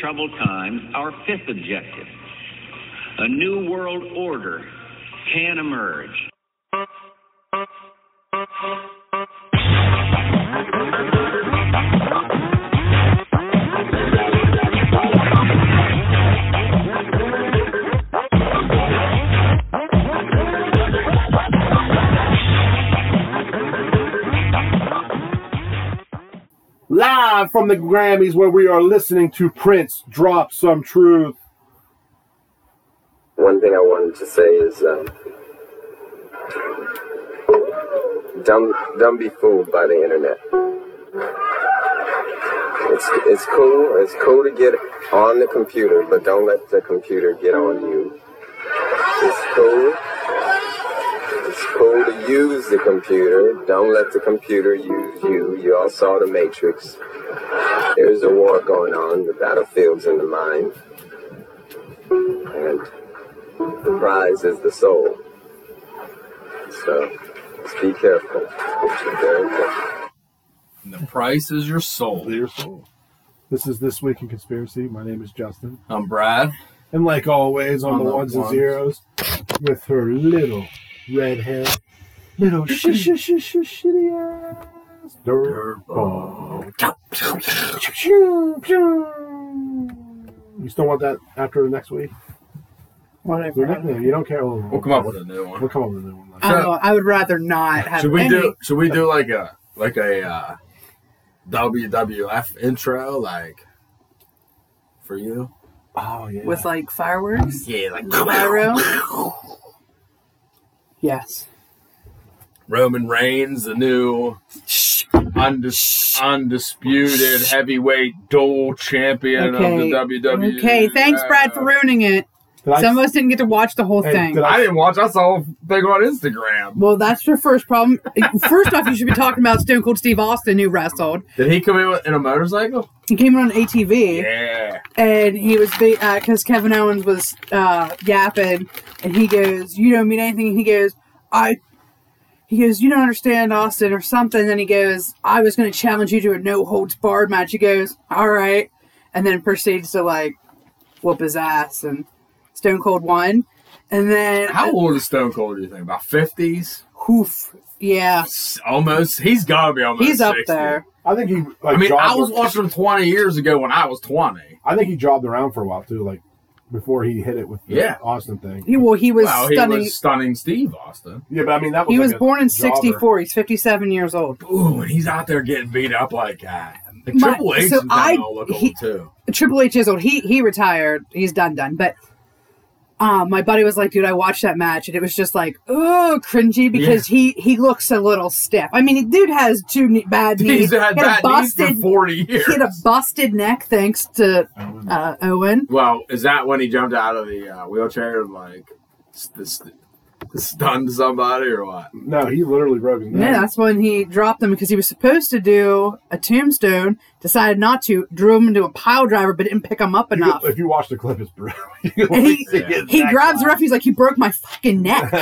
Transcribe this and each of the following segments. troubled times, our fifth objective, a new world order, can emerge. live from the Grammys where we are listening to Prince drop some truth. One thing I wanted to say is um, don't, don't be fooled by the internet. It's, it's cool. It's cool to get on the computer, but don't let the computer get on you. It's cool. It's cool to use the computer. Don't let the computer use you. You all saw the Matrix. There's a war going on. The battlefield's in the mind. And the prize is the soul. So just be careful. Be careful. And the price is your soul. Dear soul. This is This Week in Conspiracy. My name is Justin. I'm Brad. And like always, on, On the, the ones, ones. and zeros, with her little red hair, little sh- sh- sh- sh- shitty ass dirtball. You still want that after next week? Your Whatever. nickname? You don't care. We'll, We'll come up with a new one. We'll come up with a new one. I, don't know, I would rather not have Should we any. do? Should we do like a like a uh, WWF intro like for you? Oh yeah. with like fireworks? Yeah, like Pyro? Yes. Roman Reigns, the new undis- undisputed heavyweight dual champion Okay. of the E. WWE. Okay, thanks, Brad, for ruining it. Did I- Some of us didn't get to watch the whole Hey, thing. did I didn't watch. I saw the thing on Instagram. Well, that's your first problem. First off, you should be talking about Stone Cold Steve Austin, who wrestled. Did he come in with- in a motorcycle? He came in on ATV, Yeah. and he was because Kevin Owens was uh, yapping, and he goes, "You don't mean anything." And he goes, "I." He goes, "You don't understand, Austin, or something." Then he goes, "I was going to challenge you to a no holds barred match." He goes, "All right," and then proceeds to like whoop his ass, and Stone Cold won. And then How old is Stone Cold? Do you think about fifties? Hoof, yeah, Almost. He's got to be almost. he's up 60. there. I think he. Like, I mean, jogged I was with- watching him twenty years ago when I was twenty. I think he jobbed around for a while too, like before he hit it with the Yeah. Austin thing. He well, he was wow, stunning. he was stunning Steve Austin. Yeah, but I mean that was He like was a born in jobber. '64. He's 57 years old. Ooh, and he's out there getting beat up like that. Like, My- Triple H so is I- kind all look he- old too. Triple H is old. He he retired. He's done done. But um, my buddy was like, "Dude, I watched that match, and it was just like, oh, cringy because he he looks a little stiff. I mean, the dude has two kne- bad knees. He's had he had bad a knees busted for forty he years. had a busted neck thanks to uh, Owen. Well, is that when he jumped out of the uh, wheelchair and like st- st- stunned somebody or what? No, he literally broke his neck. Yeah, that's when he dropped them because he was supposed to do a tombstone, decided not to, drew him into a pile driver, but didn't pick him up You enough. could- if you watch the clip, it's brutal. And he, he grabs the ref. He's like, "You broke my fucking neck."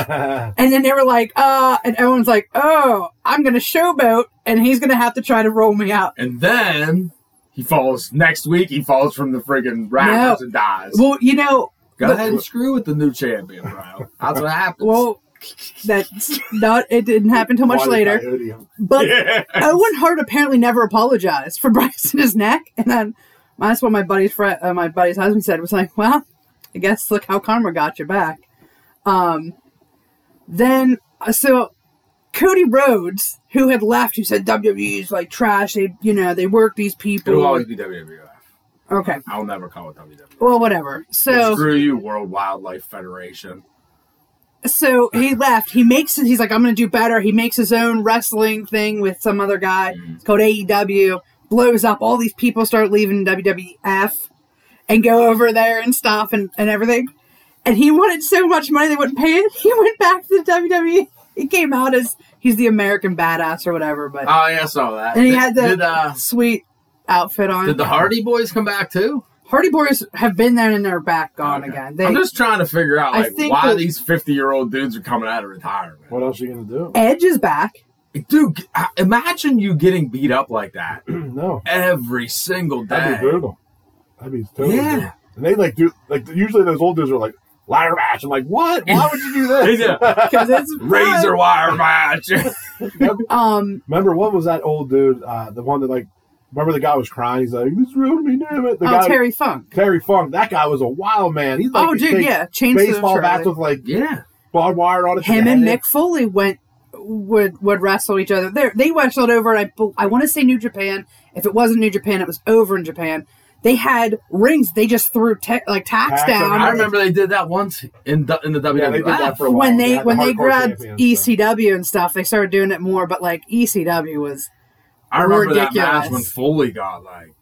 And then they were like, "Uh," and Owen's like, "Oh, I'm gonna showboat, and he's gonna have to try to roll me out." And then he falls next week. He falls from the friggin' rafters and dies. Well, you know, Go but- ahead and screw with the new champion, bro. That's what happens. well, that's not. It didn't happen till much later. But yeah. Owen Hart apparently never apologized for Bryson's neck, and then that's what my buddy's friend, uh, my buddy's husband said was like, "Well, I guess look how karma got you back." Um, then uh, so Cody Rhodes, who had left, who said WWE's like trash. They, you know, they work these It'll people. always be E. WWF. Okay, I'll never call it WWF. well, whatever. So screw you, World Wildlife Federation. so he left. He makes it. He's like, I'm going to do better. He makes his own wrestling thing with some other guy. Mm. It's called AEW. Blows up. All these people start leaving WWF and go over there and stuff and, and everything. And he wanted so much money they wouldn't pay it. He went back to the WWE. He came out as he's the American badass or whatever. But Oh, yeah, I saw that. and he Did- had the did, uh, sweet outfit on. did the Hardy Boys come back too? Hardy Boys have been there and they're back gone Okay. again. They, I'm just trying to figure out I like think why that- these 50 year old dudes are coming out of retirement. What else are you gonna do? Edge is back. Dude, g- uh, I- imagine you getting beat up like that no, every single day. that'd be brutal. That'd be totally Yeah. different. And they like do like usually those old dudes are like ladder match. I'm like, what? Why would you do this? Yeah. because it's Razor wire match. Um, Remember what was that old dude? Uh, the one that like remember the guy was crying. He's like, "This ruined me, damn it." The oh, guy, Terry Funk. Terry Funk. That guy was a wild man. He's like, oh, he dude, takes yeah, Chainsaw baseball Charlie. bats with like yeah. barbed wire on it. Him Yeah. and Mick Foley went would would wrestle each other. They they wrestled over, and I bel- I want to say New Japan. If it wasn't New Japan, it was over in Japan. They had rings. They just threw ta- like tacks Tacks down. around. I remember they did that once in the, E. in the WWF. Yeah, they did that for a while. when they had the when they hardcore grabbed champions, so. ECW and stuff, they started doing it more. But like ECW was I remember that Ridiculous. match when Foley got like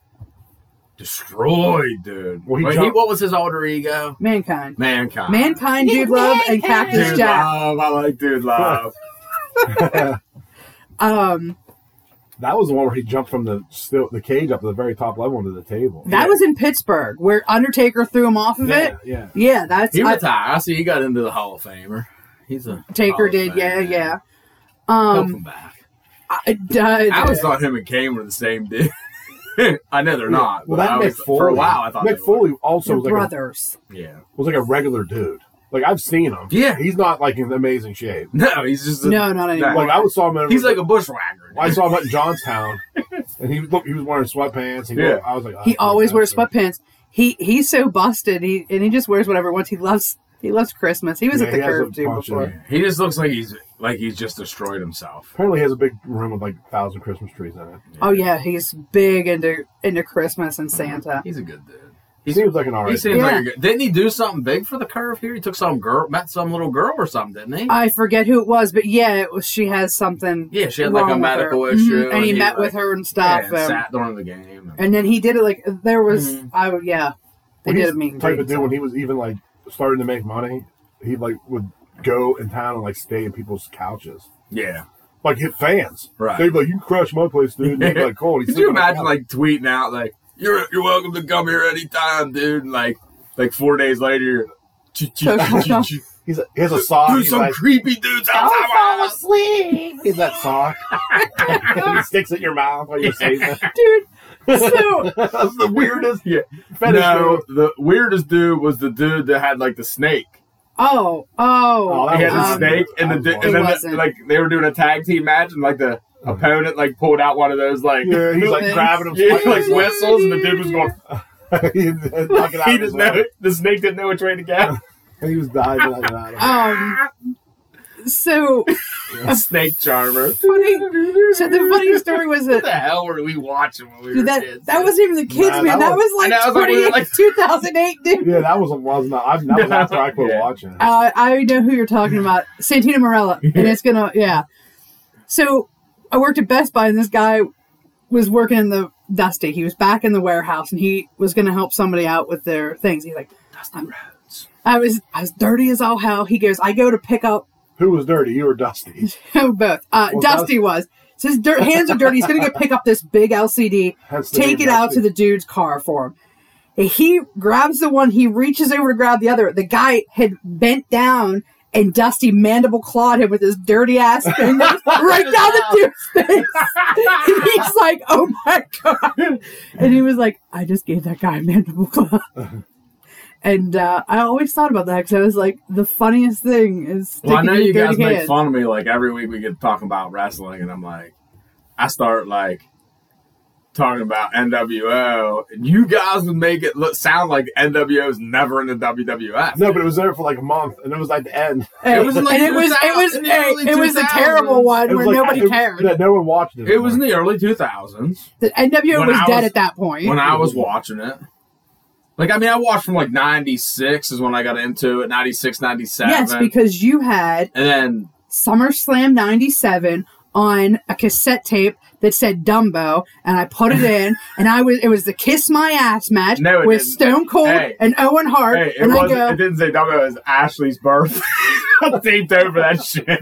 destroyed, dude. Well, he Wait, jumped- what was his alter ego? mankind, Mankind. mankind, Jude Love, and Cactus Dude Jack. Love. I like Dude Love. Um, That was the one where he jumped from the still, the cage up to the very top level into the table. that was in Pittsburgh where Undertaker threw him off of yeah, it. yeah. Yeah, that's He I- retired. I see he got into the Hall of Famer. He's a Hall Taker of did. Yeah, Famer. yeah. Hope Oh, him Um, back. I, I- I always thought him and Kane were the same dude. I know they're not. but Well, that I Mick always- Foley. for a while I thought they Mick were. Foley also they're was like, a, brothers. Yeah. was like a regular dude. Like I've seen him. Yeah. he's not like in amazing shape. No, he's just a, no, not anymore. Like I was saw him. At He's like a bushwhacker. I saw him out in Johnstown, and he look he was wearing sweatpants. He Yeah. looked- I was like, oh, he always that's wears good. sweatpants. He he's so busted. He and he just wears whatever once he loves. He loves Christmas. He was Yeah, at the he has a curve too bunch of- before. He just looks like he's like he's just destroyed himself. Apparently, he has a big room with like a thousand Christmas trees in it. Oh yeah, he's big into into Christmas and Santa. Mm-hmm. He's a good dude. He seems like an He alright. seems dude. like Yeah. a good. Didn't he do something big for the curve here? He took some girl, met some little girl or something, didn't he? I forget who it was, but yeah, it was, she has something. yeah, she had like wrong a with her. medical Mhm, issue, and he, met like, with her and yeah, stuff. and um, sat during the game. and then he did it like there was. Mhm. I would yeah, they Well, he's did a meet the and type greet of and dude stuff. when he was even like starting to make money, he like would go in town and like stay in people's couches, yeah, like hit fans. Right. They'd be like, "You crushed my place, dude." And he'd be like, "Cool." could you imagine like tweeting out like you're you're welcome to come here anytime, dude? And like like four days later, choo, choo, choo, choo, choo. he's a, he has a sock. dude, He's some like, creepy dudes outside my house. he's that sock. and he sticks it in your mouth while you're saying that. dude. So That's the weirdest Yeah. fetish. no, move. the weirdest dude was the dude that had like the snake. oh oh, Oh, that He had was the um, snake, and the That was di- and then It the, wasn't. like they were doing a tag team match, and like the opponent like pulled out one of those like Yeah, he's like Things. grabbing him. yeah, like whistles, and the dude was going. he, knocking out He of his didn't know. mouth. The snake didn't know which way to go. He was diving out of it. um. So snake charmer. funny. So the funny story was What that. the hell were we watching when we were Dude, that kids? that wasn't even the kids, Nah, man. that That was, I know, I was like, like we were 20, like- 2008, dude. Yeah, that was was not. I, that was after I quit Yeah. watching. Uh, I know who you're talking about, Santina Morella, and it's gonna yeah. So I worked at Best Buy, and this guy was working in the Dusty. He was back in the warehouse, and he was gonna help somebody out with their things. He's like, Dusty Rhodes. I was I was dirty as all hell. Oh, He goes, I go to pick up Who was dirty? You or Dusty? both. Uh, Well, Dusty was. So his dirt, hands are dirty. He's gonna go pick up this big LCD, That's the take name, it out Dusty. to the dude's car for him. And He grabs the one. He reaches over to grab the other. The guy had bent down, and Dusty mandible clawed him with his dirty ass fingers right down the dude's face. He's like, "Oh my god!" And he was like, "I just gave that guy a mandible claw." And uh, I always thought about that because I was like, the funniest thing is. Well, I sticking know your you dirty guys make hands. fun of me like every week we get talking about wrestling, and I'm like, I start like talking about NWO, and you guys would make it look sound like NWO is never in the WWF. No, but it was there for like a month, and it was like the end. Hey, It was in, like, and Oh, it was it 2000 was in the hey, early it was a 2000s. terrible one It where was like, nobody it- cared. That no one watched it. It was in the early 2000s the NWO when was I dead was- at that point. when I was watching it. Like, I mean, I watched from like 96 is when I got into it, 96, 97. yes, because you had and then, SummerSlam '97 on a cassette tape that said Dumbo, and I put it in, and I was it was the Kiss My Ass match No, it with didn't. Stone Cold Hey. and Owen Hart, hey, it, and I was, go, it didn't say W, it was Ashley's birth. I taped over that shit.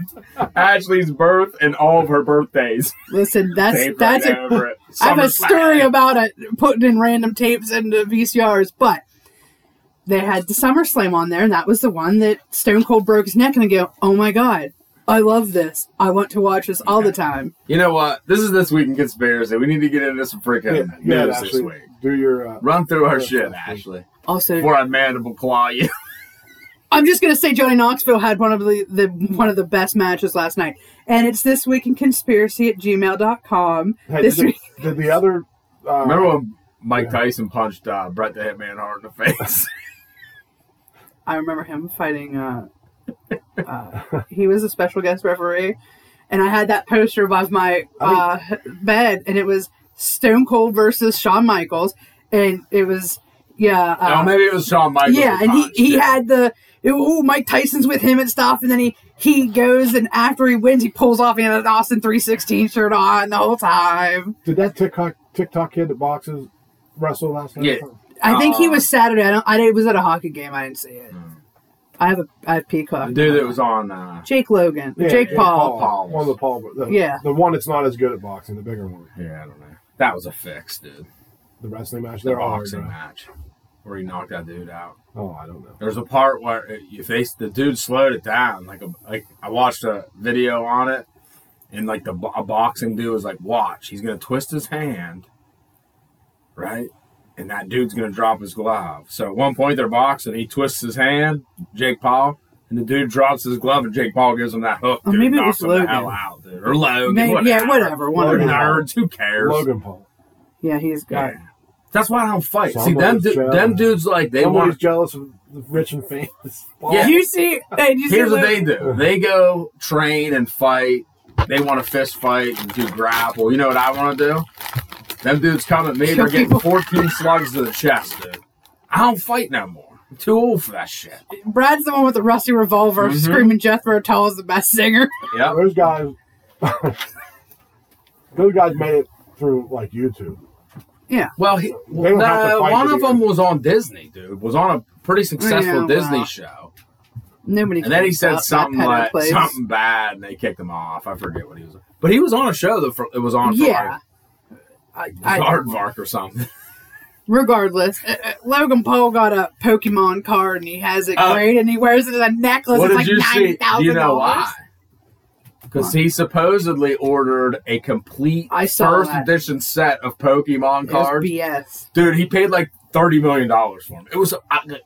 Ashley's birth and all of her birthdays. "Listen, that's Taped that's right a over it. I have a SummerSlam. story about it putting in random tapes into VCRs, but they had the SummerSlam on there, and that was the one that Stone Cold broke his neck. And I go, "Oh my god, I love this! I want to watch this all the time." You know what? This is this week in conspiracy. We need to get into some freaking Yeah, yeah, news this actually, week. do do your. Uh, Run through her Yeah. shit, Ashley, Also, before I mandible claw you. I'm just gonna say Johnny Knoxville had one of the, the one of the best matches last night, and it's this week in conspiracy at gmail.com. hey, this did, week, the, did the other. Uh, Remember when Mike Tyson punched uh, Brett the Hitman hard in the face? I remember him fighting. Uh, uh, he was a special guest referee, and I had that poster above my uh, bed, and it was Stone Cold versus Shawn Michaels, and it was yeah. Uh, oh, maybe it was Shawn Michaels. yeah, who and he, punched, he yeah. had the oh Mike Tyson's with him and stuff, and then he he goes and after he wins, he pulls off he had an Austin three sixteen shirt on the whole time. Did that TikTok TikTok kid that boxes wrestle last night? Yeah. I think he Aw. Hmm. was Saturday. I, don't, I it was at a hockey game. I didn't see it. I have a I have Peacock. The dude that was on. Uh, Jake Logan, Yeah, Jake Paul. Paul. One of the Paul. bro- The, Yeah. The one that's not as good at boxing, the bigger one. yeah, I don't know. That was a fix, dude. The wrestling match. The They're all boxing right. match where he knocked that dude out. Oh, I don't know. There's a part where uh, if they the dude slowed it down, like a, like I watched a video on it, and like the bo- a boxing dude was like, "Watch, he's gonna twist his hand, right?" And that dude's gonna drop his glove. So at one point they're boxing, he twists his hand, Jake Paul, and the dude drops his glove, and Jake Paul gives him that hook. Or dude, maybe it knocks was him the Logan. hell out, dude. Or Logan, Maybe, yeah, whatever. One They're of Logan. them. nerds. Who cares? Logan Paul. Yeah, he is good. Yeah. That's why I don't fight. See, them, Somebody's du- jealous. them dudes like they Somebody's want jealous of the rich and famous. Yeah. You see, hey, did you Here's see what they Logan? do. They go train and fight. They want to fist fight and do grapple. You know what I want to do? Them dudes come at me. They're getting People- 14 slugs to the chest, dude. I don't fight no more. I'm too old for that shit. Brad's the one with the rusty revolver, Mhm. screaming Jethro Tull is the best singer. Yep. Those guys. those guys made it through like YouTube. Well, he, They don't have to no, fight one to of do them was on Disney, dude. Was on a pretty successful Yeah, Disney wow. show. Nobody. And then he cares said about that something pedo like place. something bad, and they kicked him off. I forget what he was. But he was on a show that for, it was on. For Yeah. I, like, I, Aardvark or something. regardless, uh, uh, Logan Paul got a Pokemon card and he has it Uh, great, and he wears it as a necklace. What it's did like you ninety see? Do thousand you know dollars. why? Because he supposedly ordered a complete I saw first that. edition set of Pokemon It was cards. BS. Dude, he paid like thirty million dollars for them. It was uh,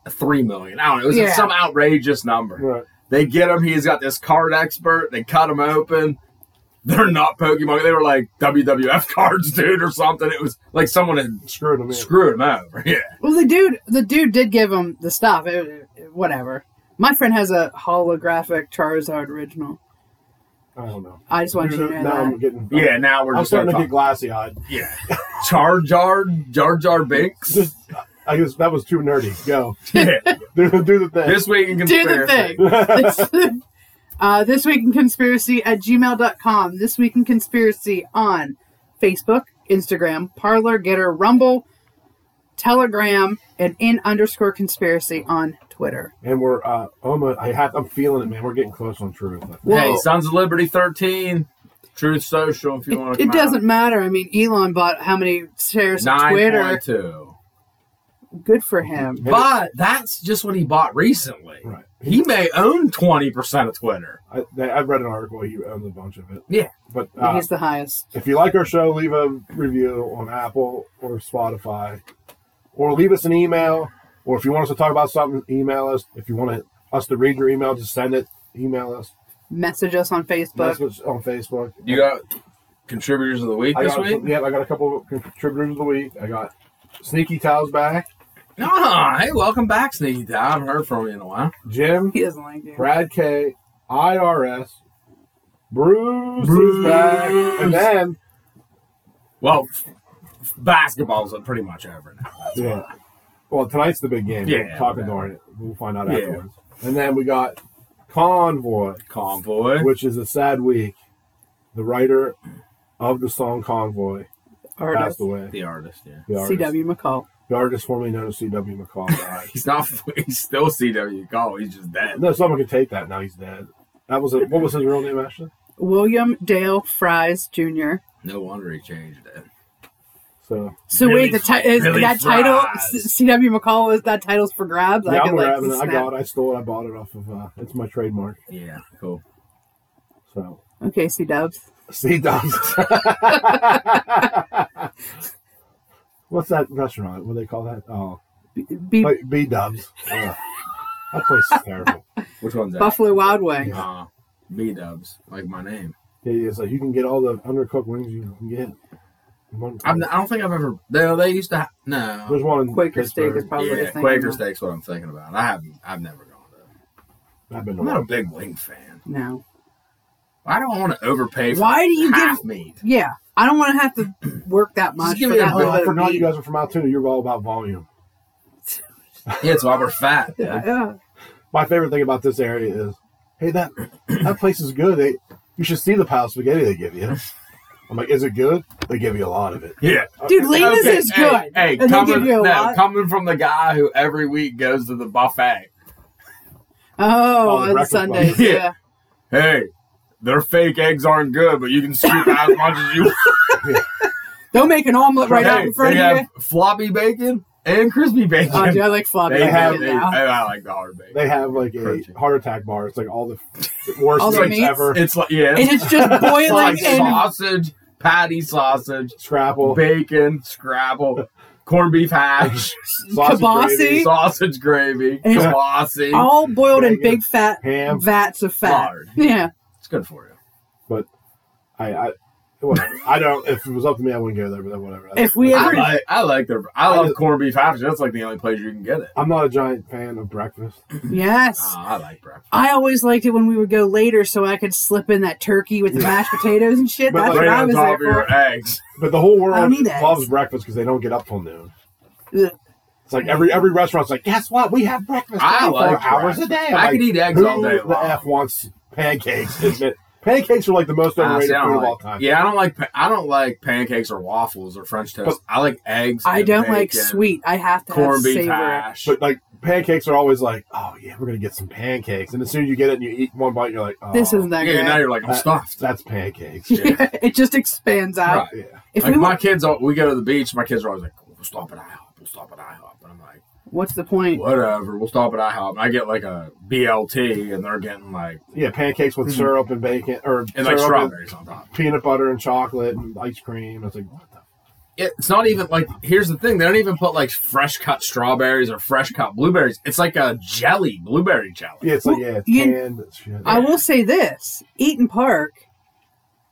three million. I don't know. It was Yeah. some outrageous number. Right. They get him. He's got this card expert. They cut him open. They're not Pokemon. They were like WWF cards, dude, or something. It was like someone had Screwed them in. screwed him over. Yeah. Well, the dude, the dude did give him the stuff. It- it- whatever. My friend has a holographic Charizard original. I don't know. I just want you to know now I'm that. getting. Yeah. Now we're I'm just starting to gonna get glassy eyed. talk- yeah. Char Jar Jar Jar Binks. Just, I guess that was too nerdy. Go yeah. do, do the thing. This week in Do conspiracy. the thing. uh, this week in conspiracy at gmail.com. This week in conspiracy on Facebook, Instagram, Parlor, Getter, Rumble, Telegram, and in underscore conspiracy on Twitter. and we're uh, almost. I have. I'm feeling it, man. We're getting close on truth. Hey, Whoa. Sons of Liberty 13, Truth Social, if you want to It doesn't matter. I mean, Elon bought how many shares of Twitter? 9.2. Good for him. But that's just what he bought recently. Right. He may own 20% of Twitter. I, they, I read an article. He owns a bunch of it. Yeah. But uh, He's the highest. if you like our show, leave a review on Apple or Spotify, or leave us an email. Or if you want us to talk about something, email us. If you want us to read your email, just send it. Email us. Message us on Facebook. Message us on Facebook. You got contributors of the week I this got, week? yeah, I got a couple of contributors of the week. I got Sneaky Towels back, Ah, hey, welcome back, Sneaky Dad. I haven't heard from you in a while. Jim, He doesn't like you. Brad K, IRS, Bruce, Bruce. is back, and then Well, f- f- basketball's pretty much over now. That's Yeah. Well, tonight's the big game. Yeah, Yeah. Talking yeah. about it. We'll find out Yeah. afterwards. And then we got Convoy, Convoy. which is a sad week. The writer of the song Convoy Artist. passed away. The artist, yeah. The artist, CW McCall. the artist formerly known as C.W. McCall died. He's not, he's still CW Call. He's just dead. no, someone could take that. Now he's dead. That was a, what was his real name, Ashley? William Dale Fries Jr. No wonder he changed it. So So Billy wait, the ti- is Billy that title Fries. CW McCall is that title's for grabs? yeah, I'm could, like, grabbing it. I snap- got it. I stole it. I bought it off of. Uh, it's my trademark. Yeah, cool. So Okay, C Dubs. C. Dubs. What's that restaurant? What do they call that? Oh, Be B Dubs. Ugh. that place is terrible. Which one's that? Buffalo Wild Wing. Uh, B Dubs, like my name. Yeah, yeah, it's like you can get all the undercooked wings you can get. in one I'm, place. I don't think I've ever. They, they used to. Ha- no. There's one in Quaker steak Pittsburgh. is probably Yeah, the thing. Quaker Steak's what I'm thinking about. I haven't. I've never gone to. that. I've been to I'm not a one. big wing fan. No. I don't want to overpay. For Why do you half give- meat? Yeah, I don't want to have to work that much give for me a that bit. Oh, little I bit of forgot you meat. guys are from out too. You're all about volume. Yeah, it's why we're fat. dude. Yeah. My favorite thing about this area is, hey, that that place is good. They, you should see the pile of spaghetti they give you. I'm like, is it good? They give you a lot of it. Yeah. Dude, Lena's Okay, is hey, good. Hey, and they give coming, you no, a lot. coming from the guy who every week goes to the buffet. oh, Oh, the on breakfast Sundays. buffet. Yeah. Yeah. Hey, their fake eggs aren't good, but you can scoop out as much as you want. They'll make an omelet right out Hey, in front they of have floppy bacon and crispy bacon. you. Oh, dude, I like floppy they have. bacon They, now. I like the hard bacon. They have like a Protein. heart attack bar. It's like all the worst All the things meats? ever. It's like yeah, and it's it's just boiling like and sausage, patty sausage, Scrapple. bacon, scrabble, corned beef hash, sausage kibasi, gravy, sausage gravy, And it's- kibasi. all boiled in Bacon, big fat ham. vats of fat. Lard. Yeah, It's good for you. I, I, whatever. I don't. If it was up to me, I wouldn't go there. But whatever. If we I ever- like, I like their. I I love just- corned beef hash. That's like the only place you can get it. I'm not a giant fan of breakfast. yes. Ah, I like breakfast. I always liked it when we would go later, so I could slip in that turkey with the mashed potatoes and shit. But That's like what Right I on was top there of your for. eggs. But the whole I world don't need eggs. loves breakfast because they don't get up till noon. Ugh. It's like every every restaurant's like, guess what? We have breakfast I 24 like hours breakfast. a day. I'm I like, could eat eggs who all day The long. F wants pancakes, isn't it? Pancakes are like the most Ah, overrated see, I food don't of all like, time. yeah, I don't like. pa- I don't like pancakes or waffles or French toast. I like eggs. I and don't like bacon, sweet. I have to have corned beef savory. hash. But like pancakes are always like, oh yeah, we're gonna get some pancakes, and as soon as you get it and you eat one bite, you're like, oh, This isn't that yeah, now great. you're like I'm Uh, stuffed. that's pancakes. yeah. it just expands out. Right. Yeah. If like we my want, kids, all, we go to the beach. My kids are always like, "We'll stop at IHOP. We'll stop at IHOP." And I'm like, what's the point? "Whatever. We'll stop at IHOP." And I get like a BLT, and they're getting like Yeah, pancakes with Mhm. syrup Mm-hmm. and bacon, or and like syrup strawberries on top. and peanut butter and chocolate and ice cream. I was like, what the? It, it's not even like. Here's the thing: they don't even put like fresh cut strawberries or fresh cut blueberries. It's like a jelly, blueberry jelly. Yeah, it's like Well, yeah, it's you- canned. it's shit. I will say this: Eaton Park,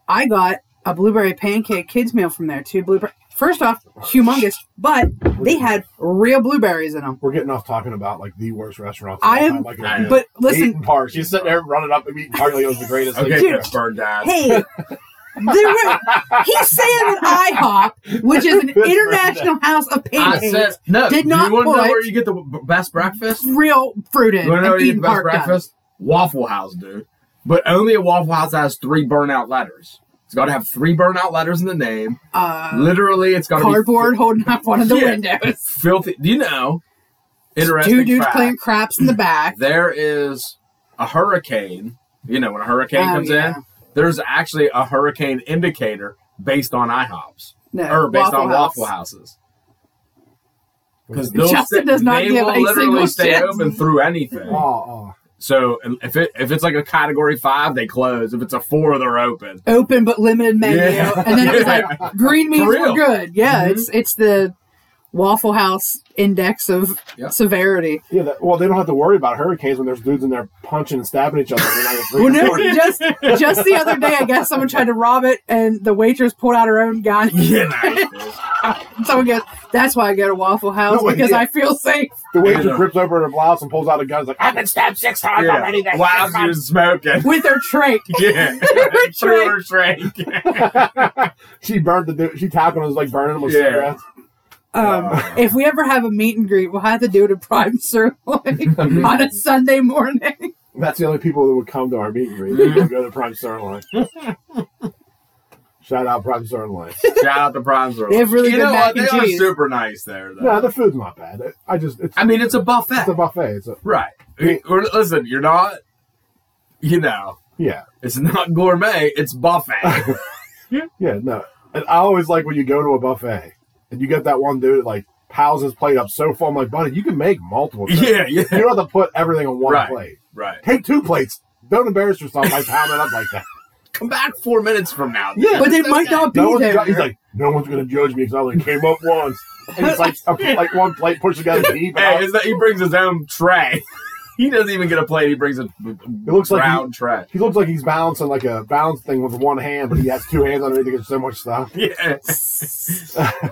I got a blueberry pancake kids meal from there. Two blueberry. First off, humongous, but they had real blueberries in them. We're getting off talking about like the worst restaurants. I am- Like, I am. But Eaton listen, Park. She's sitting there running up and eating Park like it was the greatest. thing. Okay, Dude. Pittsburgh guys. hey, Uh, there were, he's saying that IHOP, which is an international house of I pancakes, said no. Did do not you want to know put- where you get the b- best breakfast? real fruit in. You want to know where and you get the Eaton best Park does. breakfast? Waffle House, dude. But only a Waffle House that has three burnout letters. It's got to have three burnout letters in the name. Uh, Literally, it's got to cardboard holding up one of the Yeah. windows. be filthy. Do you know? Interesting Two dudes fact. playing craps in the back. there is a hurricane. You know, when a hurricane Oh, comes yeah. in, there's actually a hurricane indicator based on IHOPs No, or based Waffle on House. Waffle Houses. Because Justin does not they give will a literally single stay shit. open through anything. Oh, oh. So and if it if it's like a category five, they close. If it's a four, they're open. open but limited menu, Yeah. and then it was Yeah. like green means For real. were good. Mhm. Yeah, Mm-hmm. it's it's the Waffle House index of Yep. severity. Yeah, that, well, they don't have to worry about hurricanes when there's dudes in there punching and stabbing each other. They're not gonna Well, freak no, out. just just the other day, I guess someone tried to rob it, and the waitress pulled out her own gun. Yeah, nice. Someone goes, "That's why I go to Waffle House No, but because yeah. I feel safe." the Yeah. waitress rips over her blouse and pulls out a gun. It's like, I've been stabbed six times already. yeah. While she was smoking. With her trach, Yeah, True true or shrink. she burned the dude. She tackled him, was like burning him with Yeah. cigarettes. um, Wow. if we ever have a meet and greet, we'll have to do it at Prime Sirloin on a Sunday morning. That's the only people that would come to our meet and greet. They would go to Prime Sirloin. Shout out Prime Sirloin. Shout out to Prime Store. They have really you good know mac what? and they are cheese. super nice there. Though. No, the food's not bad. I just it's, I mean, it's a buffet, it's a buffet. It's a, right? Or- Listen, you're not. You know, yeah, it's not gourmet. It's buffet. yeah. No, and I always like when you go to a buffet and you get that one dude that, like piles his plate up so full. I'm like, buddy, you can make multiple. things. yeah, yeah. You don't have to put everything on one Right. plate. Right. Take two plates. Don't embarrass yourself by pounding up like that. come back four minutes from now. Yeah. But they might not be No one's there. ju- he's like, no one's gonna judge me because I only came up once. And it's like, a, like one plate pushes down the deep. Hey, it's not, he brings his own tray. he doesn't even get a plate. He brings a it looks like brown tray. he looks like he's balancing like a balance thing with one hand, but he has two hands underneath because so much stuff. Yeah.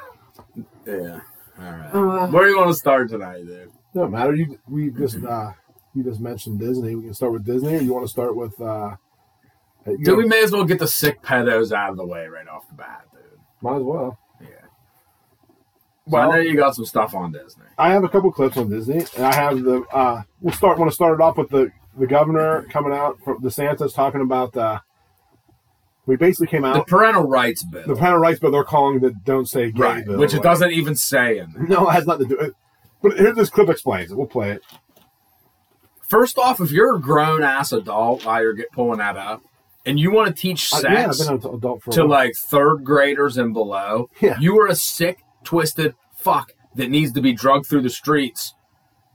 yeah. All right. Uh. Where do you want to start tonight, dude? No matter. You we just uh you just mentioned Disney. We can start with Disney, or you want to start with? uh you Dude, know, we may as well get the sick pedos out of the way right off the bat, dude. might as well. Yeah. Well- well, I know you got some stuff on Disney. I have a couple clips on Disney, and I have the. uh We'll start. Want to start it off with the the governor coming out from DeSantis talking about. uh We basically came The out parental rights the bill, parental rights bill. They're calling the "Don't Say Gay" right? bill, Which it whatever. doesn't even say in there. No, it has nothing to do. It, but here, this clip explains it. We'll play it. First off, if you're a grown ass adult while you're get, pulling that up, and you want to teach I- sex, Uh, yeah, I've been an adult for a to while. like third graders and below, Yeah. you are a sick, twisted fuck that needs to be drugged through the streets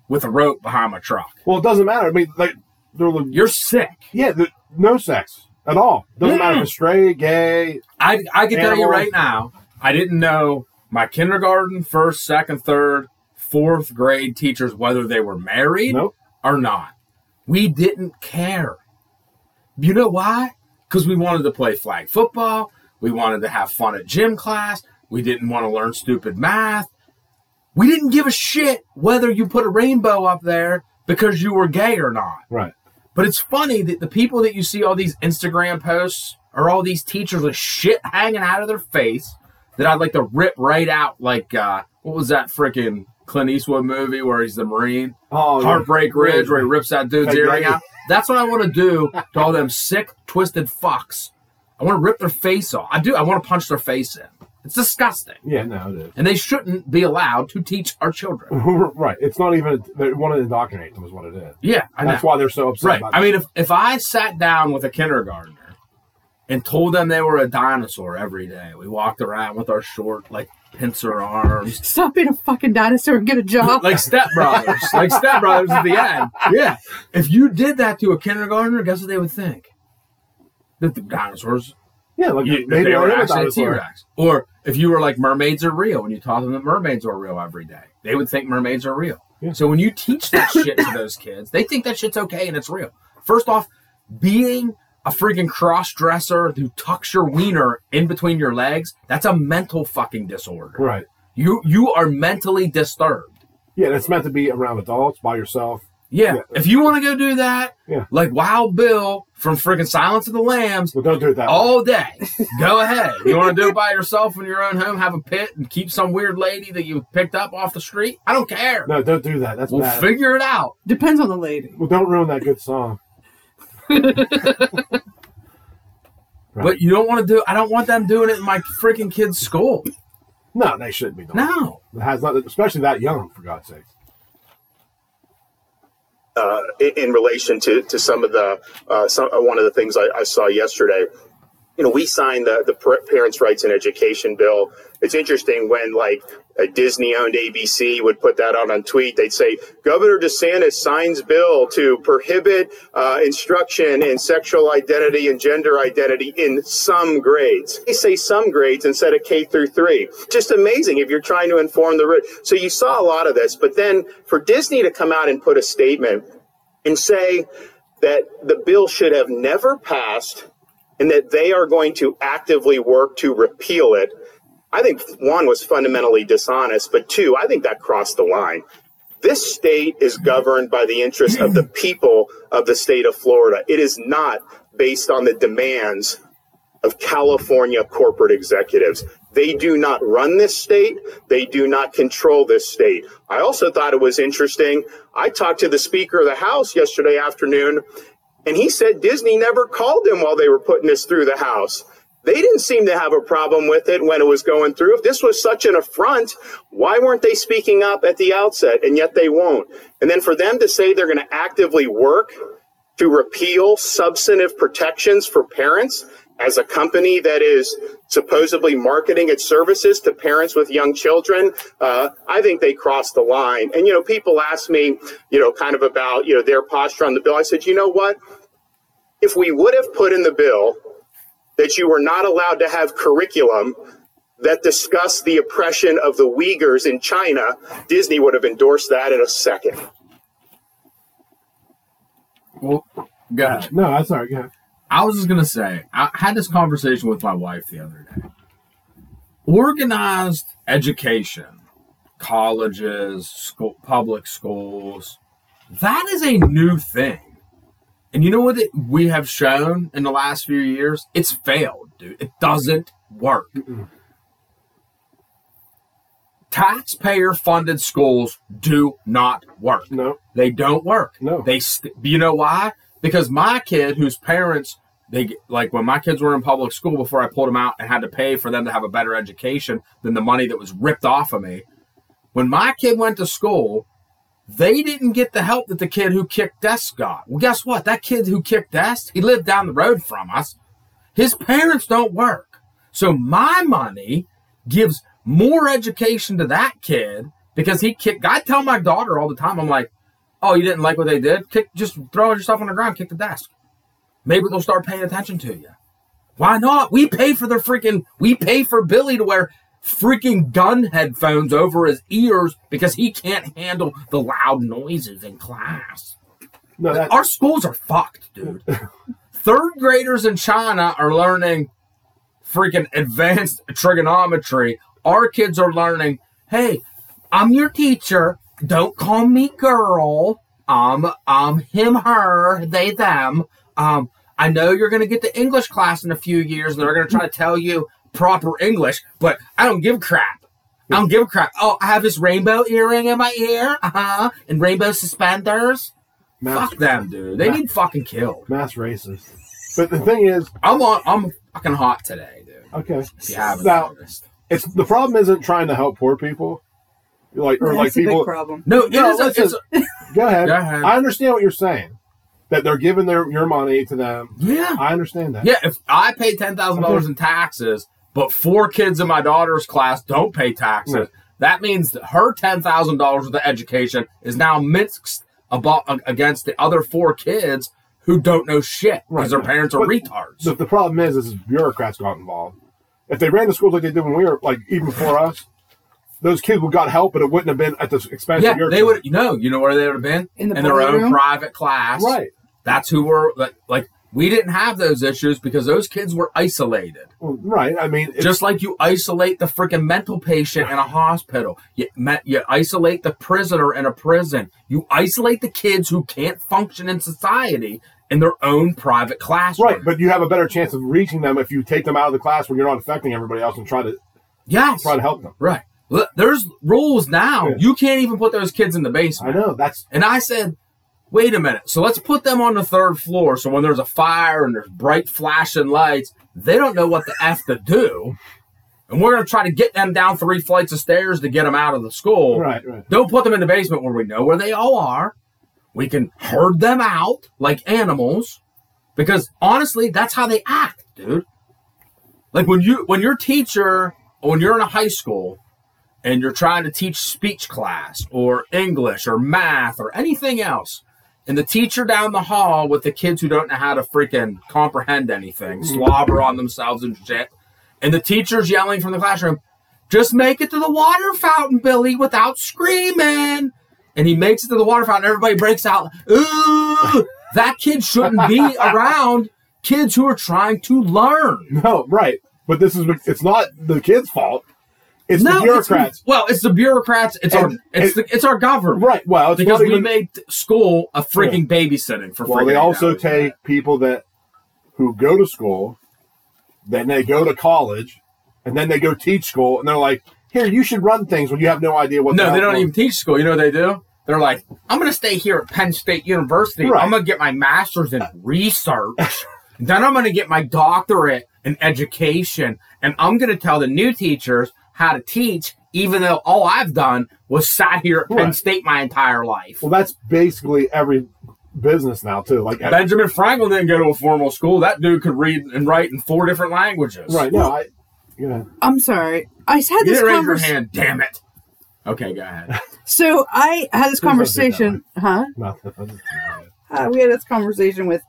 with a rope behind my truck. Well, it doesn't matter. I mean, like they're le- You're sick. yeah, the, no sex at all. Doesn't matter if it's straight, gay. I I can tell you Animals. right now, I didn't know my kindergarten, first, second, third, fourth grade teachers whether they were married Nope. or not. We didn't care. You know why? Because we wanted to play flag football. We wanted to have fun at gym class. We didn't want to learn stupid math. We didn't give a shit whether you put a rainbow up there because you were gay or not. Right. But it's funny that the people that you see all these Instagram posts are all these teachers with shit hanging out of their face that I'd like to rip right out. Like, uh, what was that freaking Clint Eastwood movie where he's the Marine? Oh, yeah. Heartbreak Ridge, where he rips that dude's earring out. That's what I want to do to all them sick, twisted fucks. I want to rip their face off. I do. I want to punch their face in. It's disgusting. Yeah, no, it is. And they shouldn't be allowed to teach our children. right. It's not even they want to indoctrinate them is what it is. Yeah, I know. That's why they're so upset. Right. About I mean, if, if I sat down with a kindergartner and told them they were a dinosaur every day, we walked around with our short, like, pincer arms, Stop being a fucking dinosaur and get a job. like stepbrothers, like stepbrothers at the end. Yeah. If you did that to a kindergartner, guess what they would think? That the dinosaurs, yeah, like you- that maybe they I were am a actually a T dinosaur. Rex. Or if you were like, mermaids are real, and you taught them that mermaids are real every day, they would think mermaids are real. Yeah. So when you teach that shit to those kids, they think that shit's okay and it's real. First off, being a freaking cross dresser who tucks your wiener in between your legs, that's a mental fucking disorder. Right. You you are mentally disturbed. Yeah, that's meant to be around adults by yourself. Yeah. Yeah. If you want to go do that, Yeah. like Wild Bill from freaking Silence of the Lambs But don't do it that. way. all day. Go ahead. You want to do it by yourself in your own home, have a pit and keep some weird lady that you picked up off the street? I don't care. No, don't do that. That's We'll bad. figure it out. Depends on the lady. well, don't ruin that good song. Right. But you don't want to do. I don't want them doing it in my freaking kid's school. No, they shouldn't be doing. No. It has nothing, especially that young. For God's sake. uh, in, in relation to, to some of the uh, some, uh, one of the things I, I saw yesterday. You know, we signed the the par- Parents' Rights in Education bill. It's interesting when like a Disney-owned ABC would put that out on tweet. They'd say Governor DeSantis signs bill to prohibit uh, instruction in sexual identity and gender identity in some grades. They say some grades instead of K through three. Just amazing if you're trying to inform the. ri- So you saw a lot of this, but then for Disney to come out and put a statement and say that the bill should have never passed and that they are going to actively work to repeal it. I think one was fundamentally dishonest, but two, I think that crossed the line. This state is governed by the interests of the people of the state of Florida. It is not based on the demands of California corporate executives. They do not run this state. They do not control this state. I also thought it was interesting. I talked to the Speaker of the House yesterday afternoon, and he said Disney never called him while they were putting this through the House. They didn't seem to have a problem with it when it was going through. If this was such an affront, why weren't they speaking up at the outset? And yet they won't. And then for them to say they're going to actively work to repeal substantive protections for parents as a company that is supposedly marketing its services to parents with young children uh, i think they crossed the line and you know people ask me you know kind of about you know their posture on the bill i said you know what if we would have put in the bill that you were not allowed to have curriculum that discussed the oppression of the Uyghurs in China, Disney would have endorsed that in a second. Well, go ahead. No, that's all right. Yeah. I was just gonna say, I had this conversation with my wife the other day. Organized education, colleges, school, public schools, that is a new thing. And you know what it, we have shown in the last few years? It's failed, dude. It doesn't work. Taxpayer funded schools do not work. No. They don't work. No. They, st- you know why? Because my kid, whose parents, they g- like when my kids were in public school before I pulled them out and had to pay for them to have a better education than the money that was ripped off of me. When my kid went to school, they didn't get the help that the kid who kicked desk got. Well, guess what? That kid who kicked desk, he lived down the road from us. His parents don't work. So my money gives more education to that kid because he kicked. I tell my daughter all the time, I'm like, oh, you didn't like what they did? Kick, just throw yourself on the ground, kick the desk. Maybe they'll start paying attention to you. Why not? We pay for their freaking, we pay for Billy to wear freaking gun headphones over his ears because he can't handle the loud noises in class. No, that, Our schools are fucked, dude. Third graders in China are learning freaking advanced trigonometry. Our kids are learning, hey, I'm your teacher. Don't call me girl. Um, um, him, her, they, them. Um, I know you're gonna get the English class in a few years, and they're gonna try to tell you proper English, but I don't give a crap. I don't give a crap. Oh, I have this rainbow earring in my ear, uh huh, and rainbow suspenders. mass, Fuck them, dude. They need fucking killed. mass racist. But the thing is, I'm on. I'm fucking hot today, dude. okay. If you haven't Now, noticed. it's the problem isn't trying to help poor people, like or That's like a big people. problem. No, it No, is a- listen. it's a- Go ahead. Go ahead. I understand what you're saying. That they're giving their your money to them. yeah. I understand that. Yeah, if I pay ten thousand dollars in taxes, but four kids in my daughter's class don't pay taxes, Right. that means that her ten thousand dollars worth of education is now mixed about against the other four kids who don't know shit because Right. their parents are But- retards. The, the problem is, is bureaucrats got involved. If they ran the schools like they did when we were like even before us, those kids would got help, but it wouldn't have been at the expense yeah, of your they kids. would. You know, you know where they would have been In the their own playroom? private class. Right. That's who were like, like we didn't have those issues because those kids were isolated. Well, Right. I mean, it's, Just like you isolate the freaking mental patient in a hospital, you, me- you isolate the prisoner in a prison, you isolate the kids who can't function in society in their own private classroom. right. But you have a better chance of reaching them if you take them out of the class where you're not affecting everybody else and try to yes, try to help them. right. Look, There's rules now. Yeah. You can't even put those kids in the basement. I know that's And I said, wait a minute. So let's put them on the third floor. So when there's a fire and there's bright flashing lights, they don't know what the F to do. And we're going to try to get them down three flights of stairs to get them out of the school. right. Right. Don't put them in the basement where we know where they all are. We can herd them out like animals because honestly, that's how they act, dude. Like when you when your teacher when you're in a high school and you're trying to teach speech class or English or math or anything else, and the teacher down the hall with the kids who don't know how to freaking comprehend anything, slobber on themselves and shit, and the teacher's yelling from the classroom, just make it to the water fountain, Billy, without screaming. And he makes it to the water fountain. Everybody breaks out. Ooh, that kid shouldn't be around kids who are trying to learn. No. Right. But this is it's not the kids' fault. It's the it's- bureaucrats. well, it's the bureaucrats. It's our And- it's and- the, it's our government. Right. Well, it's Because not we even- made school a freaking babysitting for. Well, freaking they eight also hours. take people that who go to school, then they go to college, and then they go teach school, and they're like, "Here, you should run things when you have no idea what." the No, they hell don't going- even teach school. You know what they do? They're like, I'm going to stay here at Penn State University. Right. I'm going to get my master's in research. then I'm going to get my doctorate in education. And I'm going to tell the new teachers how to teach, even though all I've done was sat here at Penn Right. State my entire life. Well, that's basically every business now too. Like, Benjamin Franklin didn't go to a formal school. That dude could read and write in four different languages. right? No, I. You know, I'm sorry. I had You this didn't raise your conversation. hand, damn it. Okay, go ahead. So I had this Please don't do that conversation. Huh? not Uh, we had this conversation with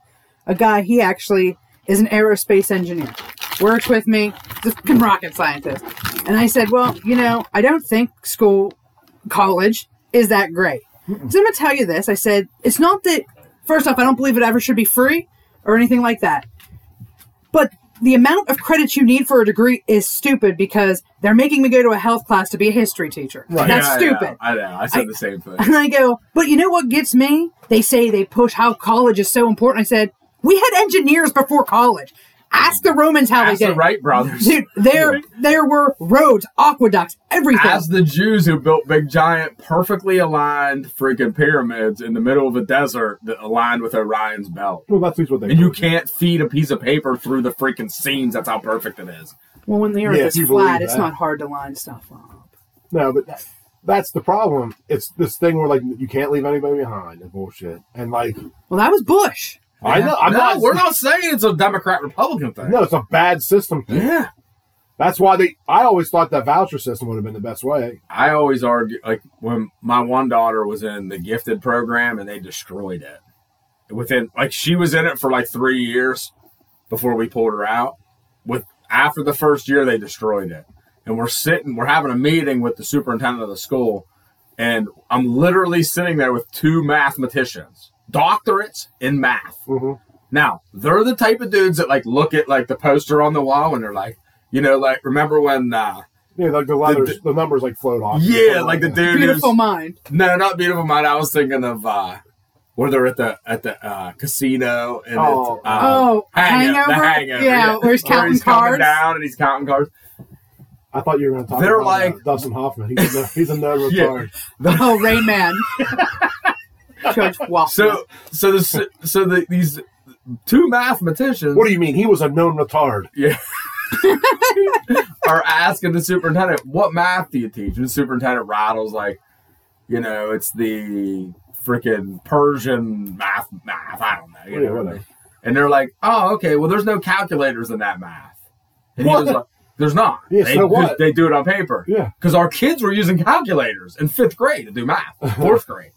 a guy. He actually is an aerospace engineer. worked with me, this fucking rocket scientist. And I said, Well, you know, I don't think school, college is that great. So I'm going to tell you this. I said, It's not that, first off, I don't believe it ever should be free or anything like that. But the amount of credits you need for a degree is stupid because they're making me go to a health class to be a history teacher. That's Yeah, Yeah, stupid. I know. I said the same thing. And I go, but you know what gets me? They say they push how college is so important. I said, we had engineers before college. Ask the Romans how As they did. the it. Wright brothers. Dude, there there were roads, aqueducts, everything. As the Jews who built big, giant, perfectly aligned freaking pyramids in the middle of a desert that aligned with Orion's belt. Well, that's at least what they. And you told me. can't feed a piece of paper through the freaking seams. That's how perfect it is. well, when the earth Yeah, is if you believe flat, it's that. not hard to line stuff up. No, but that, that's the problem. It's this thing where like you can't leave anybody behind and bullshit. And like Well, that was Bush. I know I'm no, not. we're not saying it's a Democrat Republican thing. No, it's a bad system. Thing. Yeah. That's why they. I always thought that voucher system would have been the best way. I always argue, like, when my one daughter was in the gifted program and they destroyed it. Within, like, she was in it for like three years before we pulled her out. With after the first year, they destroyed it. And we're sitting, we're having a meeting with the superintendent of the school. And I'm literally sitting there with two mathematicians, doctorates in math. Mm-hmm. Now, they're the type of dudes that like look at like the poster on the wall and they're like, you know, like remember when uh Yeah, like the letters, The- the, numbers like float off. yeah, like the dude Beautiful who's mind. no, not beautiful mind. I was thinking of uh where they're at the at the uh casino and Oh. it's, um, Oh, the Hangover? hangover. Yeah, where he's counting cards. down and he's counting cards. I thought you were going to talk. They're about, uh, like- Dustin Hoffman. He's a, no- he's a no Yeah. retard. Oh, Rain Man. Judge Walker. So so the s- so the, these two mathematicians What do you mean? He was a known retard. Yeah. are asking the superintendent, what math do you teach? And the superintendent rattles like, you know, it's the freaking Persian math math. I don't know. You Yeah, know whatever. And they're like, oh, okay, well, there's no calculators in that math. And he What? was like, there's not. Yeah, they, so do- what? they do it on paper. Yeah. Because our kids were using calculators in fifth grade to do math, fourth grade.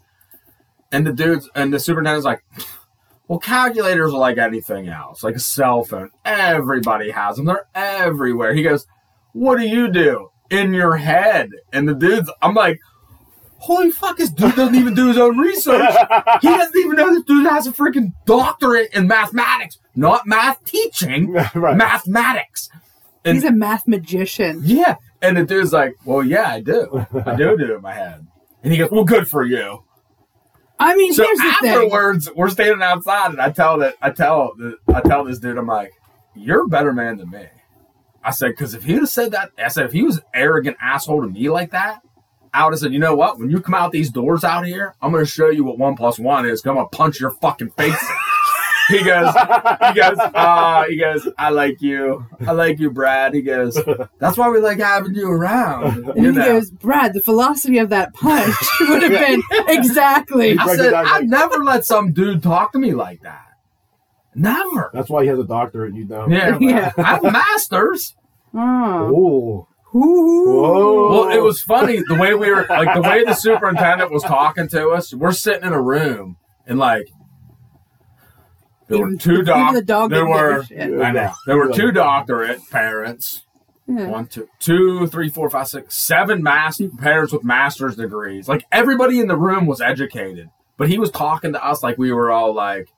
And the dudes and the superintendent's like, well, calculators are like anything else, like a cell phone. Everybody has them. They're everywhere. He goes, What do you do? In your head. And the dude's, I'm like, Holy fuck, this dude doesn't even do his own research. He doesn't even know this dude has a freaking doctorate in mathematics, not math teaching, Right. mathematics. He's a math magician. Yeah. And the dude's like, Well, yeah, I do. I do do it in my head. And he goes, Well, good for you. I mean, So here's the thing. afterwards, we're standing outside, and I tell that I tell the, I tell this dude, I'm like, "You're a better man than me." I said, "Because if he'd have said that, I said if he was an arrogant asshole to me like that, I would have said, you know what? When you come out these doors out here, I'm gonna show you what one plus one is. 'cause I'm gonna punch your fucking face." in." he goes, he goes, uh, he goes, I like you, I like you, Brad. He goes, that's why we like having you around. And you he know? goes, Brad, the velocity of that punch would have been exactly. I Break it said, down, I like- never let some dude talk to me like that. Never. That's why he has a doctorate. You don't. Yeah, Yeah. I have masters. Oh. Oh. Ooh. Whoa. Well, it was funny the way we were like the way the superintendent was talking to us. We're sitting in a room and like there were Even- two even the doc. dog There didn't give a were shit. I know there were two doctorate parents. Yeah. One, two, two, three, four, five, six, seven mas- parents with master's degrees. Like everybody in the room was educated, but he was talking to us like we were all like,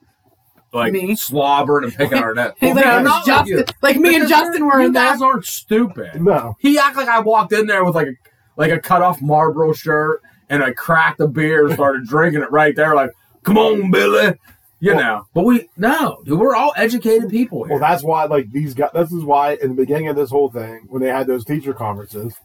like Me? slobbering and picking our nose. Hey, like, No, it was not like Justin, you. like, me and Because Justin you're- were you in guys that. aren't stupid. No. He acted like I walked in there with like a like a cut off Marlboro shirt and I cracked a beer and started drinking it right there. Like, come on, Billy. You know, but we no, dude, we're all educated people here. Well, that's why, like these guys. This is why, in the beginning of this whole thing, when they had those teacher conferences,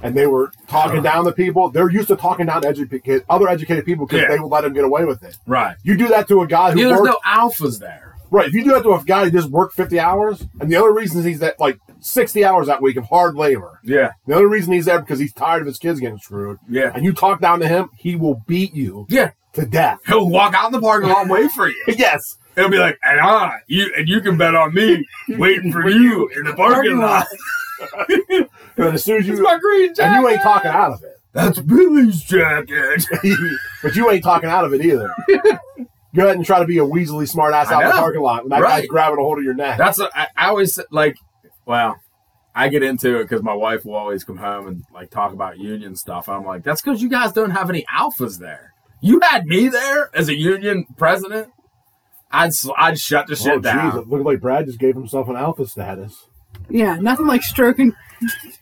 and they were Uh-huh. talking down to people, they're used to talking down to educate other educated people because Yeah. they would let them get away with it. right? You do that to a guy who Yeah, there's worked no alphas there. right. If you do that to a guy who just worked fifty hours, and the only reason he's that like sixty hours that week of hard labor. Yeah, The only reason he's there because he's tired of his kids getting screwed. Yeah. And you talk down to him, he will beat you yeah. to death. He'll walk out in the parking lot and wait for you. yes. He'll be like, and I, you, and you can bet on me waiting for you in the parking lot. But as soon as It's you my green jacket. and you ain't talking out of it. That's Billy's jacket. but you ain't talking out of it either. Go ahead and try to be a weasely smart ass I out in the know. parking lot. And that Right. guy's grabbing a hold of your neck. That's what I, I always like. Well, I get into it because my wife will always come home and like talk about union stuff. I'm like, that's because you guys don't have any alphas there. You had me there as a union president. I'd s- I'd shut the shit Oh, down. jeez, it looked like Brad just gave himself an alpha status. Yeah, nothing like stroking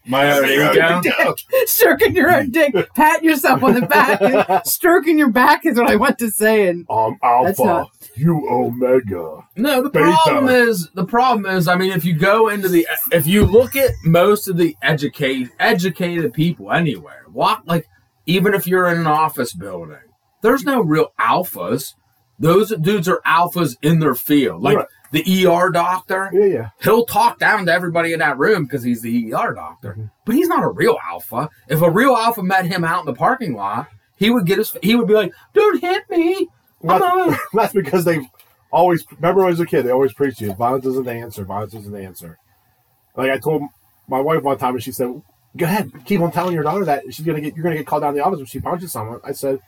My uh, own ego. stroking your own dick, pat yourself on the back, and stroking your back is what I want to say. And Um, That's alpha, not- you omega. No, the Beta. problem is the problem is I mean if you go into the if you look at most of the educate educated people anywhere, walk like even if you're in an office building, there's no real alphas. Those dudes are alphas in their field. Like Right. the ER doctor, Yeah, yeah. he'll talk down to everybody in that room because he's the ER doctor. Mm-hmm. But he's not a real alpha. If a real alpha met him out in the parking lot, he would get his he would be like, "Don't hit me." Well, I'm that's, a- that's because they always remember as a kid they always preach you violence isn't the answer. Violence isn't the answer. Like I told my wife one time, and she said, "Go ahead, keep on telling your daughter that she's gonna get you're gonna get called down to the office if she punches someone." I said,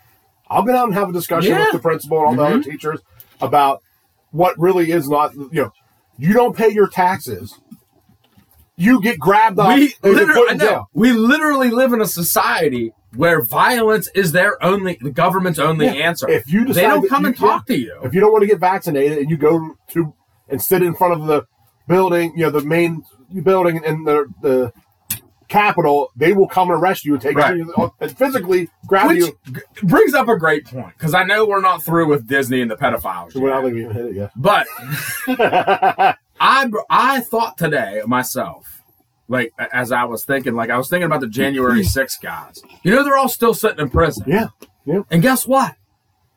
"I'll go down and have a discussion Yeah. Mm-hmm. with the principal and all the other teachers about what really is not you know you don't pay your taxes." You get grabbed up we and get literally, put I in know. jail. we literally live in a society where violence is their only, the government's only Yeah. answer. If you they decide don't that come you- and talk to you. if you don't want to get vaccinated and you go to and sit in front of the building, you know, the main building in the the Capitol, they will come and arrest you and take Right. you and physically grab Which you. g- brings up a great point because I know we're not through with Disney and the pedophiles, We're not yet, going to even hit it yet. but I I thought today myself, like a- as I was thinking, like I was thinking about the January 6th guys. You know, they're all still sitting in prison. Yeah. And guess what?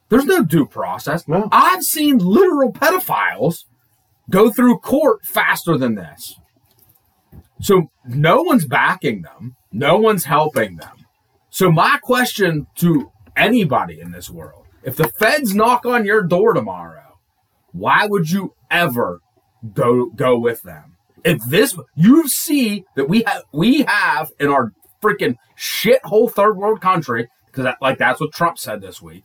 There's no due process. No. I've seen literal pedophiles go through court faster than this. So no one's backing them, no one's helping them. So, my question to anybody in this world if the feds knock on your door tomorrow, why would you ever go go with them? If this you see that we have we have in our freaking shithole third world country because that, like that's what Trump said this week.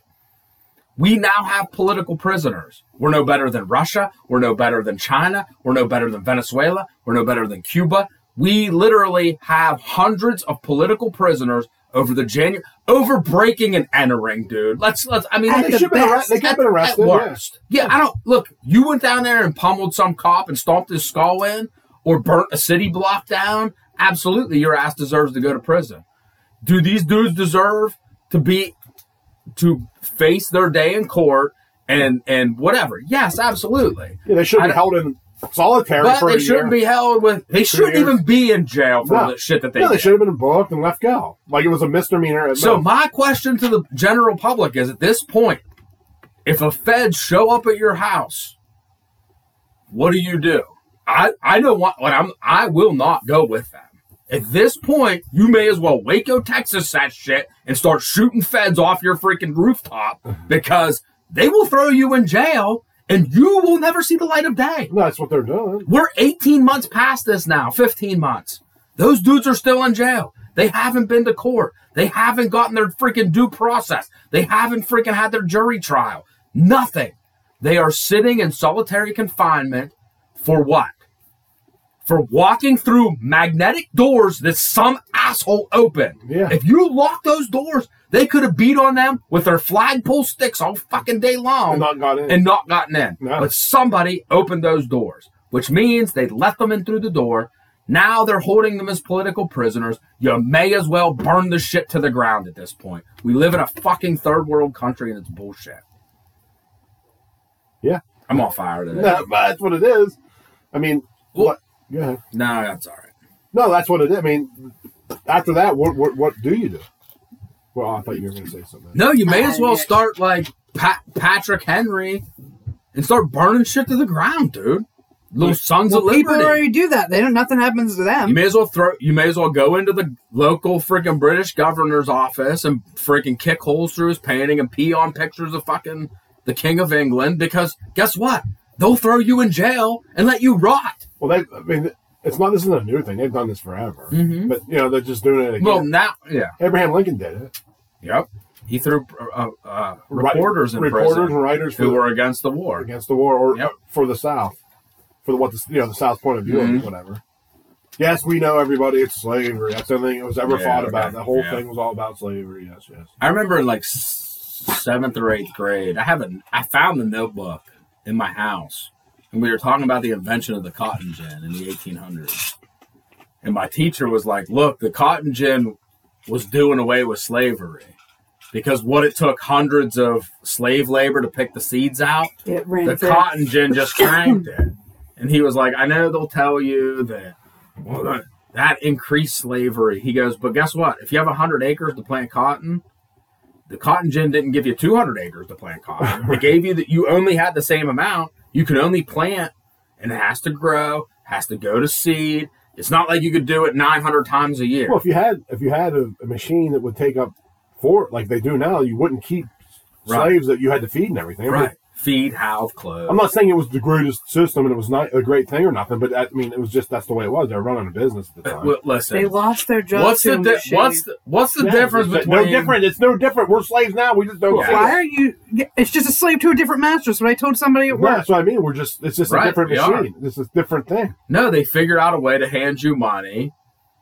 We now have political prisoners. We're no better than Russia. We're no better than China. We're no better than Venezuela. We're no better than Cuba. We literally have hundreds of political prisoners over the January over breaking and entering, dude. Let's let's. I mean, At at the the should've been arre- best, they could've at- been arrested, At yeah. worst, yeah. I don't look. You went down there and pummeled some cop and stomped his skull in, or burnt a city block down. Absolutely, your ass deserves to go to prison. Do these dudes deserve to be to face their day in court and and whatever. Yes, absolutely. Yeah, they should I be don't- held in solitary But for they a year. shouldn't be held with. They shouldn't years. even be in jail for No. the shit that they, No, they did. should have been booked and left go. Like it was a misdemeanor. At So most. my question to the general public is: At this point, if a Fed show up at your house, what do you do? I I know what like I'm. I will not go with them. At this point, you may as well Waco, Texas, that shit, and start shooting feds off your freaking rooftop because they will throw you in jail and you will never see the light of day. no, that's what they're doing. We're 18 months past this now, 15 months. Those dudes are still in jail. They haven't been to court. They haven't gotten their freaking due process. They haven't freaking had their jury trial. Nothing. They are sitting in solitary confinement for what? For walking through magnetic doors that some asshole opened. Yeah. If you lock those doors, they could have beat on them with their flagpole sticks all fucking day long And not got in. and not gotten in. No. But somebody opened those doors, which means they left them in through the door. Now they're holding them as political prisoners. You may as well burn the shit to the ground at this point. We live in a fucking third world country and it's bullshit. Yeah. I'm on fire today. No, but that's what it is. I mean, what? Go ahead. No, that's all right. No, that's what it is. I mean, after that, what what, what do you do? Well, I thought you were going to say something. No, you may as well Uh, yeah. start like Pat- Patrick Henry and start burning shit to the ground, dude. Little sons of people liberty. already do that. They don't. Nothing happens to You them. may as well throw. You may as well go into the local freaking British governor's office and freaking kick holes through his painting and pee on pictures of fucking the King of England. Because guess what? They'll throw you in jail and let you rot. Well, uh, they, I mean, it's not. This isn't a new thing. They've done this forever. But you know, they're just doing it again. Mm-hmm. Well, now, yeah, Abraham Lincoln did it. yep. He threw uh, uh, Right- reporters in reporters prison and writers for who the, were against the war. against the war or Yep. for the South, for the, what the you know the South point of view Mhm. or whatever. Yes, we know everybody. It's slavery. That's the only thing that was ever Yeah, fought okay, about. The whole yeah. thing was all about slavery. Yes, yes. I remember in like s- seventh or eighth grade, I have a, I found the notebook in my house, and we were talking about the invention of the cotton gin in the 1800s. And my teacher was like, "Look, the cotton gin was doing away with slavery because what it took hundreds of slave labor to pick the seeds out, It ran the through. cotton gin just cranked it. And he was like, I know they'll tell you that well, that, that increased slavery. He goes, but guess what? If you have 100 acres to plant cotton, the cotton gin didn't give you 200 acres to plant cotton. It gave you that you only had the same amount. You can only plant and it has to grow, has to go to seed. It's not like you could do it 900 times a year. Well, if you had if you had a, a machine that would take up four like they do now, you wouldn't keep Right. slaves that you had to feed and everything. right. Feed, house, clothes. I'm not saying it was the greatest system and it was not a great thing or nothing, but I mean, it was just that's the way it was. They were running a business at the Uh, time. well, listen. They lost their jobs. what's to the, a di- machine. what's the what's the Yeah, different it's between no different. It's no different. We're slaves now. We just don't. Well, see it. Why are you? It's just a slave to a different master. That's what I told somebody at No, work. that's what I mean. We're just it's just Right, a different we are. machine. This is a different thing. No, they figured out a way to hand you money,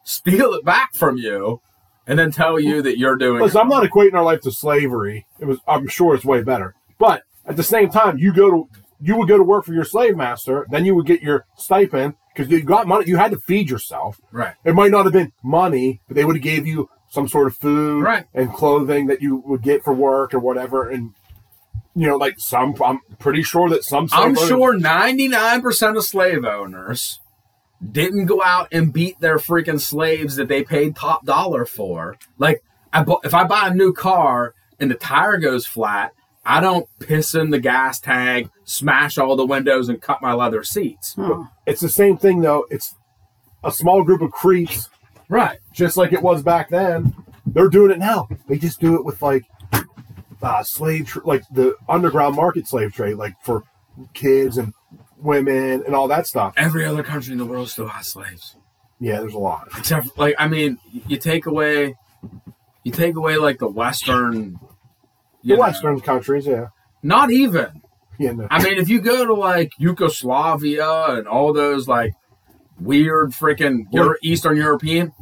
steal it back from you, and then tell you that you're doing. Listen, I'm not equating our life to slavery. It was. I'm sure it's way better. But at the same time, you go to you would go to work for your slave master, then you would get your stipend because you got money. You had to feed yourself. right. It might not have been money, but they would have gave you some sort of food Right. and clothing that you would get for work or whatever. And you know, like some, I'm pretty sure that some. I'm slave owners- sure 99% of slave owners didn't go out and beat their freaking slaves that they paid top dollar for. Like, I bu- if I buy a new car and the tire goes flat, I don't piss in the gas tank, smash all the windows, and cut my leather seats. Hmm. It's the same thing though. It's a small group of creeps Right. just like it was back then. They're doing it now. They just do it with like uh, slave, tr like the underground market slave trade, like for kids and women and all that stuff. Every other country in the world still has slaves. Yeah, there's a lot. except like I mean, you take away, you take away like the Western, The you know, Western countries, yeah, Not even. yeah, no. I mean, if you go to like Yugoslavia and all those like weird freaking Euro- Eastern European,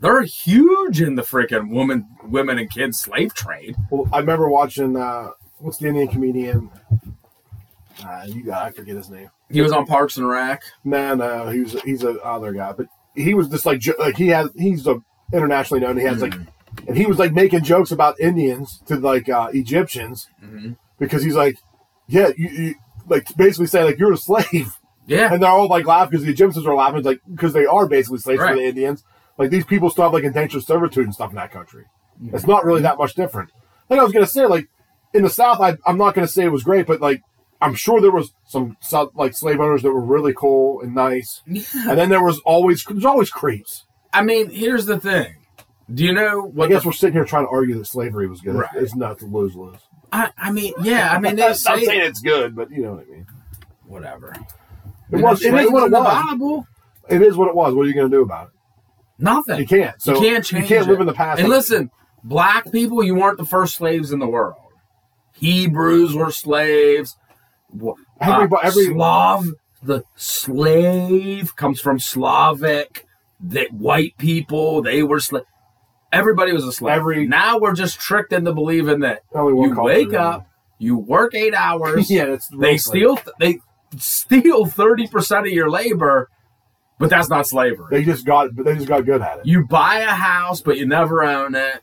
they're huge in the freaking woman, women and kids slave trade. Well, I remember watching uh, what's the Indian comedian? Uh, you got, I forget his name. He was on Parks and Rec. No, no, he was he's a other guy, but he was just like jo- like he has he's a internationally known. He has Hmm. like, and he was like making jokes about Indians to like uh, Egyptians because he's like, yeah, you, you like basically saying like you're a slave, Yeah, and they're all like laughing because the Egyptians are laughing like because they are basically slaves Right. for the Indians. Like these people still have like indentured servitude and stuff in that country. It's not really that much different. Like I was gonna say, like in the South, I, I'm not gonna say it was great, but like I'm sure there was some South, like slave owners that were really cool and nice, and then there was always there's always creeps. I mean, here's the thing. Do you know I what? guess the, we're sitting here trying to argue that slavery was good. Right. It's not to lose lose. I, I mean, yeah, I mean, they I'm not saying say it's good, but you know what I mean. whatever. It was. It is what in it the was. Bible. It is what it was. What are you gonna do about it? Nothing. You can't. So you can't change. You can't live it. in the past. And listen, black people, you weren't the first slaves in the world. Hebrews were slaves. Wha- uh, Everybody- every- Slav, the slave comes from Slavic. That white people, they were slaves. Everybody was a slave. Every- now we're just tricked into believing that Only one you culture, wake yeah. up, you work eight hours. yeah, that's the they real slavery. steal. They steal thirty percent of your labor, but that's not slavery They just got they just got good at it. you buy a house but you never own it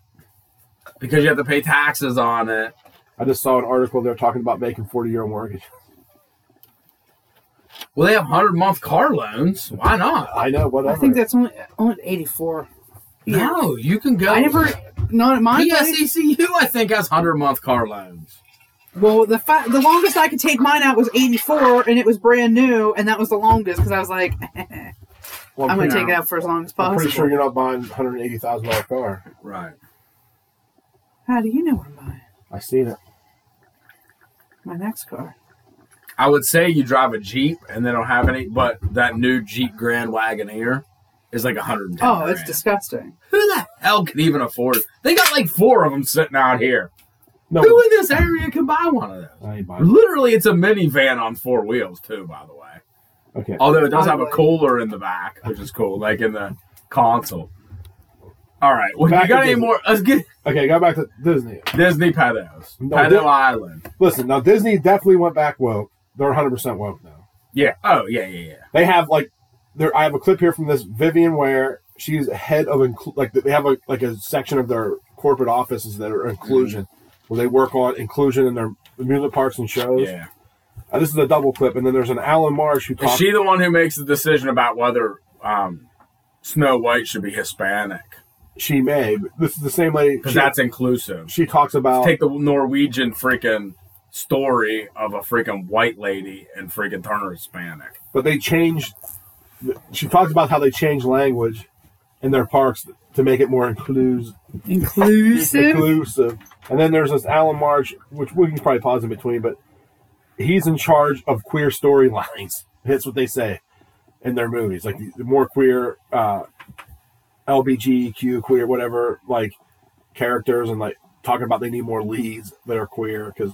because you have to pay taxes on it. I just saw an article they're talking about making forty year mortgage. Well, they have hundred month car loans. Why not? I know, whatever. I think that's only only eighty four. No, you can go. I never. Not at my place. PSECU, I think, has hundred month car loans. Well, the fa- the longest I could take mine out was eighty four, and it was brand new, and that was the longest because I was like, Well, I'm going to pretty- take it out for as long as I'm possible. pretty sure you're not buying hundred and eighty thousand dollar car. Right. How do you know what I'm buying? I seen it. My next car. I would say you drive a Jeep and they don't have any, but that new Jeep Grand Wagoneer is like 110. Oh, it's grand. disgusting. Who the hell can even afford it? They got like four of them sitting out here. No, Who in this area can buy one of those? I ain't buying it. Literally, it's a minivan on four wheels, too, by the way. Okay. Although it does have a cooler in the back, which is cool, like in the console. All right. Well, Back you got to any Disney. more? Let's get Okay, go back to Disney. Disney pedos. No, Pedo Di- Island. Listen, now Disney definitely went back woke. They're 100% woke now. Yeah. Oh, yeah, yeah, yeah. They have like, there. I have a clip here from this Vivian Ware. She's head of inclu- like they have a like a section of their corporate offices that are inclusion, where they work on inclusion in their amusement parks and shows. Yeah. Uh, this is a double clip, and then there's an Alan Marsh who Is talks. she the one who makes the decision about whether um, Snow White should be Hispanic? she may. but This is the same lady. Because she- that's inclusive. she talks about Take the Norwegian freaking story of a freaking white lady and freaking turn her Hispanic. but they changed. She talks about how they changed language in their parks to make it more inclus- Inclusive. inclusive. And then there's this Alan March, which we can probably pause in between, but he's in charge of queer storylines. That's what they say in their movies, like the more queer, uh, LBGQ queer, whatever, like characters, and like talking about they need more leads that are queer because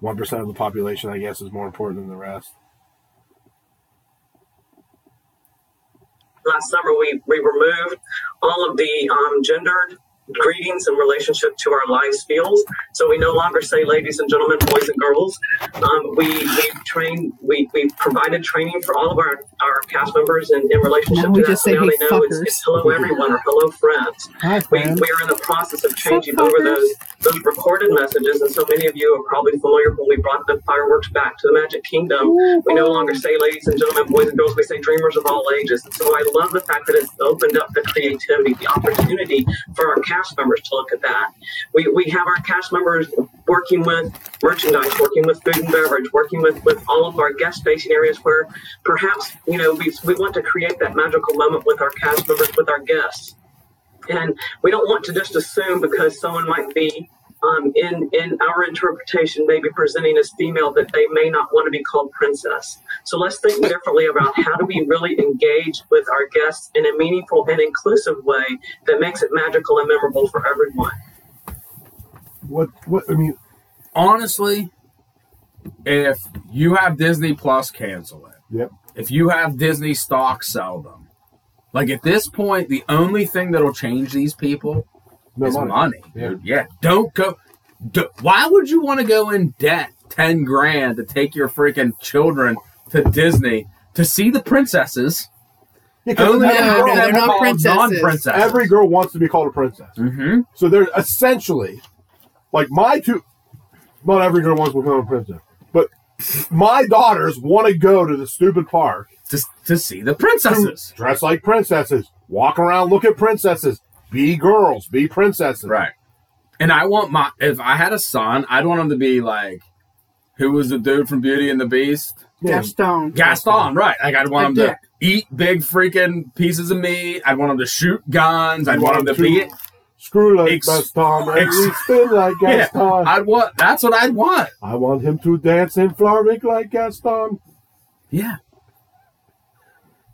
one percent of the population, I guess, is more important than the rest. last summer we, we removed all of the um, gendered greetings in relationship to our lives fields so we no longer say ladies and gentlemen boys and girls um, we we train we we provided training for all of our our cast members in, in relationship Now we to just that say, so now "Hey, they know it's, it's hello everyone or hello friends Hi, we, we are in the process of changing Sup, over fuckers? those those recorded messages, and so many of you are probably familiar when we brought the fireworks back to the Magic Kingdom. We no longer say ladies and gentlemen, boys and girls, we say dreamers of all ages. And so I love the fact that it's opened up the creativity, the opportunity for our cast members to look at that. We, we have our cast members working with merchandise, working with food and beverage, working with, with all of our guest facing areas where perhaps, you know, we, we want to create that magical moment with our cast members, with our guests and we don't want to just assume because someone might be um, in in our interpretation maybe presenting as female that they may not want to be called princess so let's think differently about how do we really engage with our guests in a meaningful and inclusive way that makes it magical and memorable for everyone What? What? I mean, Honestly, if you have Disney Plus, cancel it. yep. If you have Disney stock, sell them. Like at this point, the only thing that'll change these people No is money. money. dude. Yeah. Don't go. d why would you want to go in debt 10 grand to take your freaking children to Disney to see the princesses? Yeah, 'cause Only every, Yeah, girl, no, they're not princesses. princesses. every girl wants to be called a princess. hmm So they're essentially like my two. Not every girl wants to become a princess, but my daughters want to go to the stupid park, to, to see the princesses. dress like princesses, walk around, look at princesses, be girls, be princesses. Right. And I want my, if I had a son, I'd want him to be like, who was the dude from Beauty and the Beast? Yeah. Gaston. Gaston, right. Like, I'd want him to Like eat big freaking pieces of meat. I'd want him to shoot guns. I'd want him to be. Screw like Ex- Gaston, and ex- we spin like Yeah, Gaston. I, I'd want. That's what I'd want. want him to dance and florric like Gaston. Yeah.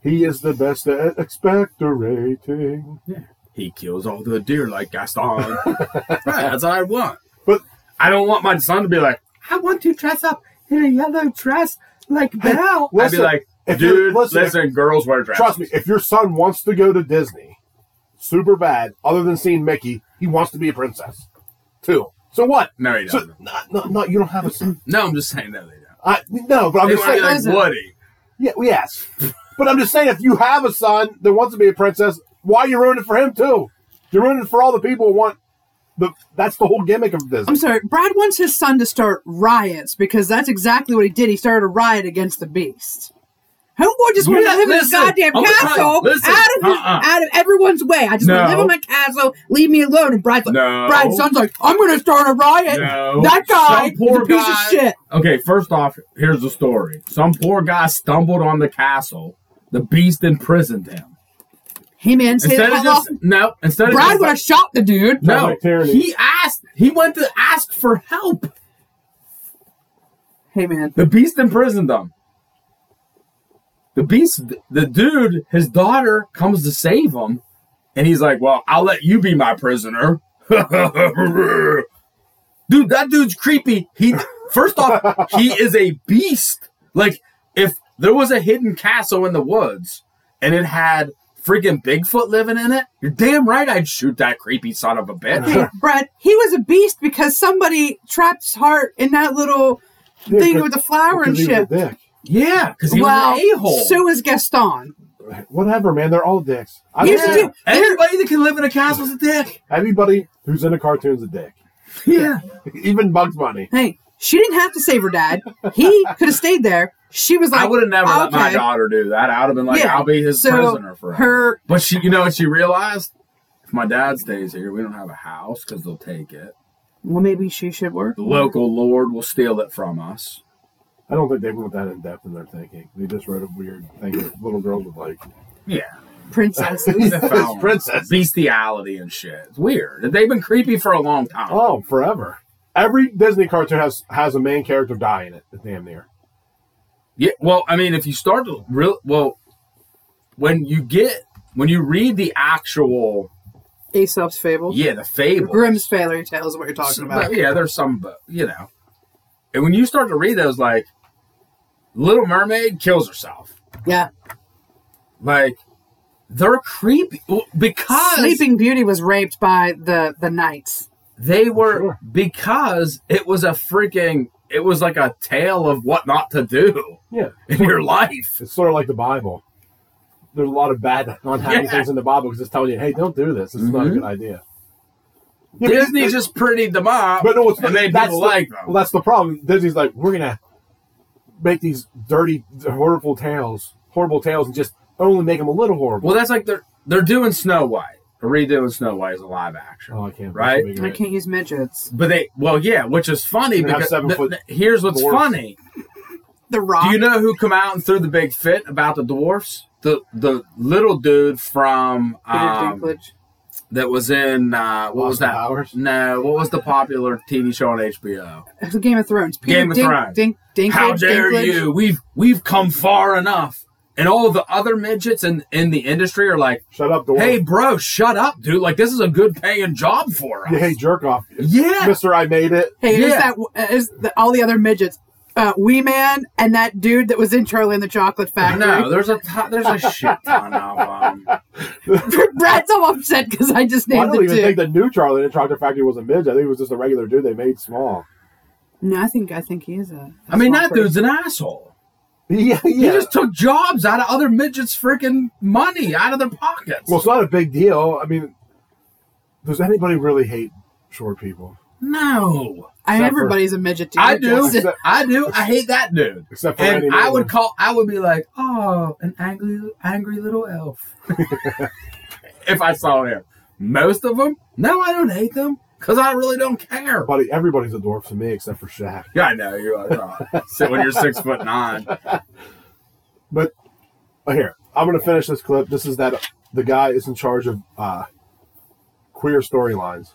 He is the best at expectorating. He kills all the deer like Gaston. right. That's what I want. But- I don't want my son to be like, I want to dress up in a yellow dress like Belle. I'd be listen, like, if you're- dude, listen, listen, if- girls wear dresses. Trust me, if your son wants to go to Disney, super bad, other than seeing Mickey, he wants to be a princess. Too. So what? No, he So, doesn't. no, no, no, you don't have a son. No, I'm just saying no, they don't. I, no, but I'm They want to be just saying. like doesn't. Woody. Yeah, yes. But I'm just saying, if you have a son that wants to be a princess, why you ruin it for him too? You're ruining it for all the people who want. The, that's the whole gimmick of Disney. I'm sorry. Brad wants his son to start riots because that's exactly what he did. He started a riot against the beast. Homeboy just wanted Yeah, to live in his listen, goddamn I'm gonna- castle, listen, out of his, uh-uh. out of everyone's way. I just want to No. live in my castle. Leave me alone. And Brad's like, No. Brad's son's like, I'm gonna start a riot. No. That guy Some poor is a piece guy- of shit. Okay, first off, here's the story. Some poor guy stumbled on the castle. The beast imprisoned him. Hey man, say Instead that of off. just no, instead of Brad just, would have shot the dude. No, Like tyranny. he asked. He went to ask for help. Hey man, The beast imprisoned him. The beast, the dude, his daughter comes to save him, and he's like, "Well, I'll let you be my prisoner." dude, that dude's creepy. He first off, he is a beast. Like if There was a hidden castle in the woods, and it had freaking Bigfoot living in it. You're damn right I'd shoot that creepy son of a bitch. Hey, Brett, he was a beast because somebody trapped his heart in that little Yeah, thing but- with the flower and because he was a shit. dick. yeah, because he Well, was an a-hole. so was Gaston. Whatever, man. They're all dicks. I Here's don't the care. deal. Anybody that can live in a castle's a dick. Everybody who's in a cartoon's a dick. Yeah. Even Bugs Bunny. Hey, she didn't have to save her dad. He could have stayed there. She was like, I would have never let my okay. daughter do that. I would have been like, Yeah. I'll be his So prisoner forever. her. But she, you know what she realized? If my dad stays here, we don't have a house because they'll take it. Well, maybe she should work. The local lord will steal it from us. I don't think they went that in depth in their thinking. They just wrote a weird thing that little girls would like. Yeah. Princesses. Found princess. Bestiality and shit. It's weird. They've been creepy for a long time. Oh, forever. Every Disney cartoon has has a main character die in it, damn near. Yeah. Well, I mean, if you start to real well, when you get when you read the actual Aesop's fable. yeah the fable Grimm's fairy tales is what you're talking about. But yeah, there's some, but you know. And when you start to read those, like Little Mermaid kills herself, Yeah. like they're creepy well, because Sleeping Beauty was raped by the the knights. they were Sure. because it was a freaking it was like a tale of what not to do Yeah. in your life. It's sort of like the Bible. There's a lot of bad, unhappy Yeah. things in the Bible because it's telling you, hey, don't do this. It's not a Mhm. good idea. Yeah, but- Disney just prettied them up, But no, it's and they that's people the, like them. Well, that's the problem. Disney's like, we're gonna make these dirty, horrible tales, horrible tales, and just only make them a little horrible. Well, that's like they're they're doing Snow White, They're redoing Snow White as a live action, oh, I can't. right? that's I bigger. can't use midgets. but they well yeah, which is funny And they have because seven th- foot th- here's what's dwarfs. funny. The Rock. Do you know who come out and threw the big fit about the dwarfs? The the little dude from Peter um, Dinklage. that was in uh, what was Austin that? Powers? No, what was the popular TV show on HBO? Actually, Game of Thrones. Peter Game of Dink- Thrones. Dink- Dinklage. How dare Dinklage. you? We've we've come far enough, and all the other midgets in in the industry are like, Shut up, door. "Hey, bro, shut up, dude! Like this is a good paying job for us." Yeah, hey, jerk off, yeah. Mister. I made it. Hey, there's Yeah. that uh, there's the, all the other midgets. Uh, Wee Man and that dude that was in Charlie and the Chocolate Factory. No, there's a ton, there's a shit ton of them. Brad's all upset because I just Well, I named don't the even two. think the new Charlie in the Chocolate Factory was a midget. I think it was just a regular dude they made small. no, I think I think he is a. I mean, that person. dude's an asshole. Yeah, He yeah. just took jobs out of other midgets' freaking money out of their pockets. well, it's not a big deal. I mean, does anybody really hate short people no, I, Except for- everybody's a midget. Dude. I do. That's it. I do. I hate that dude. except for Randy And I Newman. would call. I would be like, oh, an angry, angry little elf. if I saw him, most of them. No, I don't hate them because I really don't care. Buddy, everybody's a dwarf to me except for Shaq. Yeah, I know you are. wrong. So when you're six foot nine, But Oh, here, I'm gonna finish this clip. This is that the guy is in charge of uh, queer storylines.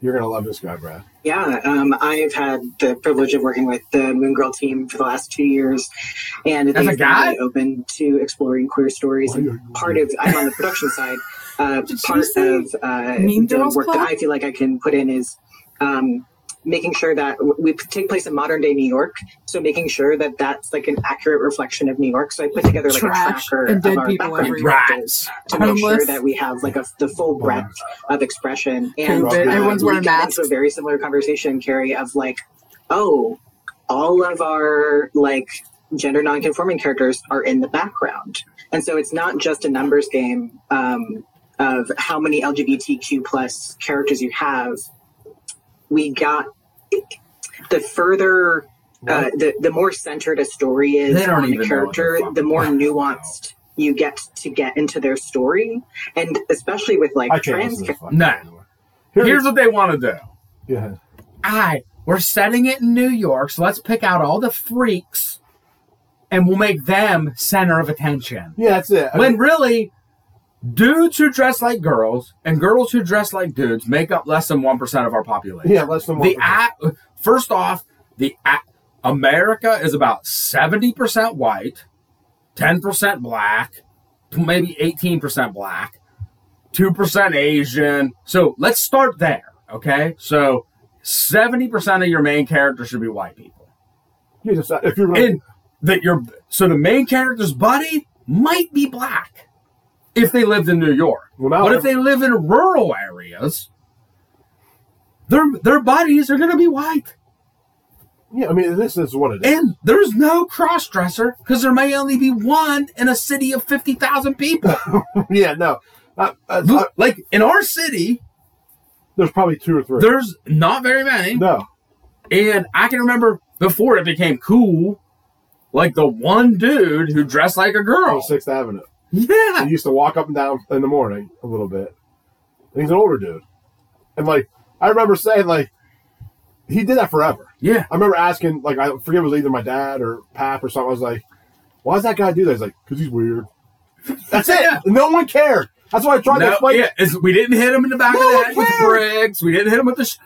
You're gonna love this guy, Brad. Yeah, um, I've had the privilege of working with the Moon Girl team for the last two years, and I As think a it's been guy? really open to exploring queer stories. Why are And you- part of I'm on the production side. Uh, Did she part say of uh, Mean the Girls work Club? that I feel like I can put in is um, making sure that w- we take place in modern day New York. So making sure that that's like an accurate reflection of New York. So I put together like Trash a tracker and dead of our people background everywhere. characters rats. to make Homeless. sure that we have like a, the full breadth of expression. And COVID. uh, Everyone's we wearing got masks. Into a very similar conversation, Carrie, of like, oh, all of our like gender non-conforming characters are in the background, and so it's not just a numbers game um, of how many LGBTQ plus characters you have. We got the further. Uh, the, the more centered a story They is don't on even know the what character, they're the more fucking talking about. nuanced you get to get into their story, and especially with like I can't trans listen to this fucking No. guy anymore. Here- Here's what they want to do. yeah. I, we're setting it in New York, so let's pick out all the freaks and we'll make them center of attention. yeah, that's it. I When mean, really, dudes who dress like girls and girls who dress like dudes make up less than 1% of our population. yeah, less than one. The a- First off, the a- America is about 70% white, 10% black, maybe 18% black, 2% Asian. So let's start there, okay? So 70% of your main characters should be white people. You just- if you're gonna, And that your so the main character's buddy might be black if they lived in New York. Well, now but if every- they live in rural areas, their their buddies are going to be white, Yeah, I mean, this is what it is. and there's no cross dresser because there may only be one in a city of fifty thousand people. yeah, no. Uh, uh, uh, Look, like in our city, there's probably two or three. there's not very many. No. And I can remember before it became cool, like the one dude who dressed like a On girl. Sixth Avenue. Yeah. He used to walk up and down in the morning a little bit. And he's an older dude. And like I remember saying like he did that forever. Yeah. I remember asking like I forget if it was either my dad or Pap or something. I was like, Why does that guy do that? He's like, Because he's weird. That's it. Yeah. No one cared. That's why I tried to No, explain. yeah, it's- we didn't hit him in the back No of the one head with cares. bricks. We didn't hit him with the. Sh-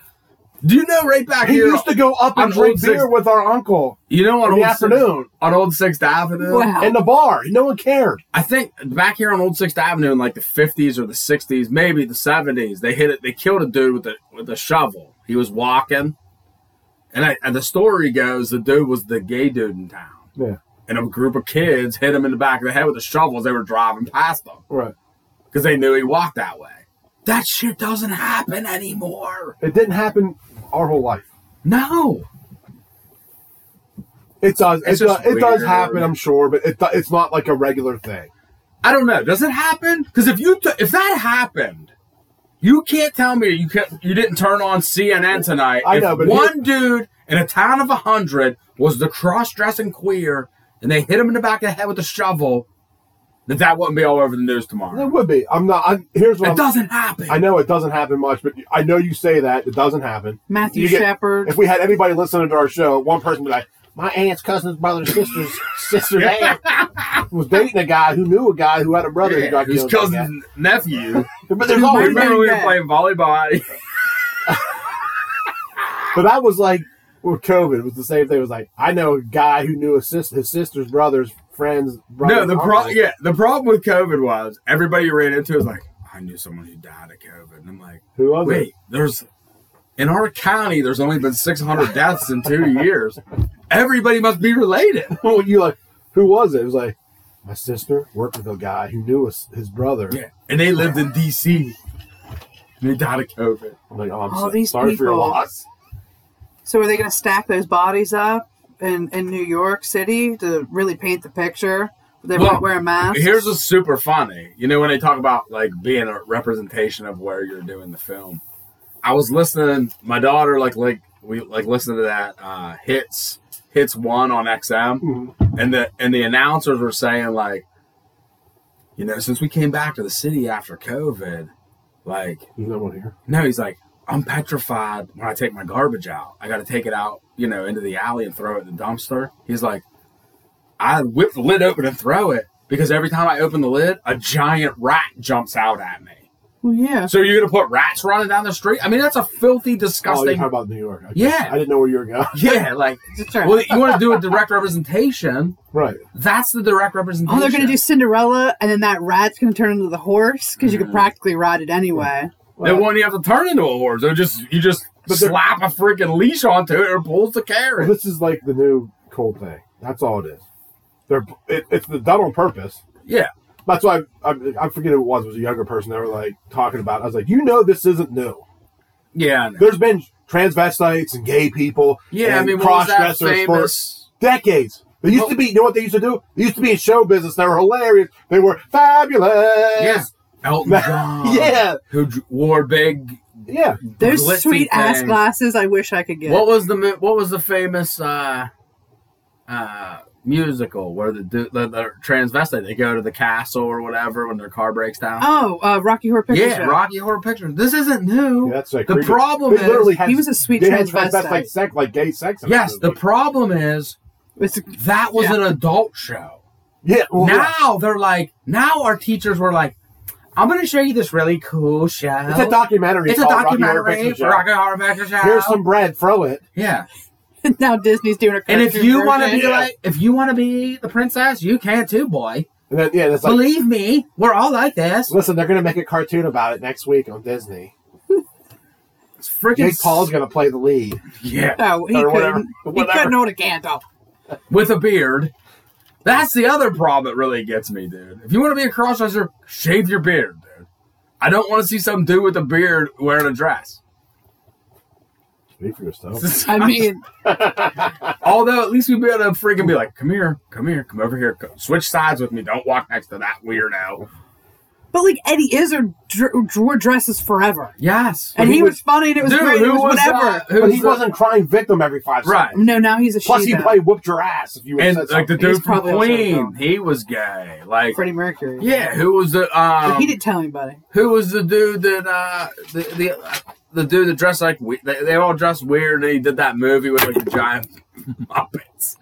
Do you know right back He here? used to go up and I'm drink old beer six- with our uncle you know on in old the Sixth, afternoon on old Sixth Avenue. Wow. in the bar. No one cared. I think back here on Old Sixth Avenue in like the fifties or the sixties, maybe the seventies, they hit it. They killed a dude with a with a shovel. He was walking, and, I, and the story goes the dude was the gay dude in town. Yeah. And a group of kids hit him in the back of the head with a shovel as they were driving past them Right. because they knew he walked that way. That shit doesn't happen anymore. It didn't happen our whole life. No. It does. It's uh, it, does just it does weird. happen, I'm sure, but it, it's not like a regular thing. I don't know. Does it happen? Because if you t- if that happened, you can't tell me you can't, you didn't turn on CNN tonight. I if know, but one dude in a town of hundred was the cross-dressing queer, and they hit him in the back of the head with a shovel, that that wouldn't be all over the news tomorrow. It would be. I'm not. I'm, here's what It I'm, doesn't happen. I know it doesn't happen much, but I know you say that it doesn't happen. Matthew You get- Shepard. If we had anybody listening to our show, one person would be like, "My aunt's cousin's brother's sister's sister's aunt was dating a guy who knew a guy who had a brother who Yeah, got his killed." by that." cousin's nephew. But there's Dude, always my- Remember we were Yeah. playing volleyball. But that was like with COVID. It was the same thing. It was like I know a guy who knew his, sis- his sister's brother's friends. No, brother's the pro- uncle. yeah, the problem with COVID was everybody you ran into was like, I knew someone who died of COVID, and I'm like, Who was it? wait, there's in our county, there's only been 600 deaths in two years. Everybody must be related. Well, you like who was it? It was like my sister worked with a guy who knew his, his brother. Yeah, and they lived in D.C. and They died of COVID. I'm like, oh, I'm All so- these sorry for your people. loss. So are they going to stack those bodies up in, in New York City to really paint the picture? They're Well, not wearing masks. Here's what's super funny. You know when they talk about like being a representation of where you're doing the film. I was listening. My daughter like like we like listened to that uh, hits hits one on XM, and the and the announcers were saying like, you know, since we came back to the city after COVID, like There's no one here. no, he's like, I'm petrified when I take my garbage out. I got to take it out, you know, into the alley and throw it in the dumpster. He's like, I whip the lid open and throw it because every time I open the lid, a giant rat jumps out at me. well, yeah. So you're going to put rats running down the street? I mean, that's a filthy, Oh, you're disgusting. talking about New York. I- Yeah. I didn't know where you were going. yeah, like, That's right. well, you want to do a direct representation. Right. That's the direct oh, representation. they're going to do Cinderella, and then that rat's going to turn into the horse because you Mm. could practically ride it anyway. They won't even have to turn into a horse. They just you just But they're- slap a freaking leash onto it or pulls the carrot. Well, this is like the new cold thing. That's all it is. They're it, it's done on purpose. yeah, That's why I, I, I forget who it was. It was a younger person. They were like talking about. it. I was like, you know, this isn't new. yeah. I know. There's been transvestites and gay people. Yeah, I and mean, cross cross-dressers that for famous? decades. They used to be. You know what they used to do? They used to be in show business. They were hilarious. They were fabulous. Yeah, Elton John. Yeah. who d- wore big. yeah. Those glitzy sweet ass things. glasses, I wish I could get. What was the mi- what was the famous uh, uh, musical where the, du- the the transvestite they go to the castle or whatever when their car breaks down? oh, uh, Rocky Horror Picture yeah, Show. Rocky Horror Picture. This isn't new. Yeah, that's like the creepy. problem They literally is had, He was a sweet they had transvestite. transvestite sex, like gay sex. in yes. that The movie. problem is It's- that was Yeah. an adult show. yeah. well, yeah. Now they're like now our teachers were like, I'm going to show you this really cool show. It's a documentary. It's a called Rocky Horror documentary. Picture Show. Rocky Horror Picture Show. Here's some bread. Throw it. yeah. now Disney's doing a And if cartoon you want to version. be like, if you want to be the princess, you can too, boy. And then yeah, it's like Believe me, we're all like this. listen, they're gonna make a cartoon about it next week on Disney. It's freaking Jake Paul's gonna play the lead. yeah, Oh, he or couldn't. whatever. He Whatever. couldn't hold a Gandalf. with a beard That's the other problem that really gets me, dude. If you want to be a crossdresser, shave your beard, dude. I don't want to see some dude with a beard wearing a dress. Speak for yourself. I mean, Although at least we'd be able to freaking be like, come here, come here, come over here, come. switch sides with me. Don't walk next to that weirdo. but like Eddie Izzard dr- wore dresses forever, Yes. and he was funny, and it was Dude, great, who it was was whatever. that? Who But he the- wasn't crying victim every five right. seconds. No, now he's a Plus, he she-bell. probably whooped your ass if you would've And said like the something. He's dude from probably also a Queen, girl. he was gay. Like, Freddie Mercury. yeah, who was the but um, he didn't tell anybody. who was the dude that uh the the, the dude that dressed like we- they, they all dressed weird and he did that movie with like the giant muppets.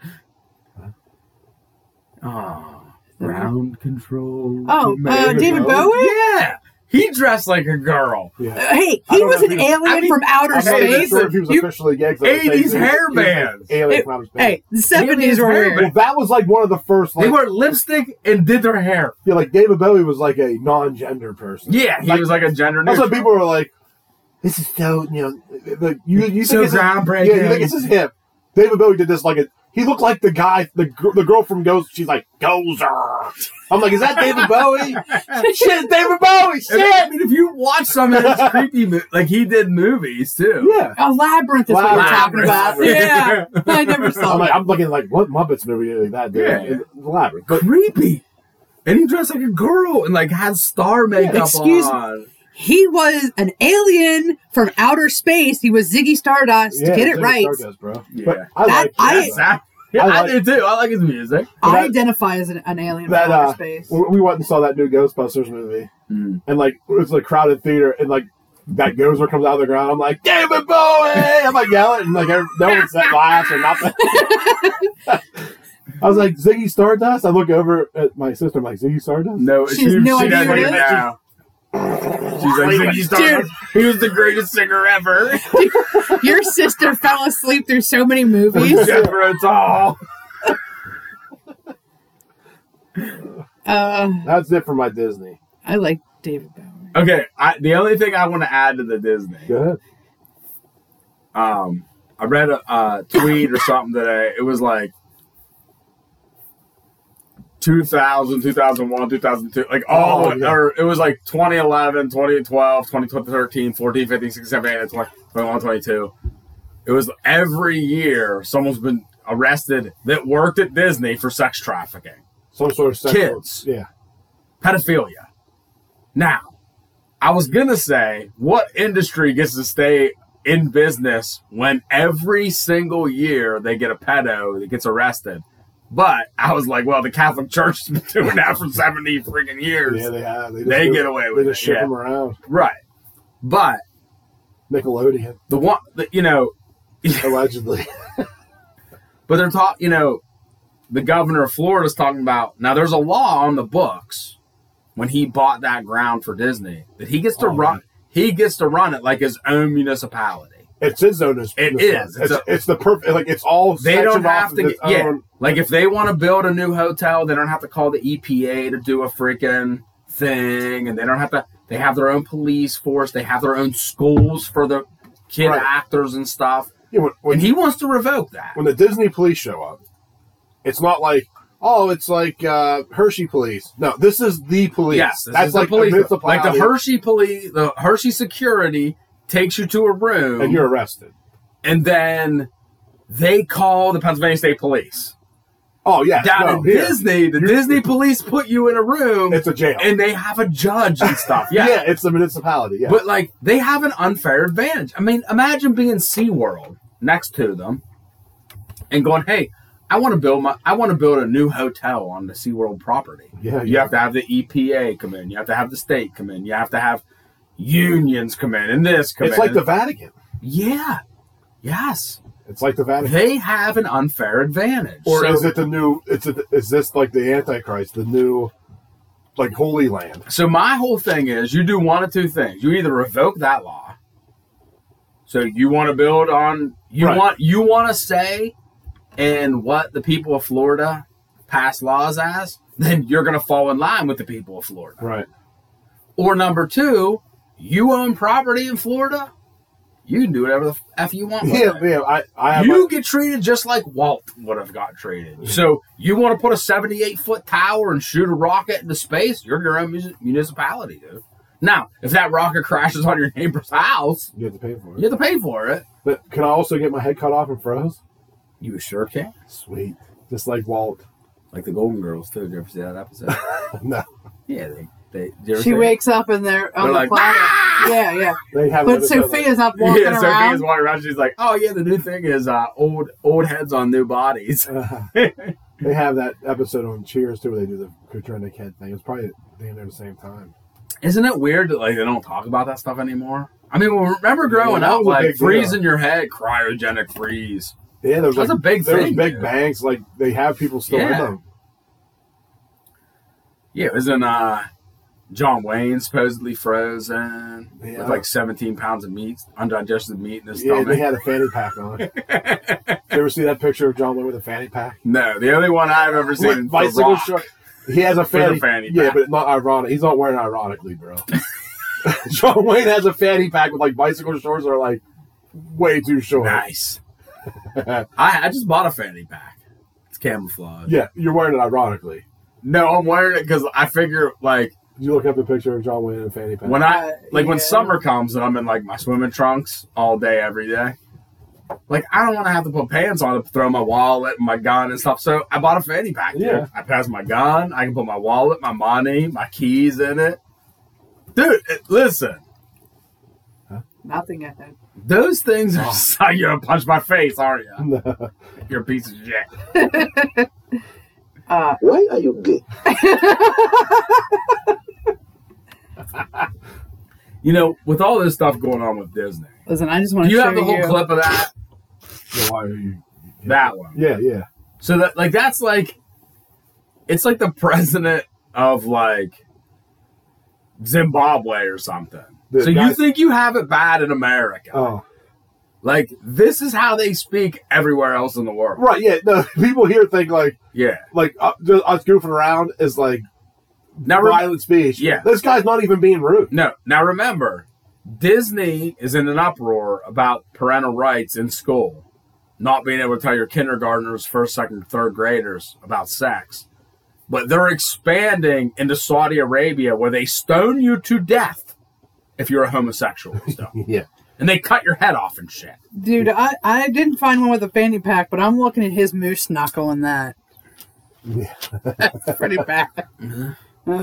Oh, round control. Oh, uh, David Bowie. yeah, he dressed like a girl. yeah. Uh, Hey, I he don't was an know if he was- alien I mean, from outer I'm not even space. sure if he was You- officially gay. 'cause I think 80s he was- hair he was an bands. Alien from outer space. hey, the seventies were hair weird. Well, that was like one of the first. Like, They wore lipstick and did their hair. yeah, like David Bowie was like a non-gender person. Yeah, he was like a gender That's neutral. why people were like, "This is so you know, like, you you So think it's groundbreaking. Yeah, you think it's just him. David Bowie did this like a. He looked like the guy, the gr- the girl from Ghost. She's like Gozer. I'm like, is that David Bowie? shit, David Bowie. And I Shit. mean, if you watch some of his creepy, mo- like he did movies too. Yeah. A labyrinth is what we're talking Labyrinth. about. Yeah, I never saw I'm like, that. I'm looking like what Muppets movie did like that? Dude? Yeah. It's elaborate. But creepy. And he dressed like a girl and like had star makeup Excuse me. on. He was an alien from outer space. He was Ziggy Stardust. yeah, Get it Ziggy right. Stardust, bro. Yeah. But I That- like I- That's that. Yeah, I I, like- do too. I like his music. I that- identify as an, an alien that from outer uh, space. we we went and saw that new Ghostbusters movie, Hmm. and like it was a crowded theater, and like that Gozer comes out of the ground. I'm like David Bowie. I'm like yelling, and like every- no one said laughs or nothing. I was like Ziggy Stardust. I look over at my sister. I'm like Ziggy Stardust. No, She has no idea doesn't who it even is. know. She's like, Ziggy Stardust. He was the greatest singer ever. Your sister fell asleep through so many movies. Jethro Tull. Uh, That's it for my Disney. I like David Bowie. Okay, I, the only thing I want to add to the Disney. Go ahead. um I read a, a tweet or something today. It was like 2000, 2001, 2002, like all Oh, the yeah. or it was like 2011, 2012, 2013, 14, 15, 16, 17, 18, 20, 21, 22. It was every year someone's been arrested that worked at Disney for sex trafficking, Some sort of sexual. Kids. Yeah. pedophilia. Now, I was going to say, what industry gets to stay in business when every single year they get a pedo that gets arrested? But I was like, well, the Catholic Church has been doing that for 70 freaking years. Yeah, they have. They, just They do get it. away They with just it, ship yeah. them around. Right. But Nickelodeon, the one, the, you know, allegedly. But they're talking, you know, the governor of Florida's talking about now. There's a law on the books when he bought that ground for Disney that he gets to Oh, run. He gets to run it like his own municipality. it's his own. It It is. It's, It's it's, a- the perfect. Like it's all. They don't sectioned off have as to. its Get, yeah, own- like if they want to build a new hotel, they don't have to call the EPA to do a freaking thing, and they don't have to. They have their own police force. They have their own schools for the kid Right. actors and stuff. Yeah, when, when, And he wants to revoke that. when the Disney police show up, it's not like oh, it's like uh, Hershey police. No, this is the police. Yes, this that's is like the police. municipality, Like the Hershey police, the Hershey security takes you to a room, and you're arrested. and then they call the Pennsylvania State Police. Oh yeah, Down no, in here. Disney, the Disney police put you in a room, it's a jail. and they have a judge and stuff. yeah. Yeah. it's the municipality. Yeah, But like they have an unfair advantage. I mean, imagine being SeaWorld next to them and going, "Hey, I want to build my I want to build a new hotel on the SeaWorld property." Yeah, you yeah. have to have the EPA come in. You have to have the state come in. You have to have unions come in and this come it's in. like the Vatican. Yeah. Yes. It's like the Vatican. They have an unfair advantage. Or So- is it the new? It's a, is this like the Antichrist, the new, like Holy Land? So my whole thing is you do one of two things. You either revoke that law. So you want to build on you Right. want you want to say in what the people of Florida pass laws as, then you're going to fall in line with the people of Florida. Right. Or number 2, you own property in Florida, You can do whatever the f you want. with Yeah, it. yeah. I, I have you get treated just like Walt would have got treated. So you want to put a 78 foot tower and shoot a rocket into space? You're your own mus- municipality, dude. Now, if that rocket crashes on your neighbor's house, my- you have to pay for it. you have to pay for it. But can I also get my head cut off and froze? You sure can. Sweet, just like Walt. Like the Golden Girls, too. Did you ever see that episode? no, yeah, they. they did you ever She see- wakes up and they're They're on the like, "Ah!" planet. Yeah, yeah. they have. But another- Sophia's not walking Yeah, around. Sophia's walking around. She's like, "Oh yeah, the new thing is uh, old old heads on new bodies." they have that episode on Cheers too, where they do the Katrina Kent thing. It's probably damn near the same time. Isn't it weird that like they don't talk about that stuff anymore? I mean, well, remember growing Yeah, that up, was a like big deal. freezing your head, cryogenic freeze. Yeah, there was That's like, a big there thing, was big dude. banks. Like they have people still in Yeah. them. Yeah, it was in uh, John Wayne supposedly frozen Yeah. with like 17 pounds of meat, undigested meat in his Yeah, stomach. they had a fanny pack on. you ever see that picture of John Wayne with a fanny pack? no, the only one I've ever seen. With is The bicycle Rock. short. He has a a fanny, fanny Yeah, pack. but not ironic. He's not wearing it ironically, bro. John Wayne has a fanny pack with like bicycle shorts that are like way too short. Nice. I, I just bought a fanny pack. It's camouflage. Yeah, you're wearing it ironically. No, I'm wearing it because I figure like You look up the picture of John Wayne in a fanny pack. when I Uh, like when yeah. summer comes and I'm in like my swimming trunks all day every day. Like I don't want to have to put pants on to throw my wallet, and my gun, and stuff. So I bought a fanny pack. Dude. Yeah. I pass my gun. I can put my wallet, my money, my keys in it. Dude, it- listen, Nothing at that. those things Oh. are. so- you're gonna punch my face, aren't you? No. You're a piece of shit. Uh, Why are you gay? You know, with all this stuff going on with Disney, Listen, I just want do to you show have the whole you. clip of that? Yeah, why are you? That one. Yeah, yeah. So that like that's like it's like the president of like Zimbabwe or something. The so you guy- think you have it bad in America. Oh, Like this is how they speak everywhere else in the world. right. Yeah, no. People here think like Yeah. like uh, just us goofing around is like Now rem- violent speech. Yeah. this guy's not even being rude. no, now remember, Disney is in an uproar about parental rights in school. Not being able to tell your kindergartners, first, second, third graders about sex. But they're expanding into Saudi Arabia where they stone you to death if you're a homosexual and stuff. Yeah, and they cut your head off and shit. Dude, I, I didn't find one with a fanny pack, but I'm looking at his moose knuckle in that. Yeah. That's pretty bad. Uh,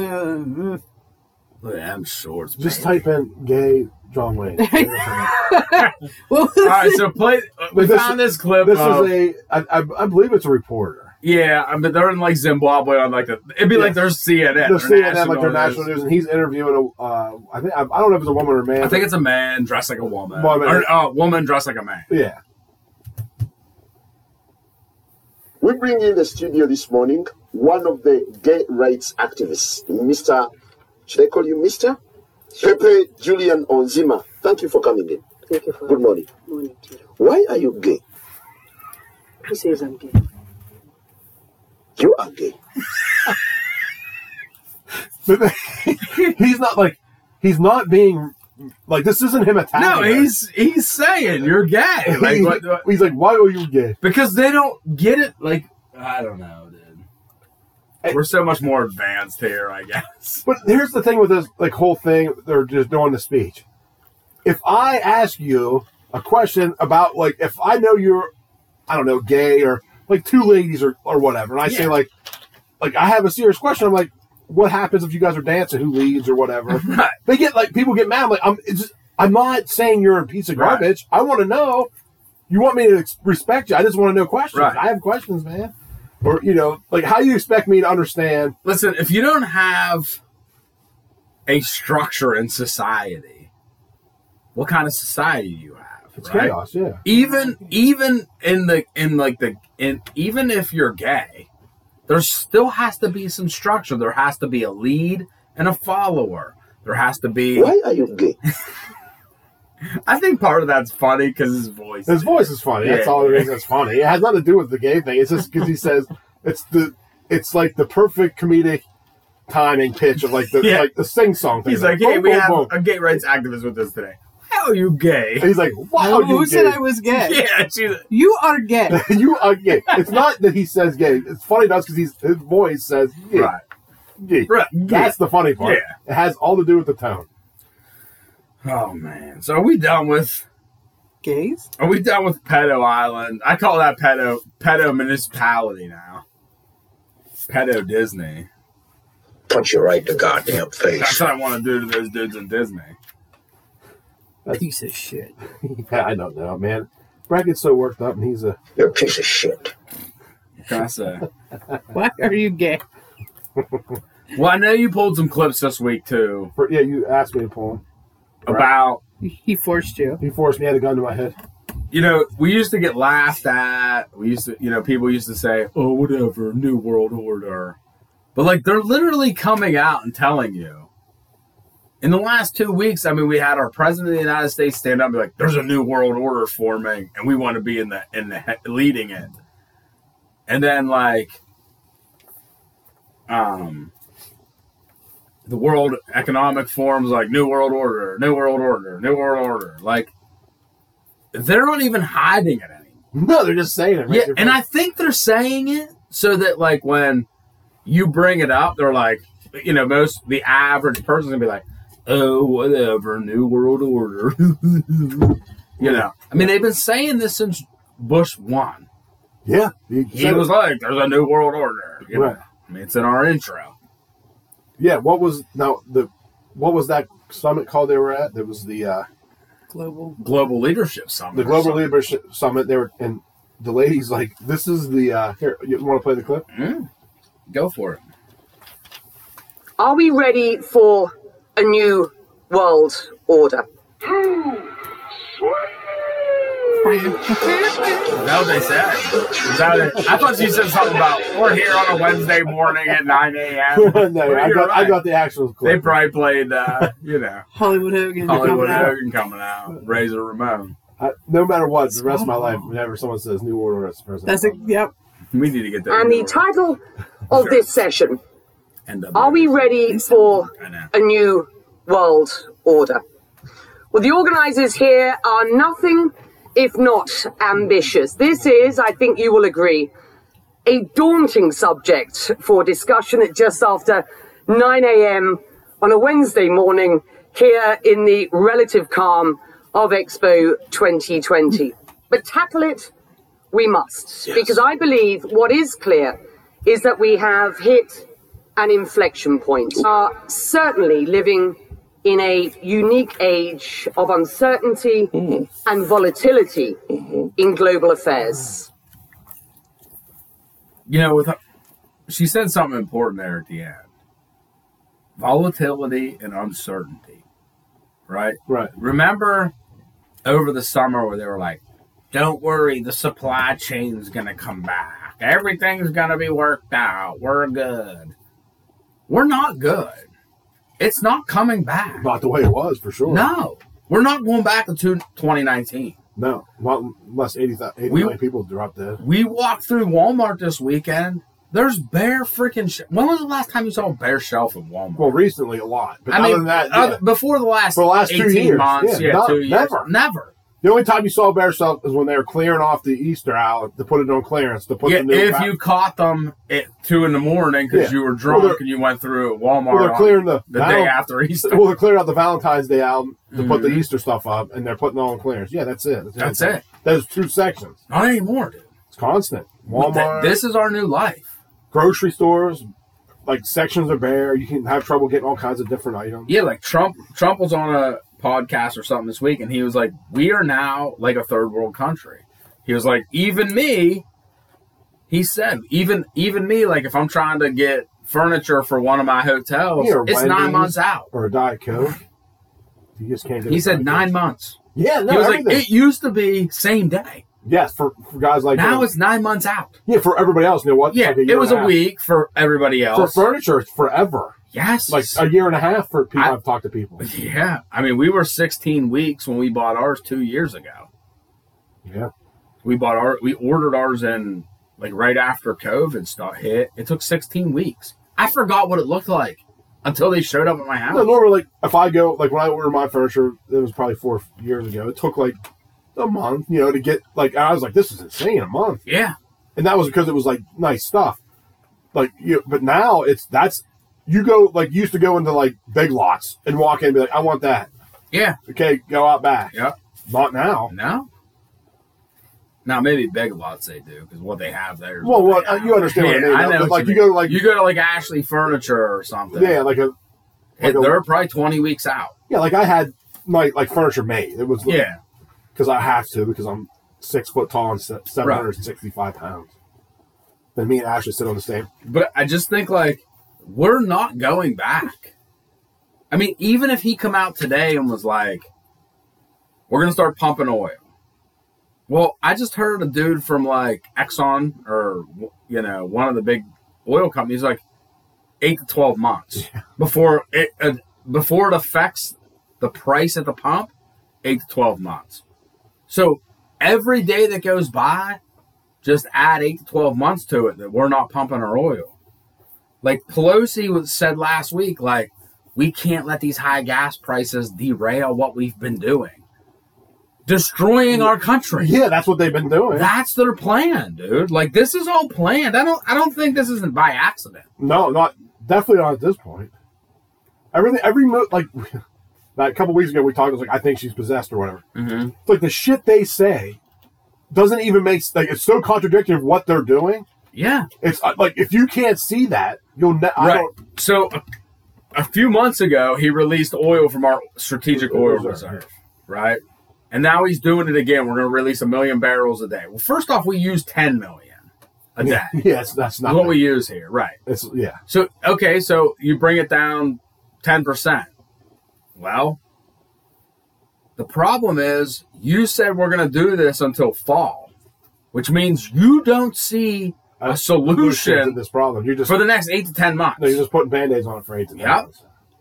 Look at them shorts. just man. type in gay John Wayne. this well, All right, so play. uh, We But this- found this clip. of- is a I, I, I believe it's a reporter. yeah, I mean they're in like Zimbabwe on like the. It'd be like their CNN. They're their CNN, like their news. national news, and he's interviewing a. Uh, I think I, I don't know if it's a woman or a man. I think it's a man dressed like a woman. Woman. Or uh, woman dressed like a man. yeah. We bring in the studio this morning one of the gay rights activists, Mr. Should I call you Mr? Pepe Julian Onzima. Thank you for coming in. Thank you for Good morning. morning, Tito. Why are you gay? Who says I'm gay? You are gay. But he's not like he's not being like this isn't him attacking. No, her. he's he's saying you're gay. Like, He- what- what- he's like, why are you gay? because they don't get it. Like uh, I don't know, dude. Hey. We're so much more advanced here, I guess. But here's the thing with this like whole thing they're just doing the speech. If I ask you a question about like if I know you're I don't know, gay or like two ladies or, or whatever, and I say Yeah. like like I have a serious question, I'm like, what happens if you guys are dancing, who leaves or whatever? Right. they get like people get mad. I'm like, I'm it's just, I'm not saying you're a piece of Right. garbage. I want to know. You want me to ex- respect you? I just want to know questions. Right. I have questions, man. Or you know, like how you expect me to understand? listen, if you don't have a structure in society, what kind of society do you have? It's right? chaos. Yeah. Even even in the in like the in even if you're gay, there still has to be some structure. There has to be a lead and a follower. There has to be. Why are you gay? I think part of that's funny because his voice. His voice is funny. That's Yeah. all the reason it's funny. It has nothing to do with the gay thing. It's just because he says it's the it's like the perfect comedic timing pitch of like the Yeah. like the sing song thing. He's like, hey, boom, we boom, have boom." a gay rights activist with us today. That wow, you gay. He's like, wow, Who you said gay. I was gay? Yeah, she's, You are gay. you are gay. It's not that he says gay. It's funny to us because his voice says gay. Right. Gay. Right, That's the funny part. Yeah. It has all to do with the tone. oh man. So are we done with? Gays? Are we done with Pedo Island? I call that Pedo Pedo Municipality now. Pedo Disney. Punch you right in the goddamn That's face. what I want to do to those dudes in Disney. Piece of shit. Yeah, I don't know, man. Brad gets so worked up, and he's a You're a piece of shit. What can I say? Why are you gay? well, I know you pulled some clips this week too for, yeah. You asked me to pull him. about He forced you. He forced me. He had a gun to my head. you know we used to get laughed at. We used to you know people used to say oh whatever New World Order, but like they're literally coming out and telling you. In the last two weeks, I mean, we had our president of the United States stand up and be like, "There's a new world order forming, and we want to be in the in the he- leading it." And then like, um, the World Economic Forum's like New World Order, New World Order, New World Order. Like they're not even hiding it anymore. No, they're just saying it. Right Yeah, there. and I think they're saying it so that like when you bring it up, they're like, you know, most the average person's gonna be like, oh, whatever, New World Order. you know, I mean, they've been saying this since Bush won. yeah, he He said was it. like, "There's a New World Order." You Right. know? I mean, it's in our intro. yeah. What was now the what was that summit call they were at? There was the uh, Global. Global Leadership Summit. the or Global something. Leadership Summit. They were and the ladies like this is the uh, here. You want to play the clip? Mm. Go for it. Are we ready for a new world order? That what they said. Is that it? I thought you said something about we're here on a Wednesday morning at 9 a.m. no, Well, I you're got I right. got the actual They clip. probably played, uh, you know, Hollywood Hogan. Hollywood coming out. Hogan coming out, Razor Ramon. I, no matter what, the rest of my life, whenever someone says New World Order, it's the president. Oh. That's it. Yep. We need to get that. And the title of Sure. this session End up Are we ready for I know. a new world order? Well, the organizers here are nothing if not ambitious. This is, I think you will agree, a daunting subject for discussion at just after 9 a.m. on a Wednesday morning here in the relative calm of Expo 2020. But tackle it we must, because I believe what is clear is that we have hit an inflection point. We are certainly living in a unique age of uncertainty and volatility in global affairs. You know, with her- she said something important there at the end volatility and uncertainty, right? Right. Remember over the summer where they were like, don't worry, the supply chain's going to come back. Everything's going to be worked out. We're good. We're not good. It's not coming back. Not the way it was for sure. No, we're not going back to 2019. No, not unless 80, 80 We- million people drop dead. We walked through Walmart this weekend. There's bare freaking. Sh- when was the last time you saw a bare shelf in Walmart? Well, recently a lot, but I other mean, than that, other- yeah. before the last, For the last two 18 years, months, yeah, yeah, not- two years, never. never. the only time you saw a bear shelf is when they were clearing off the Easter aisle to put it on clearance to put Yeah, the new. if crap- you caught them at two in the morning because Yeah. you were Well, drunk they're- and you went through at Walmart well, they're on clearing the, the val- day after Easter, Mm-hmm. Well, they're clearing out the Valentine's Day album to put the Easter stuff up, and they're putting it on clearance. Yeah, that's it. That's it. Those two sections. not anymore, dude. It's constant. But th- Walmart, this is our new life. grocery stores, like sections are bare. You can have trouble getting all kinds of different items. Yeah, like Trump. Trump was on a podcast or something this week, and he was like, "We are now like a third world country." He was like, "Even me," he said, "Even even me, like if I'm trying to get furniture for one of my hotels, Yeah, or Oh, it's nine Wendy's. months out." Or a Diet Coke. You just can't get. He a said Diet nine Coke. months. Yeah, no, he was everything. like, it used to be same day. yes, for, for guys like Now him. it's nine months out. yeah for everybody else. You know what? It's Yeah, like year it was and a half. week for everybody for else. furniture. It's forever. yes. Like a year and a half for people. I, I- have talked to people. yeah. I mean, we were 16 weeks when we bought ours two years ago. Yeah, We bought our, we ordered ours in like right after COVID stuff hit. It took 16 weeks. I forgot what it looked like. until they showed up at my house. No, normally, like if I go, like when I ordered my furniture, it was probably four years ago. It took like a month, you know, to get like. I was like, this is insane, a month. Yeah, and that was because it was like nice stuff. Like, you, but now it's that's you go like you used to go into like Big Lots and walk in and be like, I want that. Yeah. Okay, go out back. Yeah. Not now. No. Now maybe big lots they do because what they have there. is Well, what well, they have. you understand what I mean, though, know but, what like, you go to, like- you go to like Ashley Furniture or something. Yeah, like a And like a- they're probably twenty weeks out. yeah, like I had my like furniture made. It was Yeah. because I have to because I'm six foot tall and seven hundred Right. and sixty five pounds. Then me and Ashley sit on the same. But I just think like we're not going back. I mean, even if he come out today and was like, "We're gonna start pumping oil," well, I just heard a dude from like Exxon or you know one of the big oil companies like eight to twelve months before it uh, before it affects the price at the pump, eight to twelve months. So every day that goes by, just add eight to 12 months to it that we're not pumping our oil. Like Pelosi was, said last week, like, we can't let these high gas prices derail what we've been doing, destroying our country. Yeah, that's what they've been doing. That's their plan, dude. Like this is all planned. I don't I don't think this isn't by accident. No, not definitely not at this point. Everything, every mo like that. A couple weeks ago, we talked. I was like, I think she's possessed or whatever. Mm-hmm. It's like the shit they say doesn't even make s- like it's so contradictory of what they're doing. Yeah. It's uh, like if you can't see that, you'll ne- I Right. don't. So a, a few months ago, he released oil from our strategic oil reserve, right? And now he's doing it again. We're going to release a million barrels a day. Well, first off, we use 10 million a day. Yeah, yeah, it's, that's not what we use here, right? It's yeah. So okay, so you bring it down ten percent. Well, the problem is you said we're going to do this until fall, which means you don't see a to solution this problem. You're just Oh, for the next eight to ten months. no, you're just putting band-aids on it for eight to Yep.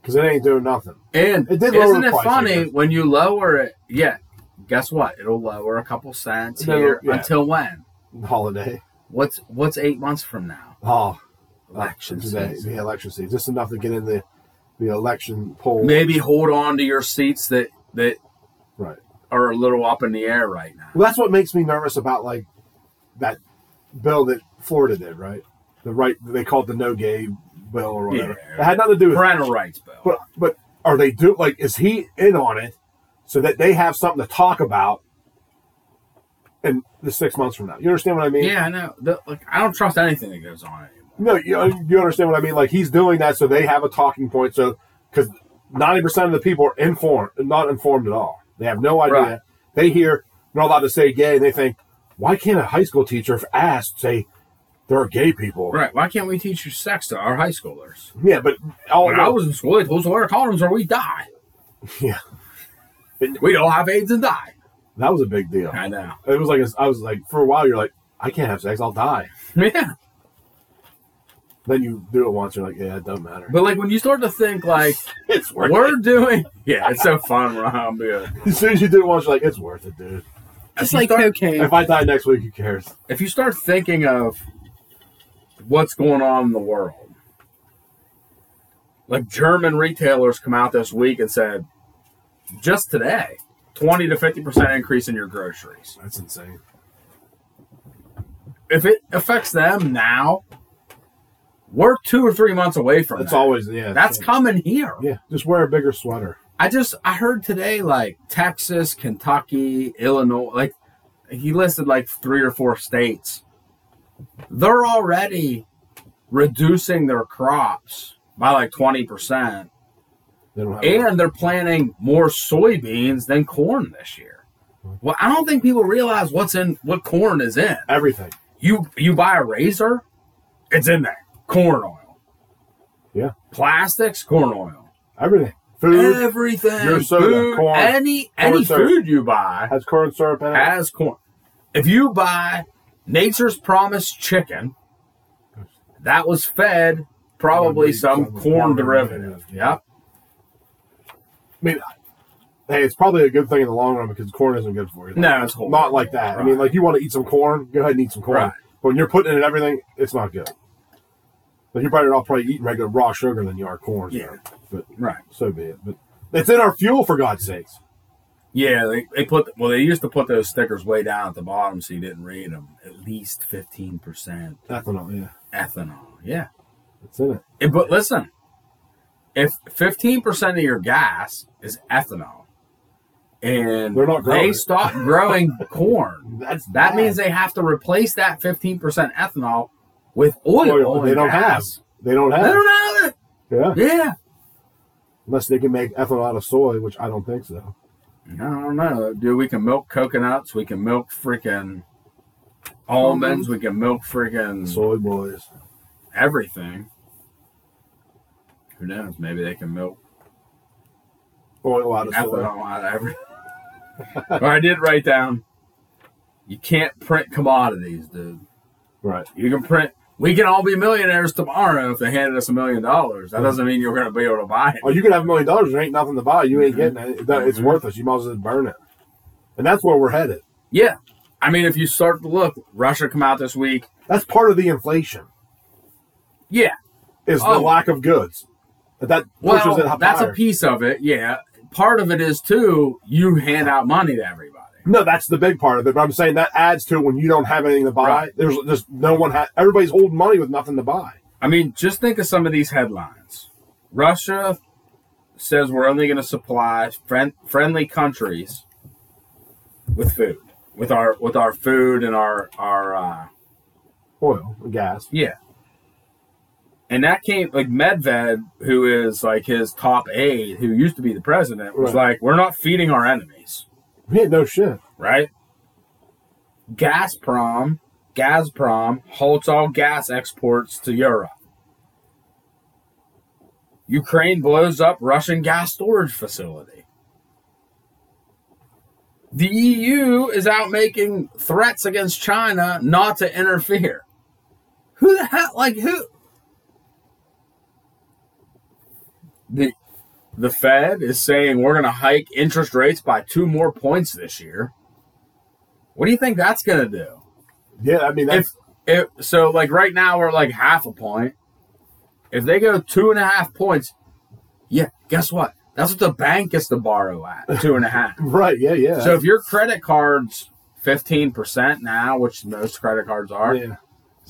because it ain't doing nothing. And It did lower isn't the it price, I funny guess. when you lower it? Yeah. Guess what? It'll lower a couple cents Then here it'll- yeah. until when? Holiday. What's what's eight months from now? Oh, Election today, season. yeah, election season. Just enough to get in the the election poll. Maybe hold on to your seats that that Right. are a little up in the air right now. Well, that's what makes me nervous about like that bill that Florida did, right? The right they call it the no gay bill or whatever. Yeah. It had nothing to do with Parental rights bill. But but are they do like is he in on it so that they have something to talk about in the six months from now? You understand what I mean? Yeah, I know. The, like, I don't trust anything that goes on anymore. No, you, you understand what I mean. Like he's doing that so they have a talking point. So because ninety percent of the people are informed, not informed at all. They have no idea. Right. They hear they're not allowed to say gay, and they think, why can't a high school teacher, if asked, say there are gay people? Right? Why can't we teach you sex to our high schoolers? Yeah, but all when I was in school, they told us to wear condoms or we die. yeah, We all have AIDS and die. that was a big deal. I know. It was like I was like for a while, you're like, I can't have sex, I'll die. Yeah, Then you do it once, you're like, yeah, it doesn't matter. but like when you start to think like It's worth we're doing, yeah, it's so fun. Ron. Yeah. it. As soon as you do it once, you're like, it's worth it, dude. Just you like start- cocaine. If I die next week, who cares? If you start thinking of what's going on in the world, like German retailers come out this week and said, just today, twenty to fifty percent increase in your groceries. That's insane. if it affects them now, we're two or three months away from It's that. always yeah. That's it's- coming here. Yeah, just wear a bigger sweater. I just I heard today like Texas, Kentucky, Illinois, like he listed like three or four states. They're already reducing their crops by like twenty percent, They don't have and they're planting more soybeans than corn this year. Mm-hmm. Well, I don't think people realize what's in what corn is in. everything. You you buy a razor, it's in there. Corn oil. Yeah. Plastics, corn oil. Everything. Food Everything. your soda, food, corn, any corn any syrup. food you buy has corn syrup in it. has corn. If you buy Nature's Promise chicken, that was fed probably some Some corn corn derivative. derivative, yeah. Yep. I mean, hey, it's probably a good thing in the long run because corn isn't good for you. No, it's horrible. not like that. I mean, Right. like you want to eat some corn, go ahead and eat some corn. Right. But when you're putting it in everything, it's not good. But you're better off probably eating regular raw sugar than you are corn. Yeah. But right. So be it. But it's in our fuel for God's sakes. Yeah, they, they put well they used to put those stickers way down at the bottom so you didn't read them. At least fifteen percent ethanol. Yeah, ethanol. Yeah, that's in it. Eh, But listen, if fifteen percent of your gas is ethanol, and They're not growing they it. stop growing corn, That's that bad. means they have to replace that fifteen percent ethanol with oil. Oil, they and don't gas. have. They don't have. They don't have it. Yeah. Yeah. Unless they can make ethanol out of soy, which I don't think so. I don't know, dude. We can milk coconuts. We can milk freaking almonds. We can milk freaking Soy boys. everything. Who knows? Maybe they can milk Oil out of soy. ethanol out of everything. I did write down. You can't print commodities, dude. Right. You can print. We can all be millionaires tomorrow if they handed us a million dollars. That doesn't mean you're going to be able to buy it. Oh, you can have a million dollars. There ain't nothing to buy. You ain't getting it. That- It's Mhm. worthless. You might as well just burn it. And that's where we're headed. Yeah, I mean, if you start to look, Russia come out this week. That's part of the inflation Yeah, is Oh. the lack of goods. That that pushes it Well, up that's higher. a piece of it. Yeah. Part of it is too. You hand out money to everybody. no, that's the big part of it. But I'm saying that adds to when you don't have anything to buy. Right. There's just no one. Ha- everybody's holding money with nothing to buy. I mean, just think of some of these headlines. Russia says we're only going to supply friend, friendly countries with food, with our with our food and our our uh, Oil, and gas. yeah. And that came like Medved, who is like his top aide, who used to be the president, was Right. like, "We're not feeding our enemies." Yeah, no shit. right? Gazprom, Gazprom halts all gas exports to Europe. Ukraine blows up Russian gas storage facility. The EU is out making threats against China not to interfere. Who the hell, like who? The the Fed is saying we're going to hike interest rates by two more points this year. What do you think that's going to do? Yeah, I mean If, that's if so, like right now we're like half a point. If they go two and a half points, yeah, guess what? That's what the bank gets to borrow at two and a half. right. Yeah, yeah. so if your credit cards fifteen percent now, which most credit cards are, yeah.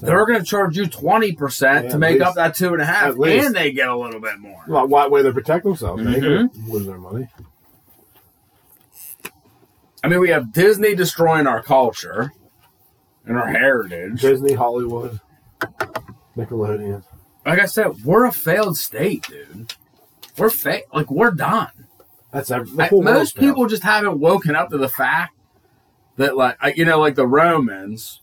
they're going to charge you twenty percent Yeah, to at make least. up that two and a half, At least. and they Mm-hmm. get a little bit more. Well, why way they protect themselves? They ain't gonna lose their money. I mean, we have Disney destroying our culture and our heritage. Disney, Hollywood, Nickelodeon. Like I said, we're a failed state, dude. We're fa- like we're done. That's every, the Like, whole world's most failed. people just haven't woken up to the fact that, like, I- you know, like the Romans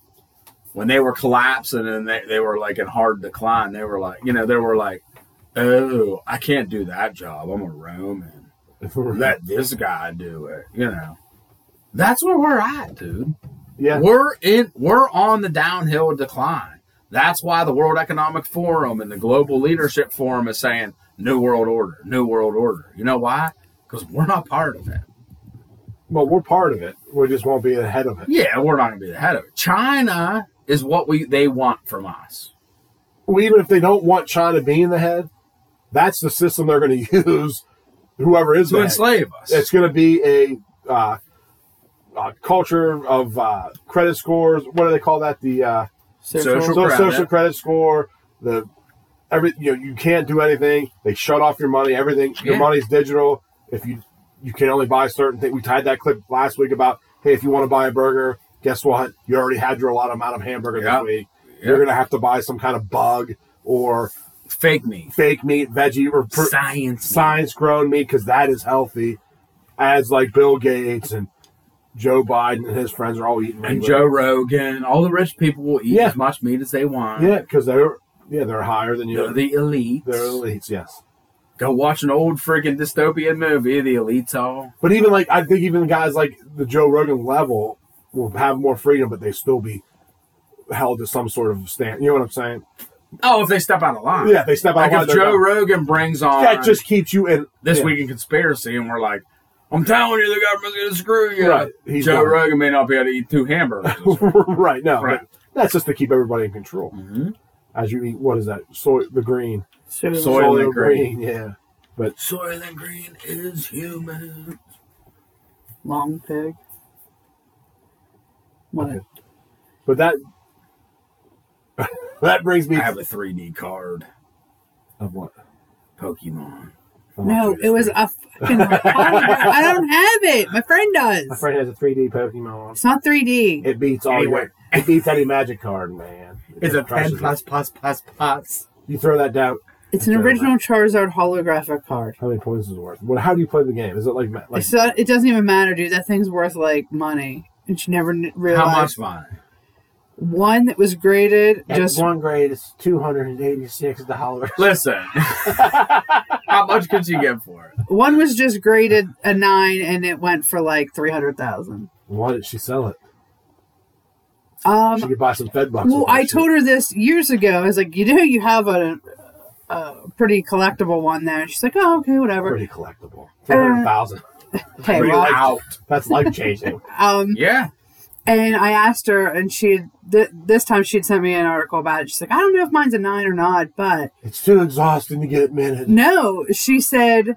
when they were collapsing and they, they were like in hard decline, they were like, you know, they were like, oh, I can't do that job. I'm a Roman. Let this guy do it. You know, that's where we're at, dude. yeah, We're in we're on the downhill decline. That's why the World Economic Forum and the Global Leadership Forum is saying New World Order, New World Order. You know why? Because we're not part of it. well, we're part of it. We just won't be ahead of it. Yeah, we're not gonna be the head of it. China is what we they want from us. Well, even if they don't want China being the head, that's the system they're going to use. Whoever is To the head. enslave us. It's going to be a, uh, uh culture of uh, credit scores. What do they call that? The uh, Social so- credit. social credit score. The every you know you can't do anything. They shut off your money. Everything your Yeah. money's digital. If you you can only buy certain things. We tied that clip last week about hey, if you want to buy a burger, guess what? You already had your allotted amount of hamburger Yeah. this week. Yeah. You're going to have to buy some kind of bug or Fake me. fake meat, veggie, or pr- Science. science grown meat because that is healthy. As like Bill Gates and Joe Biden and his friends are all eating and meat. Joe Rogan, all the rich people will eat Yeah. as much meat as they want. yeah, because they're yeah they're higher than you. They're the elites. They're elites, yes. Go watch an old freaking dystopian movie, the elites all. But even like I think even guys like the Joe Rogan level will have more freedom, but they still be held to some sort of stand. You know what I'm saying? Oh, if they step out of line. Yeah, if they step out Like of line, if they're Joe done. Rogan brings on that just keeps you in this yeah. week in conspiracy, and we're like, "I'm telling you, the government's going to screw you." Right. He's Joe done. Rogan may not be able to eat two hamburgers. right? No, Right. but that's just to keep everybody in control. as you eat. What is that? Soy, the green. Soil and and green. Yeah, but Soil and green is human. Long pig. What? but that that brings me I have a 3D card. of what? Pokemon. No, it was a fucking hologram. I don't have it. My friend My does. friend has a 3D Pokemon. It's not 3D. It beats all. Anyway. Your, it beats any magic card, man. It It's a just crushes 10 it. plus plus plus plus. You throw that down. It's an original Charizard holographic card. How many points is it worth? What? How do you play the game? Is it like ma- like It's not, it doesn't even matter, dude. That thing's worth like money. And she never kn- How much realized money? one that was graded just one grade is two hundred and eighty six dollars? Listen. How much could you get for it? one was just graded a nine and it went for like three hundred thousand. Why did she sell it? Um, She could buy some Fed bucks. Well, I told her this years ago. I was like, you know, you have a, a pretty collectible one there. And she's like, oh, okay, whatever. pretty collectible. uh, Three hundred thousand. Okay, well, out. That's life changing. um, Yeah. and I asked her, and she had, th- this time she had sent me an article about it. She's like, I don't know if mine's a nine or not, but it's too exhausting to get minted. no, she said.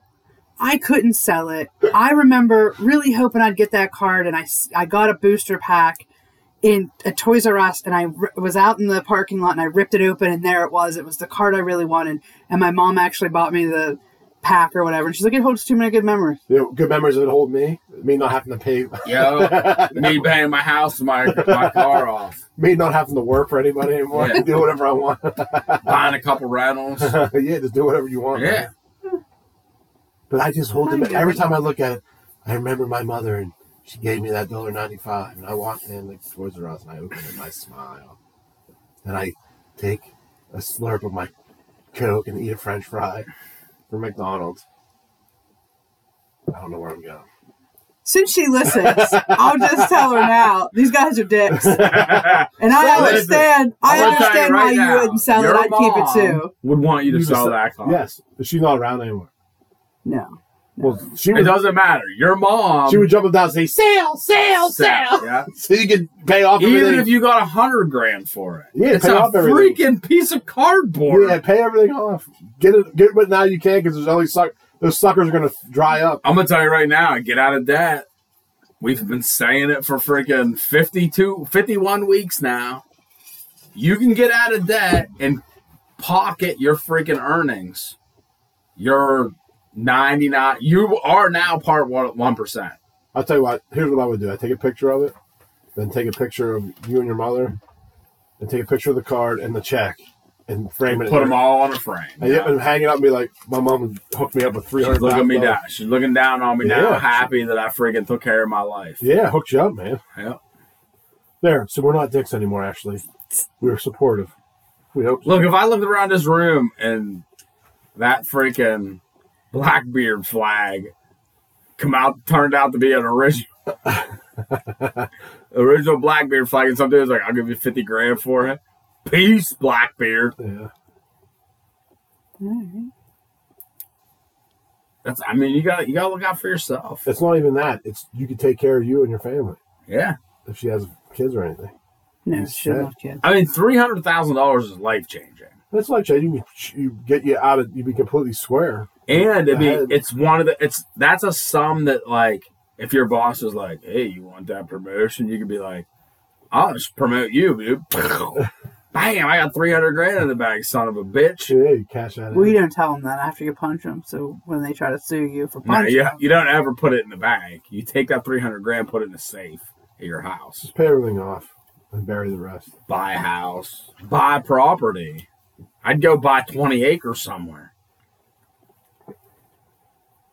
I couldn't sell it. I remember really hoping I'd get that card, and I, s- I got a booster pack in a Toys R Us, and I ri was out in the parking lot, and I ripped it open, and there it was. It was the card I really wanted, and my mom actually bought me the pack or whatever. And she's like, "It holds too many good memories." You know, good memories of it hold me. Me not having to pay. Yo, me paying my house, my my car off, Me not having to work for anybody anymore. Yeah. do whatever I want. buying a couple rentals. yeah, just do whatever you want. Yeah. But I just hold I them. get Every it. time I look at it, I remember my mother and she gave me that dollar ninety five, and I walked in like Toys R Us and I opened it and I smile, and I take a slurp of my Coke and eat a French fry from McDonald's. I don't know where I'm going. Since she listens, I'll just tell her now. These guys are dicks, and I Well, listen, understand. I I'm gonna tell you understand right why now, you wouldn't sell it. your I'd keep it mom too. Would want you to You just- sell that car. Yes, but she's not around anymore. No, Well, she It would, doesn't matter. Your mom. she would jump up down and say sale, sale, sale, Yeah. so you could pay off Even everything. if you got a hundred grand for it, Yeah, it's pay a off everything. freaking piece of cardboard. yeah, pay everything off. Get it, get it now you can because there's only suck. Those suckers are gonna dry up. I'm gonna tell you right now, get out of debt. We've been saying it for freaking 52, 51 weeks now. You can get out of debt and pocket your freaking earnings. Your 99, you are now part one- 1%. I'll tell you what. Here's what I would do. I would take a picture of it, then take a picture of you and your mother, and take a picture of the card and the check, and frame it. Put them all on a frame. And, yeah, and hang it up and be like, my mom hooked me up with three She's hundred. looking me down. She's looking down on me now, Yeah. happy that I freaking took care of my life. Yeah, hooked you up, man. Yeah. There. So we're not dicks anymore. Actually, we were supportive. We hope. Look, if I looked around this room and that freaking Blackbeard flag come out turned out to be an original original Blackbeard flag, and some dude's like, "I'll give you fifty grand for it." Peace, Blackbeard. Yeah. That's. I mean, you got to you got to look out for yourself. It's not even that. It's you could take care of you and your family Yeah. if she has kids or anything. no, she said- loved kids. I mean, three hundred thousand dollars is life changing, That's like changing. You, you get you out of. You be completely square. and I mean, Ahead. it's one of the. It's that's a sum that like if your boss is like, "Hey, you want that promotion?" You could be like, "I'll just promote you, dude." Bam! I got three hundred grand in the bag, son of a bitch. Yeah, you cash out. We don't tell them that after you punch them. So when they try to sue you for No, punching, you, them- you don't ever put it in the bank. You take that 300 grand, put it in a safe at your house, Just pay everything off and bury the rest. buy a house, buy property. I'd go buy 20 acres somewhere.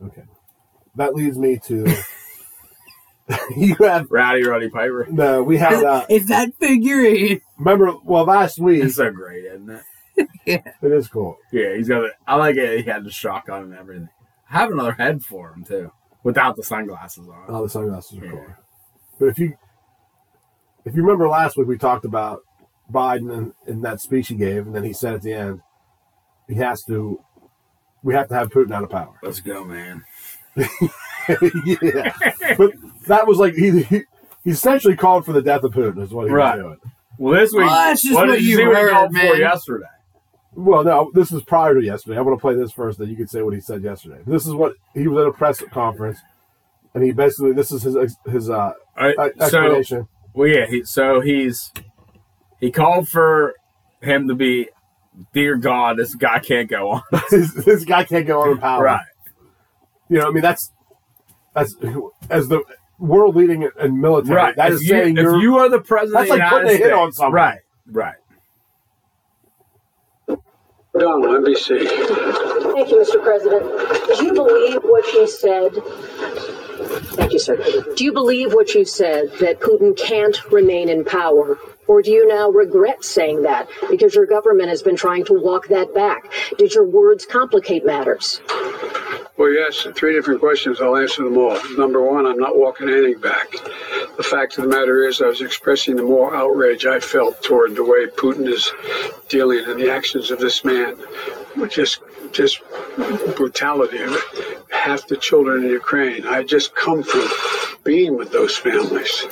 Okay. That leads me to you have Rowdy Ruddy Piper. no. We had uh, it's that figurine. remember well last week. It's so great, isn't it? It is cool. Yeah, he's got it. I like it. He had the shotgun and everything. I have another head for him, too, without the sunglasses on. Oh, the sunglasses are cool. Yeah. But if you if you remember last week, we talked about Biden and, and that speech he gave, and then he said at the end, he has to. We have to have Putin out of power. Let's go, man. yeah, but that was like he, he he essentially called for the death of Putin. Is what he Right. was doing. Well, this week, Well, Oh, that's just what did you see he heard, called for man. yesterday? Well, no, this is prior to yesterday. I'm going to play this first, then you can say what he said yesterday. This is what he was at a press conference, and he basically this is his ex- his uh, All right, ex- explanation. So, well, yeah. He, so he's he called for him to be, dear God, this guy can't go on. this, this guy can't go on in power. Right. You know, I mean, that's that's as the world leading in military. right. That if is you, saying if you're, you are the president, That's of the like United putting a hit States- on someone. Right. Right. Down, NBC. Thank you, Mr. President. Do you believe what you said? Thank you, sir. Do you believe what you said that Putin can't remain in power? Or do you now regret saying that because your government has been trying to walk that back? Did your words complicate matters? Well, you asked three different questions. I'll answer them all. Number one, I'm not walking anything back. The fact of the matter is, I was expressing the more outrage I felt toward the way Putin is dealing and the actions of this man, with just just brutality of it. Half the children in Ukraine. I just come from being with those families.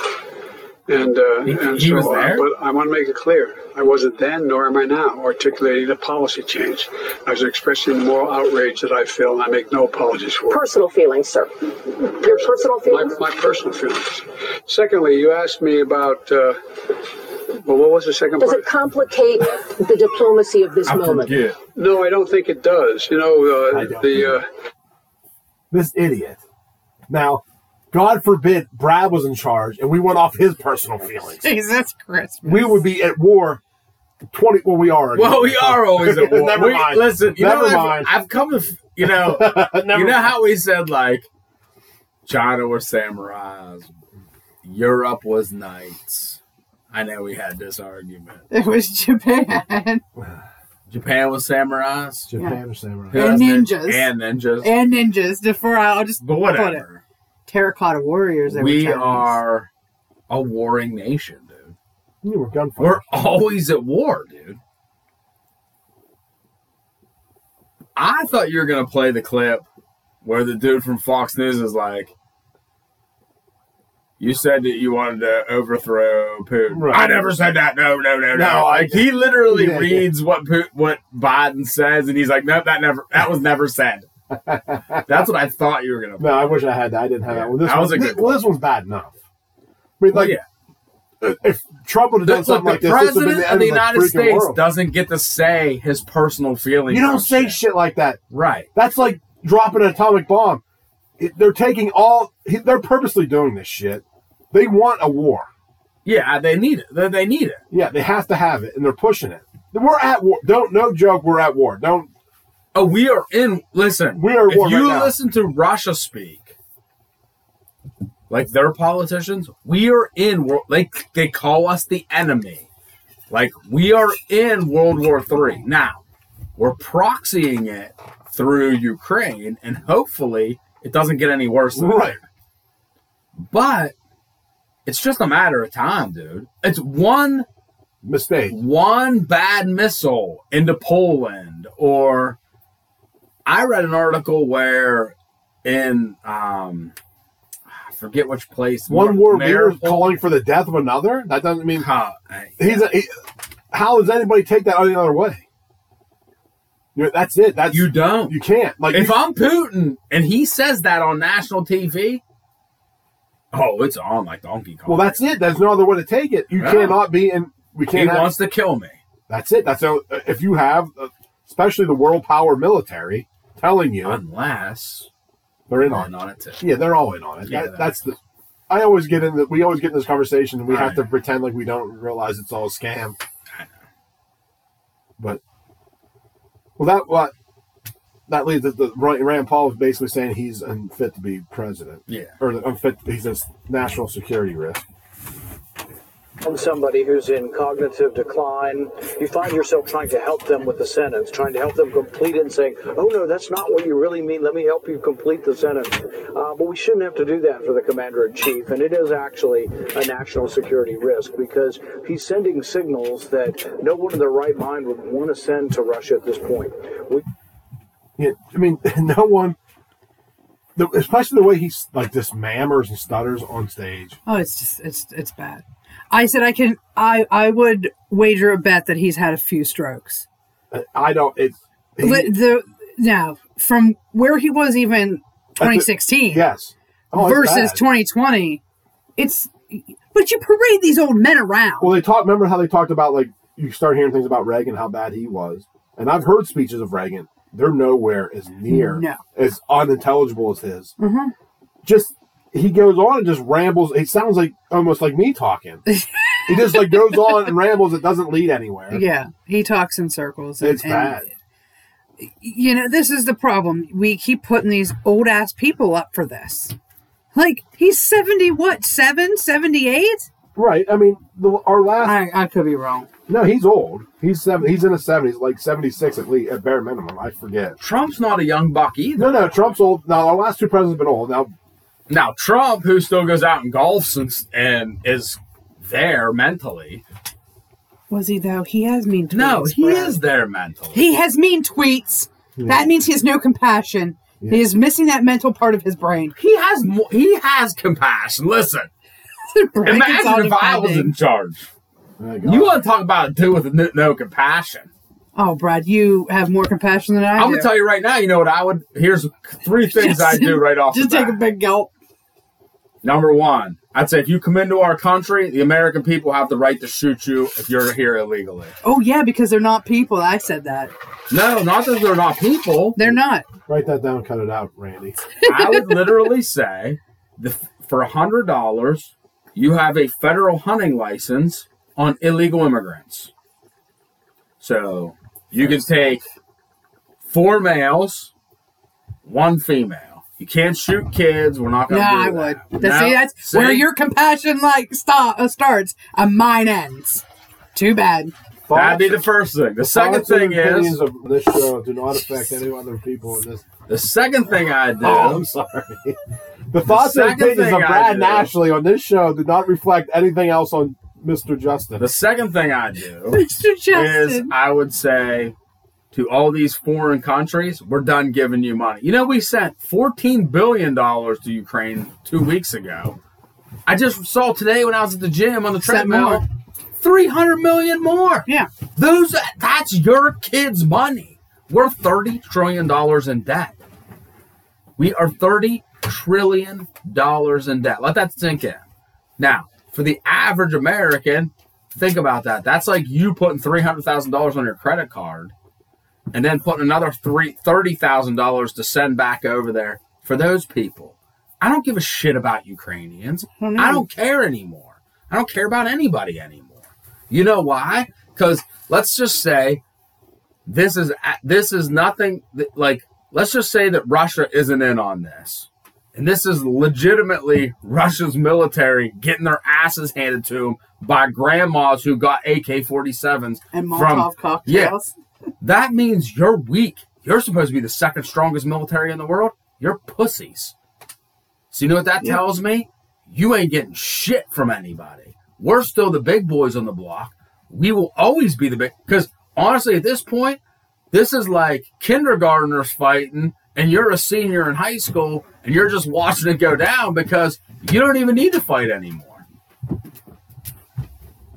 And, uh, and he so, was there? uh, but I want to make it clear. I wasn't then, nor am I now, articulating a policy change. I was expressing the moral outrage that I feel, and I make no apologies for it. Personal feelings, sir. Your personal feelings? My, my personal feelings. Secondly, you asked me about, uh, well, what was the second Does part? it complicate the diplomacy of this moment? No, I don't think it does. You know, uh, the. Uh, this idiot. Now, God forbid Brad was in charge and we went off his personal feelings. Jesus Christ. We would be at war 20 when we are. Well, we are always at war. Never We- mind. Listen, you Never know, I've- mind. I've, come to, f- you know, you know how we said like China were samurais, Europe was knights. I know we had this argument. It was Japan. Japan was samurais. Japan was samurais. And ninjas. And ninjas. and ninjas. Before I, I'll just But put it. whatever. Terracotta warriors. They we were Chinese. are a warring nation, dude. You were gunfighting. We're always at war, dude. I thought you were gonna play the clip where the dude from Fox News is like, "You said that you wanted to overthrow Putin." I never said that. No, no, no, no. No, I- like he literally Yeah, yeah. reads what Putin, what Biden says, and he's like, "Nope, that never. That was never said." That's what I thought you were gonna. No, I wish I had that. I didn't have that one. This, That was one- a thi- good well, this one's bad enough. I mean, Well, like, if Trump would have done Look, something like the this, this would president have been the of end the of United freaking States world. doesn't get to say his personal feelings. You on don't say shit like that. Right. That's like dropping an atomic bomb. It- they're taking all. he- They're purposely doing this shit. They want a war. Yeah, they need it. They- They need it. Yeah, they have to have it, and they're pushing it. We're at war. Don't no joke. We're at war. Don't. Oh, we are in. Listen, we are at if war you right now. listen to Russia speak, like their politicians, we are in world. Like they call us the enemy. Like we are in World War Three now. We're proxying it through Ukraine, and hopefully it doesn't get any worse. Than Right. But it's just a matter of time, dude. It's one mistake, one bad missile into Poland, or I read an article where in um, I forget which place One war leader Mar- is calling for the death of another. That doesn't mean how. He's a, he, how does anybody take that any other way? You know, that's it. That's you don't. You can't. Like if you- I'm Putin and he says that on national TV, oh, it's on like Donkey Kong. Well, that's it. There's no other way to take it. You Yeah. cannot be, and we he can't. have- wants to kill me. That's it. That's how, if you have, uh, especially the world power military, telling you unless they're in they're on, in on it too. Yeah, they're all in on it. Yeah, that, they that's the. I always get in. The, we always get in this conversation, and we have to pretend like we don't realize it's all a scam. But well, that what that leads to the Rand Rand Paul is basically saying he's unfit to be president. Yeah. or unfit. He's a national security risk. on somebody who's in cognitive decline, you find yourself trying to help them with the sentence, trying to help them complete it and saying, oh no, that's not what you really mean. Let me help you complete the sentence. Uh, but we shouldn't have to do that for the commander in chief. And it is actually a national security risk because he's sending signals that no one in their right mind would want to send to Russia at this point. We Yeah, I mean, no one, the, especially the way he's like this mammers and stutters on stage. Oh, it's just it's it's bad. I said I can I I would wager a bet that he's had a few strokes. I don't. It's But the now from where he was even 2016. Yes. Oh, it's versus bad. 2020, it's but you parade these old men around. Well, they talked. Remember how they talked about like you start hearing things about Reagan, how bad he was, and I've heard speeches of Reagan. They're nowhere as near No. as unintelligible as his. Mhm. Just he goes on and just rambles. It sounds like almost like me talking. he just like goes on and rambles. It doesn't lead anywhere. Yeah, he talks in circles. and- It's and, bad. You know, this is the problem. We keep putting these old ass people up for this. Like he's seventy, what seven, seventy eight? Right. I mean, the, our last. I, I could be wrong. No, he's old. He's seven. He's in his seventies, like seventy six at least, at bare minimum. I forget. Trump's not a young buck either. No, no, Trump's old. Now our last two presidents have been old. Now, Now Trump, who still goes out and golfs and, s- and is there mentally. Was he though? He has mean tweets. No, he is there mentally. He has mean tweets. Yeah. That means he has no compassion. He is missing that mental part of his brain. He has more. He has compassion. Listen, Brain imagine if I was consolidating. in charge. You want to talk about a dude with no, no compassion? Oh, Brad, you have more compassion than I I'm do. gonna tell you right now. You know what I would? Here's three things I do right off. Just the take bat. a big gulp. Number one, I'd say if you come into our country, the American people have the right to shoot you if you're here illegally. Oh yeah, because they're not people. I said that. No, not that they're not people. They're not. Write that down. Cut it out, Randy. I would literally say the, for a hundred dollars, you have a federal hunting license on illegal immigrants. So you can take four males, one female. You can't shoot kids. We're not No, going to. I would. That's- See, that's where your compassion like stop, uh, starts and mine ends. Too bad. That'd be the first thing. The second Thoughts and thing opinions is of this show do not affect any other people in Oh, this. the second thing I do. Oh, I'm sorry. The thoughts and second opinions thing of I Brad do- Nashley on this show do not reflect anything else on Mr. Justin. The second thing I do Mr. is I would say to all these foreign countries, we're done giving you money. You know, we sent $14 billion to Ukraine two weeks ago. I just saw today when I was at the gym on the Sent treadmill, 300 million more. Yeah. Those that's your kids' money. We're 30 trillion dollars in debt. We are 30 trillion dollars in debt. Let that sink in. Now, for the average American, think about that. That's like you putting three hundred thousand dollars on your credit card, and then putting another three thirty thousand dollars to send back over there for those people. I don't give a shit about Ukrainians. no. I don't care anymore. I don't care about anybody anymore. You know why? Because let's just say this is this is nothing that, like let's just say that Russia isn't in on this. And this is legitimately Russia's military getting their asses handed to them by grandmas who got AK-47s And from Molotov yeah. cocktails. That means you're weak. You're supposed to be the second strongest military in the world. You're pussies. So you know what that Yeah. tells me? You ain't getting shit from anybody. We're still the big boys on the block. We will always be the big because honestly, at this point, this is like kindergartners fighting, and you're a senior in high school, and you're just watching it go down because you don't even need to fight anymore.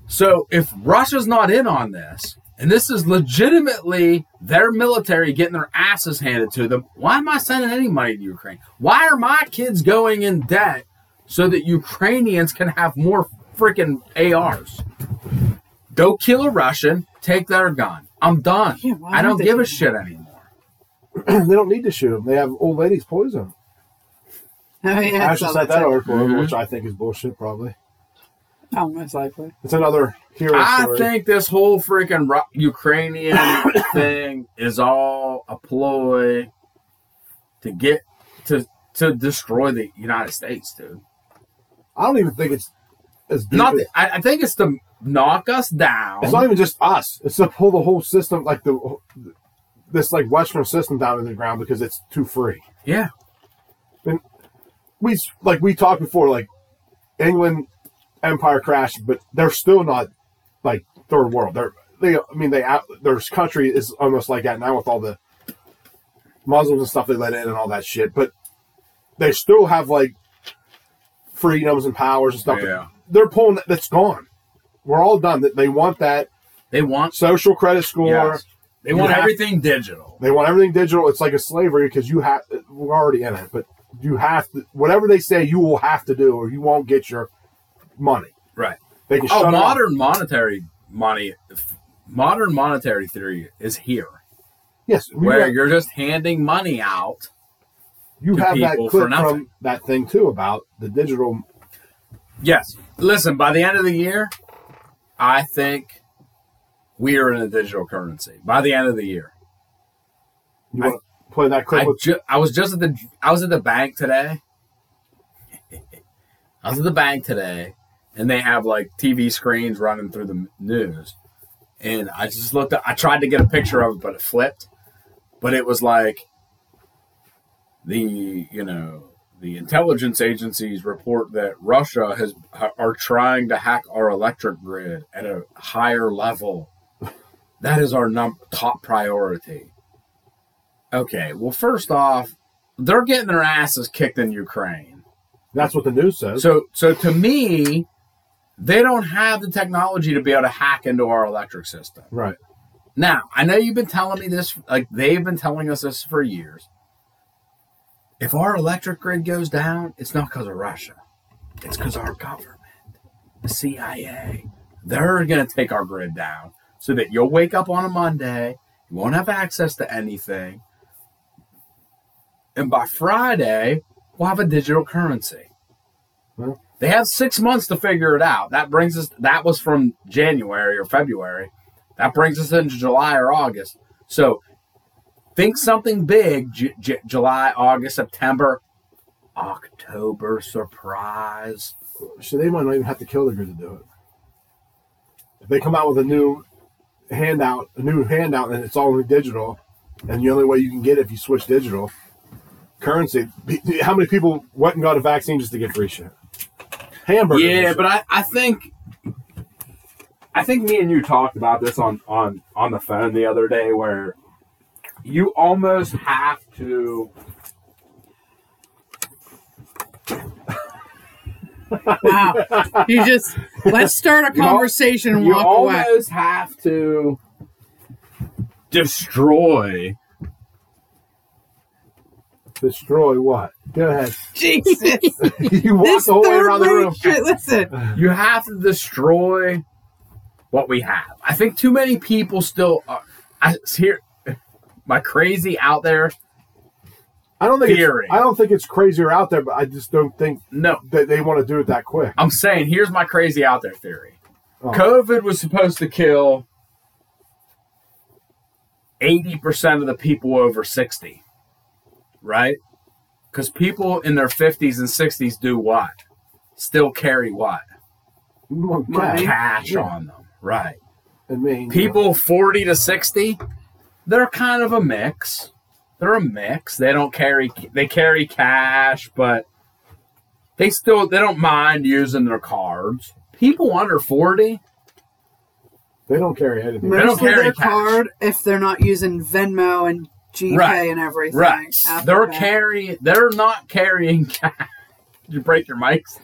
So if Russia's not in on this, and this is legitimately their military getting their asses handed to them, why am I sending any money to Ukraine? Why are my kids going in debt so that Ukrainians can have more freaking ARs? Go kill a Russian, take their gun. I'm done. I aren't don't they give a shit anymore. they don't need to shoot them. They have old ladies poison. Oh yeah. Ashley so- sent that article, Mm-hmm. which I think is bullshit. Probably Oh, most likely. it's another hero I story. think this whole freaking Ru- Ukrainian thing is all a ploy to get to to destroy the United States, dude. I don't even think it's as deep Not. as- I, I think it's to knock us down. It's not even just us. It's to pull the whole system, like the this like Western system, down to the ground because it's too free. Yeah. And we like we talked before, like England empire crashed, but they're still not like third world. They're they. I mean, they out their country is almost like that now with all the Muslims and stuff they let in and all that shit. But they still have like freedoms and powers and stuff. Yeah. They're pulling that's gone. We're all done. That they want that. They want social credit score. Yes. They want have- everything digital. They want everything digital. It's like a slavery because you have we're already in it, but you have to whatever they say you will have to do, or you won't get your money. Right. They can oh, shut it off. modern monetary money, f- modern monetary theory is here, Yes, we where have- you're just handing money out. you to have that people for clip nothing. from that thing too about the digital. Yes. Listen, by the end of the year, I think we are in a digital currency. By the end of the year, You want to play that clip? I, with, ju- I was just at the I was at the bank today. I was at the bank today, and they have like TV screens running through the m- news, and I just looked. Up, I tried to get a picture of it, but it flipped. But it was like the you know the intelligence agencies report that Russia has are trying to hack our electric grid at a higher level. That is our num- top priority. Okay, well, first off, they're getting their asses kicked in Ukraine. That's what the news says. So, so to me, they don't have the technology to be able to hack into our electric system. right. Now, I know you've been telling me this, like they've been telling us this for years. If our electric grid goes down, it's not because of Russia, it's because our government, the CIA, they're going to take our grid down so that you'll wake up on a Monday, you won't have access to anything. And by Friday, we'll have a digital currency. Well. They have six months to figure it out. That brings us, that was from January or February. That brings us into July or August. So think something big J- J- July, August, September, October surprise. So they might not even have to kill the grid to do it. If they come out with a new handout, a new handout, and it's only digital, and the only way you can get it if you switch digital currency. be- How many people went and got a vaccine just to get free shit? Hamburger. Yeah, but I, I think I think me and you talked about this on on on the phone the other day where you almost have to Wow. You just let's start a You al- conversation and you walk away. almost have to destroy Destroy what? Go ahead. Jesus. you walked This the whole way around the third-rate room. shit, listen. You have to destroy what we have. I think too many people still are. I hear my crazy out there. I don't think it's- theory. I don't think it's crazier out there, but I just don't think no that they want to do it that quick. I'm saying here's my crazy out there theory. Oh. COVID was supposed to kill 80% of the people over 60, right? Because people in their 50s and 60s do what? Still carry what? cash. Cash Yeah. on them, right? I mean, people 40 to 60 they're kind of a mix they're a mix they don't carry they carry cash but they still they don't mind using their cards people under 40 they don't carry anything they don't Mostly carry their cash card if they're not using Venmo and GPay Right. and everything. right Apple they're Pay. carrying they're not carrying cash Did you break your mics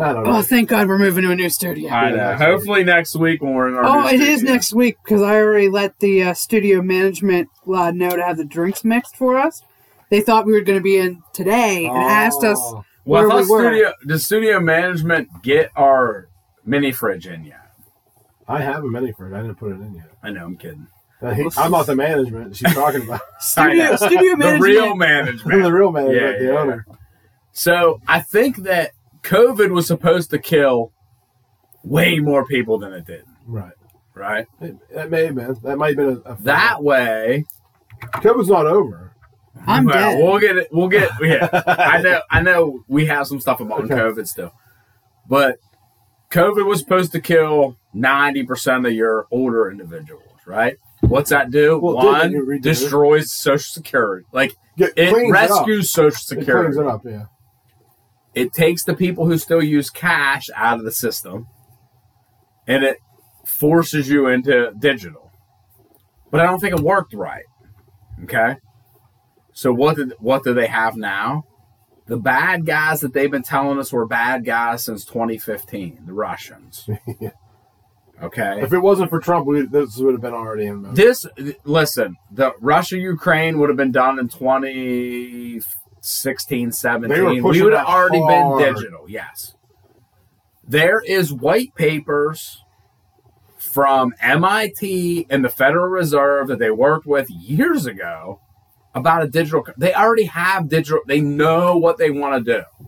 i Oh, thank God we're moving to a new studio. i know hopefully next week when we're in our Oh, new it is studio. next week because I already let the uh, studio management uh, know to have the drinks mixed for us. They thought we were going to be in today and asked us Oh. Oh. well, where I we thought were. studio, did studio management get our mini fridge in yet? I have a mini fridge. I didn't put it in yet. I know, I'm kidding. Uh, he- I'm not the management. She's talking about I know. The real management. the real management, the owner. So I think that COVID was supposed to kill way more people than it did, Right. right? That may have been. That might have been a. a That way, COVID's not over. I'm Well, dead. We'll get it. We'll get. Yeah, I know. I know. We have some stuff about Okay. COVID still, but COVID was supposed to kill ninety percent of your older individuals, right? What's that do? Well, it One did, it redid it. destroys Social Security. Like Yeah, it cleans it up. rescues Social It Security. cleans it up. Yeah. it takes the people who still use cash out of the system and it forces you into digital but i don't think it worked right okay so what did what do they have now the bad guys that they've been telling us were bad guys since 2015 the russians Okay. If it wasn't for Trump, we, this would have been already in. motion. This listen, the Russia Ukraine would have been done in 2016, 17. We pushing would that have already hard. been digital. Yes. There is white papers from MIT and the Federal Reserve that they worked with years ago about a digital they already have digital they know what they want to do.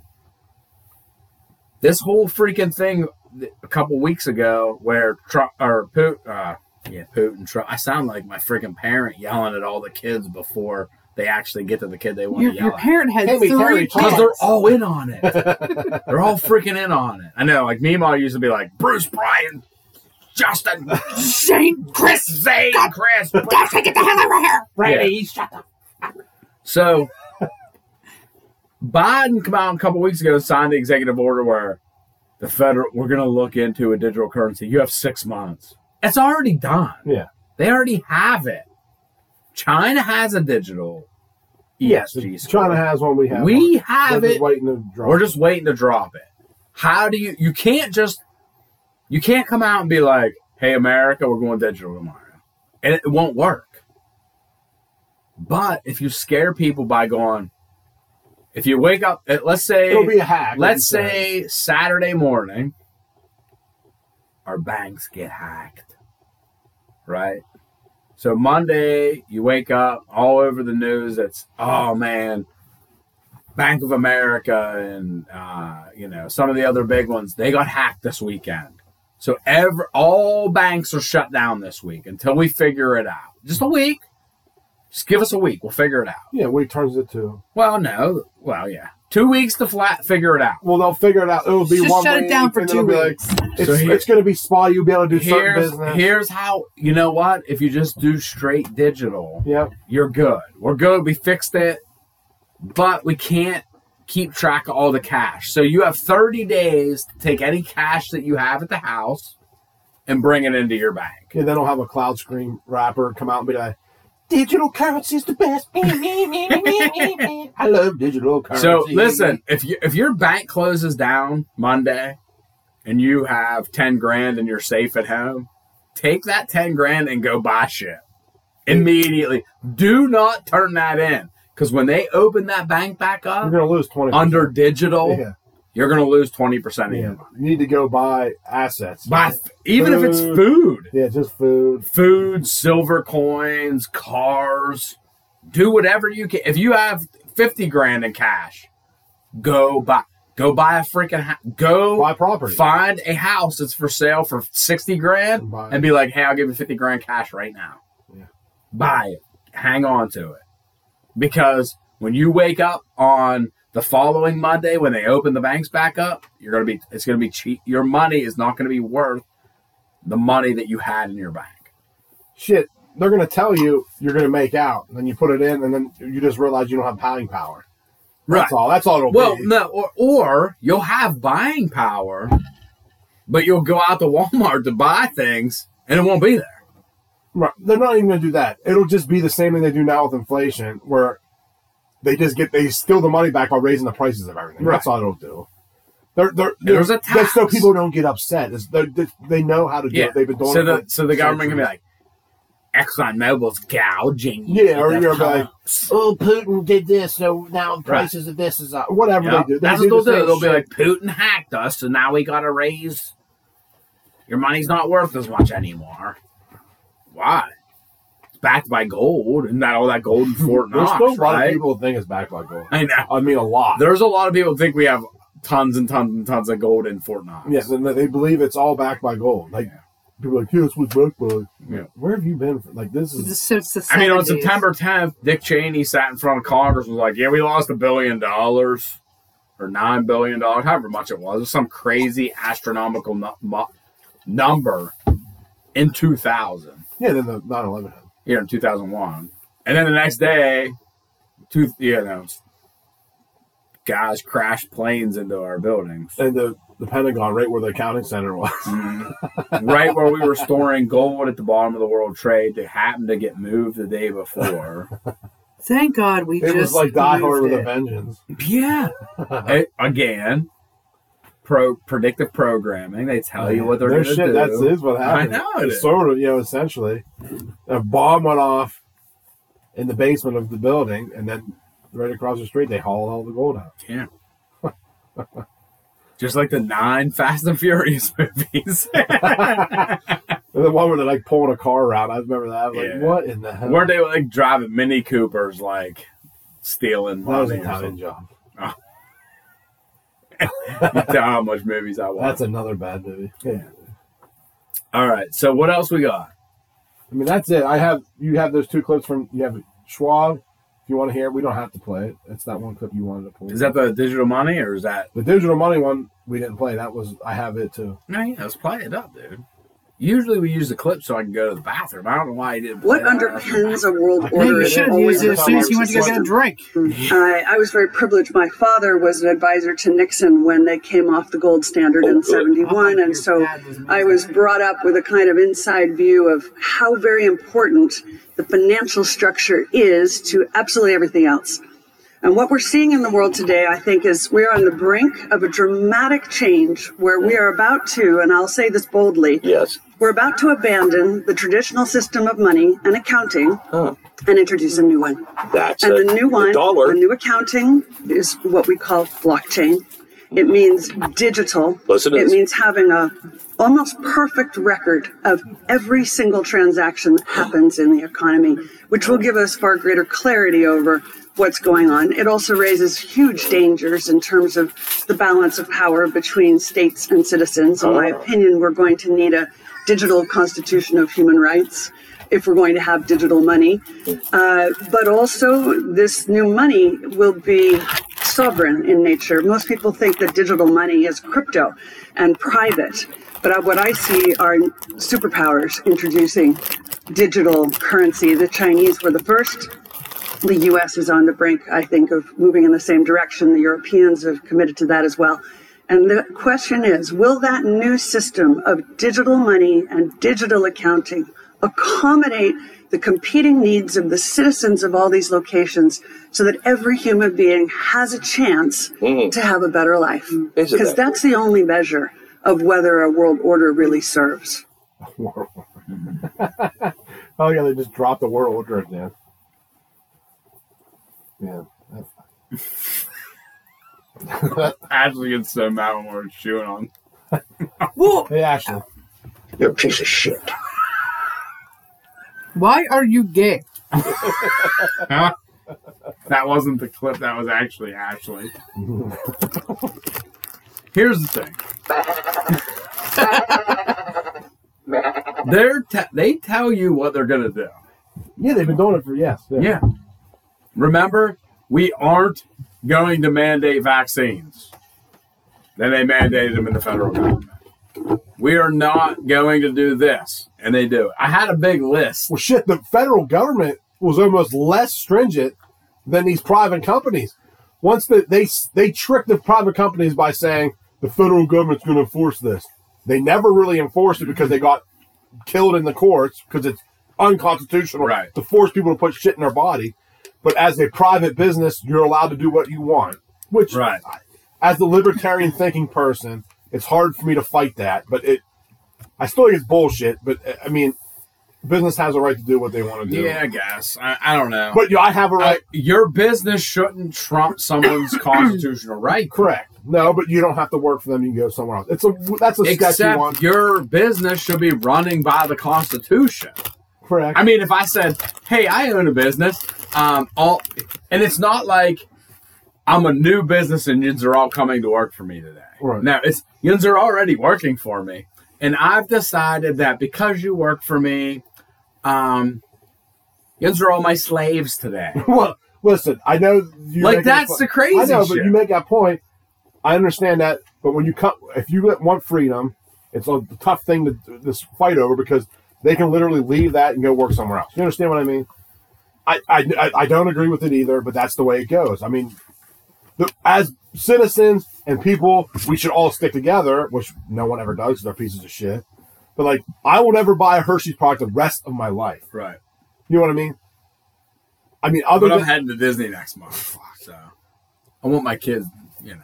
This whole freaking thing th- a couple weeks ago where Trump or Putin uh, yeah, Putin, Trump. I sound like my freaking parent yelling at all the kids before they actually get to the kid they want Your, to your yell parent had Tammy, three Tammy, kids. 'Cause they're all in on it. at. They're all freaking in on it. I know. Like Nima used to be like Bruce Bryan, Justin, Shane, Chris, Zane, Chris. Gosh, get the hell out of here, Yeah. Brady. Shut up. So Biden come out a couple weeks ago and signed the executive order where the federal we're going to look into a digital currency. You have six months. It's already done. Yeah. They already have it. China has a digital Yes, ESG. score. China has one. We have. We one. have We're just it. Waiting to drop. We're just waiting to drop it. How do you? You can't just. You can't come out and be like, "Hey, America, we're going digital tomorrow," and it won't work. But if you scare people by going, if you wake up, eh, let's say, It'll be a hack, Let's like you say Saturday morning, our banks get hacked, right? So Monday, you wake up all over the news. It's oh man, Bank of America and uh, you know some of the other big ones they got hacked this weekend. So every all banks are shut down this week until we figure it out. Just a week. Just give us a week. We'll figure it out. Yeah, what turns it to? Well, no. Well, yeah. Two weeks to flat figure it out. Well, they'll figure it out. It'll be Just one. shut it way, down for and it'll two be like, it's, So here- it's going to be spotty. You'll be able to do certain Here's, business. here's how you know what if you just do straight digital Yep. you're good we're good we fixed it but we can't keep track of all the cash so you have 30 days to take any cash that you have at the house and bring it into your bank Yeah, they don't have a cloud screen rapper come out and be like, "Digital currency is the best." I love digital currency. So listen, if you if your bank closes down Monday and you have ten grand and you're safe at home, take that ten grand and go buy shit immediately. Do not turn that in because when they open that bank back up, you're gonna lose twenty under digital. Yeah. You're gonna lose twenty percent of your Yeah, money. you need to go buy assets. Buy even if it's food. Yeah, just food. Food, silver coins, cars. Do whatever you can. If you have fifty grand in cash, go buy go buy a freaking house. Go buy property. Find a house that's for sale for sixty grand, buy it. and be like, "Hey, I'll give you fifty grand cash right now. Buy it. Hang on to it." because when you wake up on the following Monday when they open the banks back up, you're gonna be it's gonna be cheap. Your money is not gonna be worth the money that you had in your bank. Shit, they're gonna tell you you're gonna make out, and then you put it in, and then you just realize you don't have buying power. That's all. That's all it'll well, be. no, or, or you'll have buying power, but you'll go out to Walmart to buy things and it won't be there. Right. They're not even going to do that. It'll just be the same thing they do now with inflation, where they just get they steal the money back by raising the prices of everything. That's all it'll do. They're, they're, they're, There's a that's so tax. people don't get upset. It's- they're- They, they know how to do Yeah. it. They've been doing so it. the for so the government can be centuries. like, Exxon Mobil's gouging. you yeah, or with you're the like, oh, Putin did this, so now prices of this is up. Whatever Yeah, they do, they That's do what the they'll do. same They'll be shit. like, Putin hacked us, so now we gotta raise. Your money's not worth as much anymore. Why? It's backed by gold, and that all that gold in Fort There's Knox. still a lot right? of people who think it's back by gold. I know. I mean, a lot. There's a lot of people think we have tons and tons and tons of gold in Fort Knox. Yes, and they believe it's all backed by gold. Like people are like, yeah, it's what's backed by. Yeah. Where have you been? For? Like this is. I mean, on September 10th, Dick Cheney sat in front of Congress and was like, "Yeah, we lost a billion dollars or nine billion dollars, however much it was, it was some crazy astronomical nu- mu- number in 2000, Yeah, then the 9/11 happened. you know, in 2001, and then the next day, two, you know, guys crashed planes into our buildings, Mm-hmm. and the the Pentagon, right where the accounting center was. right where we were storing gold at the bottom of the World Trade, that happened to get moved the day before. Thank God we It just was like Die moved Hard with it. a Vengeance. Yeah. A- again, pro predictive programming. They tell you what they're No going to shit, do. That's is what happened. I know it is. Sort of, you know, essentially, a bomb went off in the basement of the building, and then right across the street, they hauled all the gold out. Yeah. Just like the nine Fast and Furious movies. Uh-huh. And the one where they're like pulling a car around. I remember that. I'm like, Yeah. what in the hell? Weren't they like driving Mini Coopers, like stealing? That was money an or something? Italian job. Oh. you tell how much movies I watch. That's another bad movie. Yeah. All right. So what else we got? I mean, that's it. I have you have those two clips from you have Schwab. If you want to hear, it. we don't have to play it. It's that one clip you wanted to play. Is that the digital money or is that? the digital money one? We didn't play. That was I have it too. No, yeah, let's play it up, dude. Usually we use the clip so I can go to the bathroom. I don't know why you didn't. What underpins a world order? you that should always use it as soon as you went to go get a existed? drink. Mm-hmm. Uh, I, I was very privileged. My father was an advisor to Nixon when they came off the gold standard Oh, in 71. And so I was brought up with a kind of inside view of how very important the financial structure is to absolutely everything else. And what we're seeing in the world today, I think, is we're on the brink of a dramatic change where we are about to, and I'll say this boldly, Yes. we're about to abandon the traditional system of money and accounting and introduce a new one. That's and a- the new one, a dollar. the new accounting is what we call blockchain. It means digital. Yes, it it is. means having a almost perfect record of every single transaction that happens in the economy, which will give us far greater clarity over what's going on. It also raises huge dangers in terms of the balance of power between states and citizens. In my Ah. opinion, we're going to need a digital constitution of human rights if we're going to have digital money. Uh, but also, this new money will be sovereign in nature. Most people think that digital money is crypto and private, but I- what I see are superpowers introducing digital currency. The Chinese were the first. The US is on the brink, I think, of moving in the same direction. The Europeans have committed to that as well. And the question is will that new system of digital money and digital accounting accommodate the competing needs of the citizens of all these locations so that every human being has a chance to have a better life? Isn't Because it? that's the only measure of whether a world order really serves. Oh yeah, they just dropped the world order in there. Yeah. Ashley gets so mad when we're chewing on. Hey Ashley. You're a piece of shit. Why are you gay? Huh? That wasn't the clip. That was actually Ashley. Here's the thing. They're te- they tell you what they're gonna do. Yeah, they've been doing it for yes. Yeah. Yeah. Remember, we aren't going to mandate vaccines. Then they mandated them in the federal government. We are not going to do this, and they do. it. I had a big list. Well, shit, the federal government was almost less stringent than these private companies. Once the, they they tricked the private companies by saying the federal government's going to enforce this, they never really enforced it because they got killed in the courts because it's unconstitutional to force people to put shit in their body. But as a private business, you're allowed to do what you want. Which, as the libertarian thinking person, it's hard for me to fight that. But it, I still think it's bullshit. But uh, I mean, business has a right to do what they want to do. Yeah, I guess. I, I don't know. But you- I have a right. your business shouldn't trump someone's constitutional right. Correct. No, but you don't have to work for them. You can go somewhere else. It's a that's a sketchy one. Except your business should be running by the Constitution. Correct. I mean, if I said, "Hey, I own a business," um, all, and it's not like I'm a new business and yins are all coming to work for me today. Right. No, it's yins are already working for me, and I've decided that because you work for me, um, yins are all my slaves today. well, listen, I know you Like, make that's that- the crazy I know, shit. but you make that point. I understand that, but when you come, if you let- want freedom, it's a tough thing to this fight over because they can literally leave that and go work somewhere else. You understand what I mean? I I, I- I don't agree with it either, but that's the way it goes. I mean, the, as citizens and people, we should all stick together, which no one ever does. 'cause They're pieces of shit. But like, I will never buy a Hershey's product the rest of my life. Right. You know what I mean? I mean, other but than I'm heading to Disney next month, so I want my kids. You know,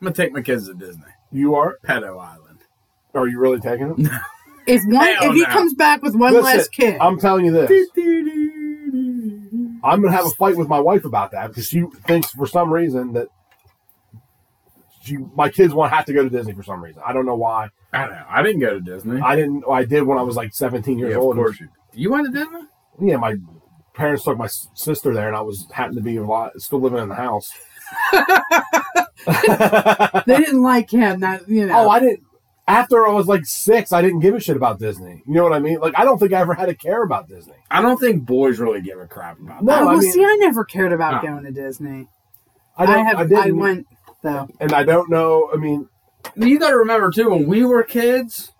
I'm gonna take my kids to Disney. You are pedo island. Are you really taking it? If one, Hell if he no. comes back with one Listen, last kid, I'm telling you this. I'm gonna have a fight with my wife about that because she thinks for some reason that she my kids won't have to go to Disney for some reason. I don't know why. I don't know. I didn't go to Disney. I didn't. I did when I was like 17 years Yeah, of old. course you- went to Disney? Yeah, my parents took my s- sister there, and I was happened to be a lot, still living in the house. they didn't like him. That you know. Oh, I didn't. After I was like six, I didn't give a shit about Disney. You know what I mean? Like, I don't think I ever had to care about Disney. I don't think boys really give a crap about. No, No, well, I mean, see, I never cared about No. going to Disney. I, don't, I have- I went though, and I don't know. I mean, you got to remember too when we were kids.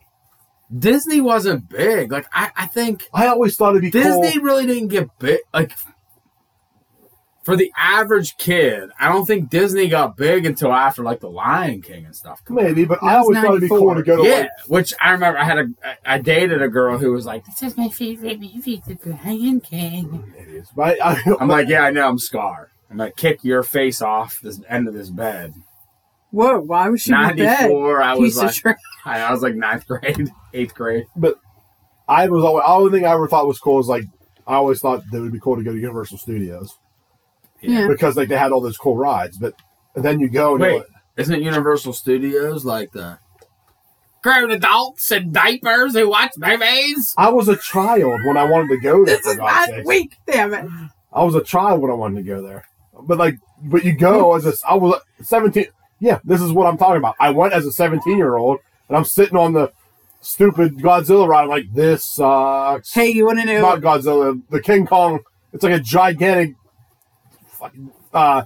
Disney wasn't big. Like I, I think I always thought it'd be Disney cool. really didn't get big. Like for the average kid, I don't think Disney got big until after like the Lion King and stuff. Maybe, but I always thought it'd be cool to go to. yeah, Like, which I remember. I had a I I dated a girl who was like, "This is my favorite movie, The Lion King." Right? I, I'm like, yeah, I know. I'm Scar. I'm gonna kick your face off this end of this bed. Whoa, why was she in the bed? 94. I was Piece of like, I, I was like ninth grade, eighth grade. but I was always. The only thing I ever thought was cool is like I always thought that it would be cool to go to Universal Studios. Yeah. Because like they had all those cool rides, but and then you go and you're Wait, like, isn't it Universal Studios like the grown adults in diapers who watch movies? I was a child when I wanted to go there. This for is God's my sakes. week, damn it. I was a child when I wanted to go there, but like, but you go as a I was seventeen. Yeah, this is what I'm talking about. I went as a seventeen year old, and I'm sitting on the stupid Godzilla ride. I'm like, this sucks. Hey, you want to know? Not Godzilla, the King Kong. It's like a gigantic fucking uh,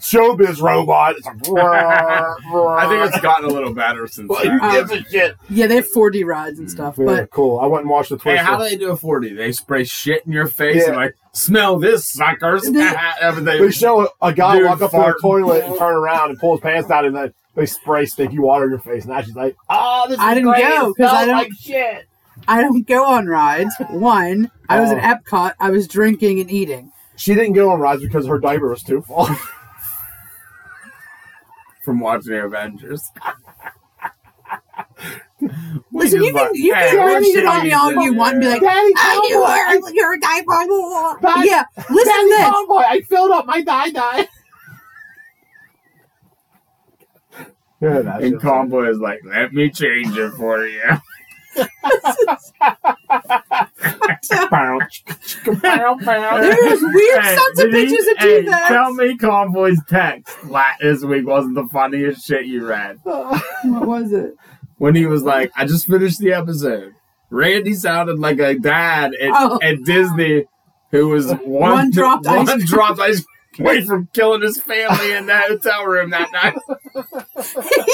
showbiz robot. It's like, I think it's gotten a little better since. Well, who then. gives a shit? Um, Yeah, they have 4D rides and stuff, Yeah, but cool. I went and watched the Hey, Twister. how do they do a 40? They spray shit in your face and Yeah. like, smell this, suckers. Everything. They show a, a guy Dude walk up to the farting. toilet and turn around and pull his pants down, and then they spray stinky water in your face. And now she's like, "Oh, this is I didn't great. go It because I smells don't. like shit." I don't go on rides. One, I was Oh. at Epcot. I was drinking and eating. She didn't go on rides because her diaper was too full. From watching the Avengers. Listen, you can you Hey, can we're run it on me shitty all you want and be like, Daddy, oh, you Cowboy, are you're a guy blah. Yeah, listen Daddy, to this. Cowboy, I filled up my die dye. Yeah, that's and Combo is like, let me change it for you. There's weird sons of did he- bitches that hey, do that. Tell me Convoy's text la- this week wasn't the funniest shit you read. what was it? When he was like, I just finished the episode. Randy sounded like a dad at, Oh. at Disney who was one, One dropped ice one cream. dropped ice cream away from killing his family in that hotel room that night. he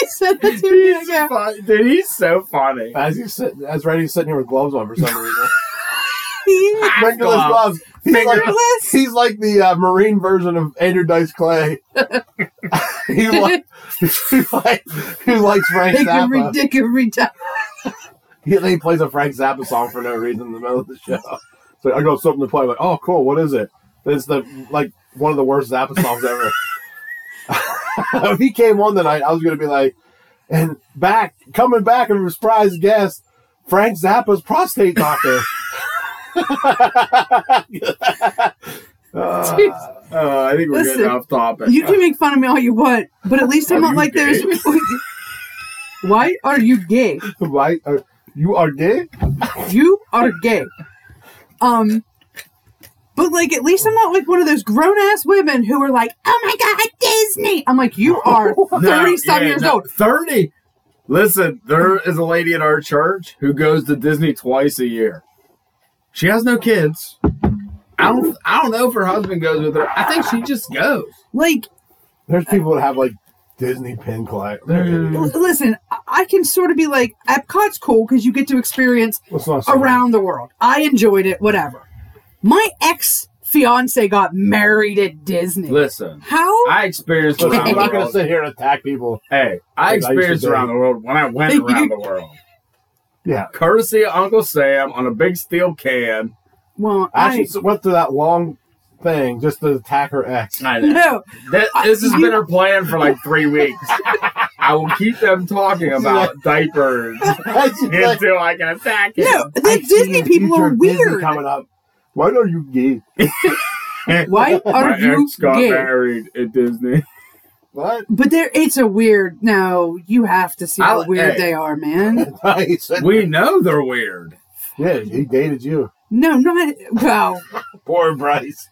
said that to me again. Dude, he's so funny. As he's sitting, as Randy's sitting here with gloves on for some reason, Half fingerless gloves. He's like, Fingerless? he's like the uh, marine version of Andrew Dice Clay. he, li- he, like, he likes Frank They can Zappa. ridic- ridic- He, he plays a Frank Zappa song for no reason in the middle of the show. So I go something to play. like, oh, cool. What is it? It's the like one of the worst Zappa songs ever. if he came on tonight, I was gonna be like, and back coming back and a surprise guest, Frank Zappa's prostate doctor. Uh, Uh, I think we're Listen, getting off topic. You can make fun of me all you want, but at least I'm Are not you like gay? those. Why are you gay? Why are you are gay? You are gay. Um, but like at least I'm not like one of those grown ass women who are like, oh my god, Disney. I'm like, you are No, thirty some yeah, years no, old. 30. Listen, there is a lady at our church who goes to Disney twice a year. She has no kids. I don't I don't know if her husband goes with her. I think she just goes. Like, There's people that have like Disney pin collect. l- listen, I- I can sort of be like, Epcot's cool because you get to experience Let's not say around the world. I enjoyed it, whatever. My ex fiance got married at Disney. Listen. How? I experienced Listen, around I'm the not going to world. sit here and attack people. Hey, I I used to experienced do. around the world when I went You- around the world. Yeah. Courtesy of Uncle Sam on a big steel can. Well, I I, actually went through that long thing just to attack her ex. I know. no, That, this has been her plan for like three weeks. I will keep them talking about diapers until I can attack him. No, the Disney people are weird. coming up. Why are you gay? Why are My you ex got gay? married at Disney. What? But there, it's a weird. No, you have to see how I'll- weird hey. they are, man. we know Oh, they're weird. Yeah, he dated you. No, not well. Poor Bryce.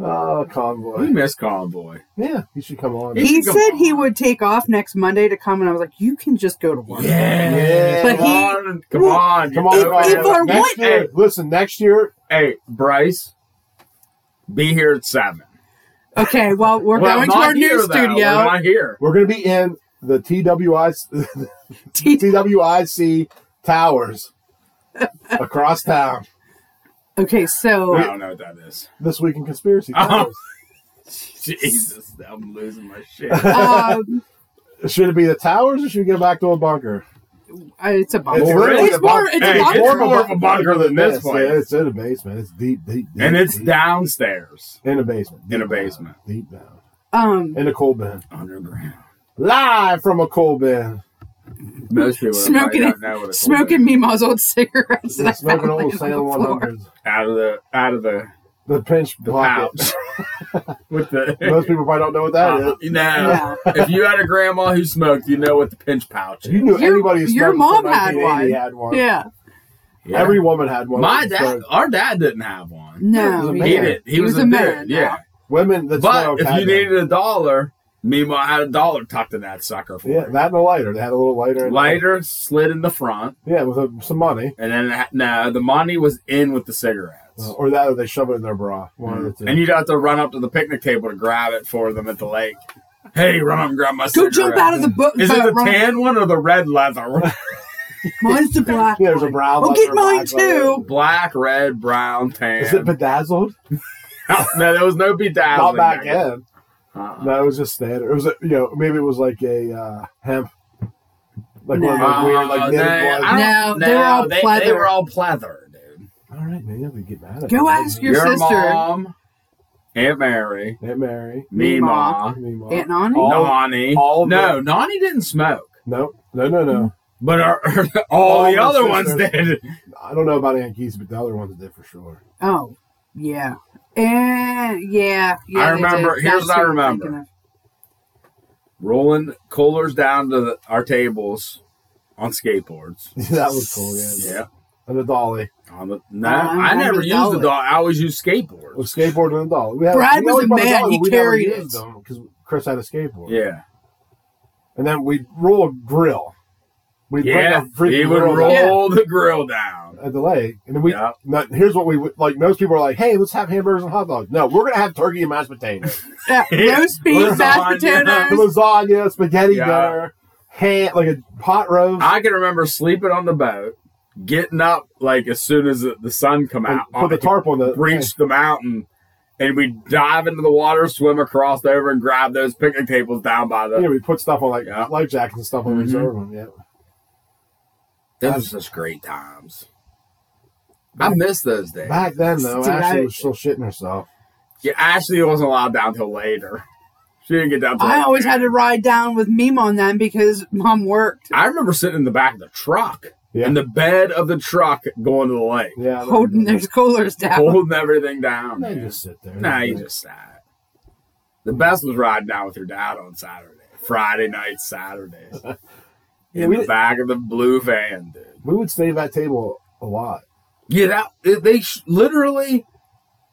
Oh, convoy. We miss convoy. Yeah, he should come on. He said he would take off next Monday to come, and I was like, "You can just go to work." Yeah. But come he- on, come on, Come on, you know Brian. it. next year, listen, next year, Hey, Bryce, be here at seven. Okay, well, we're Well, going to not our here, new though. studio. We're not here. we're going to be in the TWIC, TWIC towers across town Okay, so I don't know what that is. this week in conspiracy. Oh. Towers. Jesus, I'm losing my shit. Um, should it be the towers or should we go back to a bunker? uh, it's a bunker. It's It's, really a more. bunker. It's Hey, a bunker. it's more of a bunker than this Yes, place. Yeah, it's in the basement. It's deep, deep, deep. and it's deep. downstairs in the basement. in a basement. Deep down. Um, In a coal bin. Underground. Live from a coal bin. Most people smoking don't know what it's smoking Mima's old cigarettes. that I Smoking found old laying on the Salem floor. 100s. out of the out of the The pinch the pocket. pouch with the. Most people probably don't know what Oh, that is. Uh, no. if you had a grandma who smoked, you know what the pinch pouch is. You knew Your- anybody who your smoked mom before had one. 1980 had one. Yeah. Yeah. Every woman had one. My So, dad, our dad didn't have one. He was No. a He man. did. He, was, a, dude. man, yeah. Yeah. Women that But smoked if had you them. needed a dollar, Mima had a dollar tucked in that sucker for Yeah, that and a lighter. They had a little lighter. you. in- Lighter slid in the front, Yeah, with a, some money. and then it ha- no, the money was in with the cigarettes. Mm. Uh, Or that, or they shove it in their bra. One of the two. And you'd have to run up to the picnic table to grab it for them at the lake. Hey, run up and grab my Go cigarette. jump out of the boat. Is it boat, the run- tan one or the red leather? one? Mine's the black. Yeah, there's a brown Well, leather, get mine black leather. too. Black, red, brown, tan. Is it bedazzled? no, there was no Not bedazzling. back then. in. Uh-uh. No, it was just standard. It was, a, you know, maybe it was like a uh, hemp, like one of those Uh, weird, like knitted they- ones. I No, don't- they were all they, pleather. they were all pleather, dude. All right, maybe I'll get mad at Go me. ask your, sister, mom, Aunt Mary, Aunt Mary. Mima, Me, Mom. Aunt Nani. All- Nani. all no, the- Nani didn't smoke, No, no, no, no. but our, all, All the the other ones sisters. did. I don't know about Aunt Geese, but the other ones did for sure. Oh, yeah. And yeah, yeah. I they remember- did. here's what I That's who I'm remember. thinking of. Rolling coolers down to the, our tables on skateboards. that was cool, yeah. Yeah. And a dolly. On the, no, I I, remember never the used the dolly. doll. I always used skateboards. With skateboard and a dolly. We had, Brad we was always a brought man. dolly, He but we never carried used it. them because Chris had a skateboard. Yeah. And then we'd roll a grill. We'd Yeah. bring a He freaking would grill roll down the grill down. at the lake. And then we, Yep. now, here's what we would like. Most people are like, hey, let's have hamburgers and hot dogs. No, we're going to have turkey and mashed potatoes. Yeah, roast beef, mashed Lasagna. potatoes. Lasagna, spaghetti Yeah. dinner, ham, like a pot roast. I can remember sleeping on the boat, getting up like as soon as the the sun come and out, put the tarp on the. reach the mountain, and we dive into the water, swim across over, and grab those picnic tables down by the. Yeah, we put stuff on like Yeah. life jackets and stuff on Mhm. reserve them. Yeah. Those were just great times. I miss those days. Back then, though, Dude, Ashley I- was still shitting herself. Yeah, Ashley wasn't allowed down till later. She didn't get down. Till I always had to ride down with Mima on them because mom worked. I remember sitting in the back of the truck, Yeah. in the bed of the truck, going to the lake, Yeah. I Holding remember. those coolers down. holding everything down. Now you man. just sit there. Nah, you just sat. The best was riding out with your dad on Saturday, Friday night, Saturdays, Yeah, in we the did- back of the blue van, dude. We would save that table a lot. Yeah, that it- they sh- literally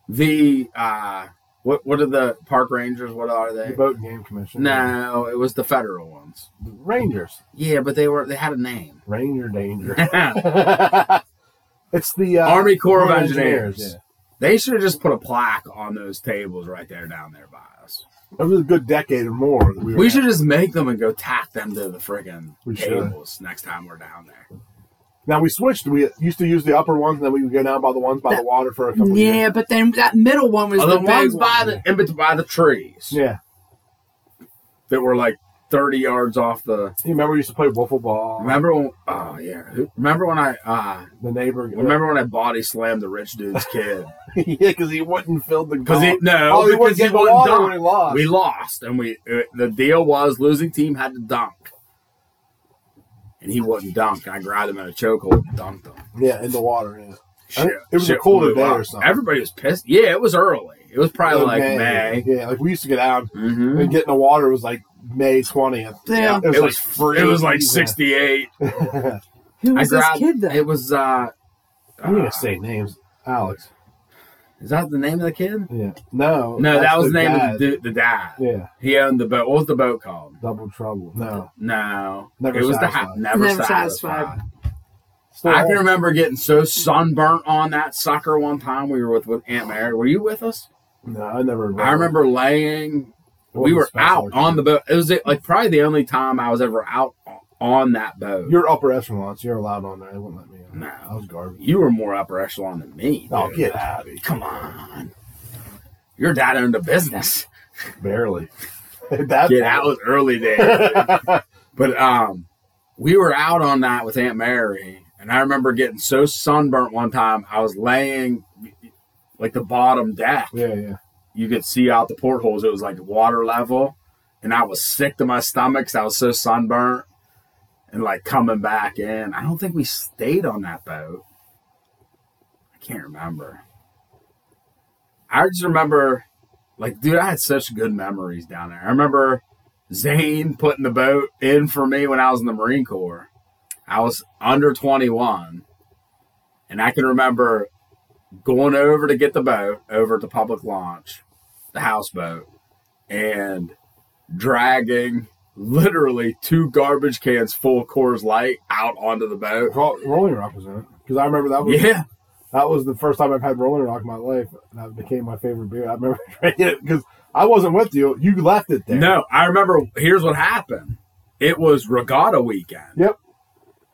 the uh what what are the park rangers? What are The they? boat and game commission. No, it was the federal ones. The Rangers. Yeah, but they were they had a name. Ranger danger. they it's the uh, Army Corps of Corps Engineers. should have just put a plaque on those tables right there down there by us. yeah. It was a good decade or more. That we were We at. should just make them and go tack them to the friggin' We should. tables next time we're down there. Now we switched. We used to use the upper ones, and then we would go down by the ones by the water for a couple. of years. Yeah, but then that middle one was Oh, the, the big ones one. by the in bet- by the trees Yeah. that were like thirty yards off the. You remember we used to play wiffle ball. Remember when? Oh yeah. Who- Remember when I? uh The neighbor. Remember when I body slammed the rich dude's kid? yeah, because he wouldn't fill the. Because he gulp. no, oh, he because wouldn't he get the wouldn't water dunk. when he lost. We lost, and we uh, the deal was losing team had to dunk, and he wouldn't dunk. I grabbed him in a chokehold and dunked him. Yeah, in the water. Yeah. I Shit, think it was a shit colder blew day up. or something. Everybody was pissed. Yeah, it was early. It was probably Yeah, like May. Yeah, like we used to get out and get in the water was like May twentieth. Yeah, it was, like free. It was like sixty eight. Who was this kid though? It was. uh I'm gonna say names. Alex. Is that the name of the kid? Yeah. No. No, Oh, that's that was the name dad. of the, du- the dad. Yeah. He owned the boat. What was the boat called? Double Trouble. No. No. Never it was the ha- Satisfied. never, Never satisfied. Satisfied. I can remember getting so sunburnt on that sucker one time. We were with, with Aunt Mary. Were you with us? No, I never. I remember laying. What we was were special out on the boat. It was like probably the only time I was ever out o- on that boat. You're upper echelons. You're allowed on there. They wouldn't let me on. No, I was garbage. You were more upper echelon than me. Oh, dude. Uh, get out of here. Come on. Your dad owned a business. Barely. that yeah, that was early days. but um, we were out on that with Aunt Mary, and I remember getting so sunburnt one time. I was laying like the bottom deck. Yeah, yeah. You could see out the portholes. It was like water level, and I was sick to my stomach 'cause I was so sunburnt. And like coming back in, I don't think we stayed on that boat. I can't remember. I just remember, like, dude, I had such good memories down there. I remember Zane putting the boat in for me when I was in the Marine Corps. I was under 21, and I can remember going over to get the boat over to public launch, the houseboat, and dragging literally two garbage cans full of Coors Light out onto the boat. Rolling Rock was in it because I remember that was Yeah. That was the first time I've had Rolling Rock in my life. That became my favorite beer. I remember drinking it because I wasn't with you. You left it there. No, I remember. Here's what happened. It was regatta weekend. Yep.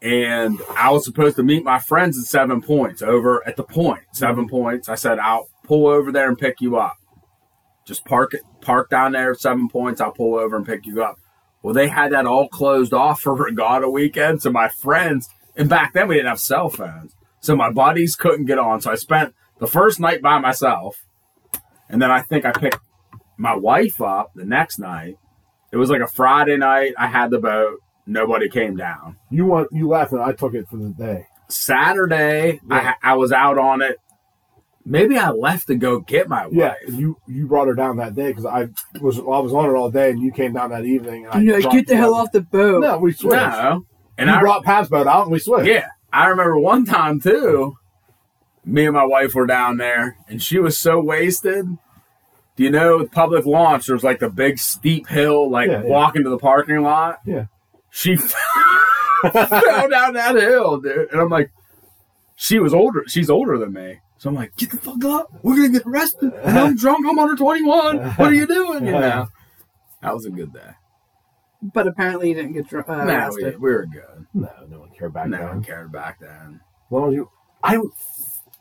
And I was supposed to meet my friends at Seven Points over at the point. Mm-hmm. Seven Points. I said, I'll pull over there and pick you up. Just park it, park down there at Seven Points. I'll pull over and pick you up. Well, they had that all closed off for regatta weekend. So my friends, and back then we didn't have cell phones. So my buddies couldn't get on. So I spent the first night by myself. And then I think I picked my wife up the next night. It was like a Friday night. I had the boat. Nobody came down. You want you left and I took it for the day. Saturday, I, I was out on it. Maybe I left to go get my wife. Yeah, you you brought her down that day because I was I was on it all day and you came down that evening and I And you're like, dropped get the hell off the boat. No, we switched. No. And you I- brought Pat's boat out and we switched. Yeah. I remember one time too, me and my wife were down there and she was so wasted. Do you know with public launch there's like the big steep hill, like Yeah, yeah. walking to the parking lot? Yeah. She fell down that hill, dude. And I'm like, she was older. She's older than me. So I'm like, get the fuck up. We're gonna get arrested. And I'm drunk. I'm under 21. What are you doing? You know. That was a good day. But apparently you didn't get dr- Nah, uh, we, arrested. we were good. No, no one cared back no then. one cared back then. Well, you, I,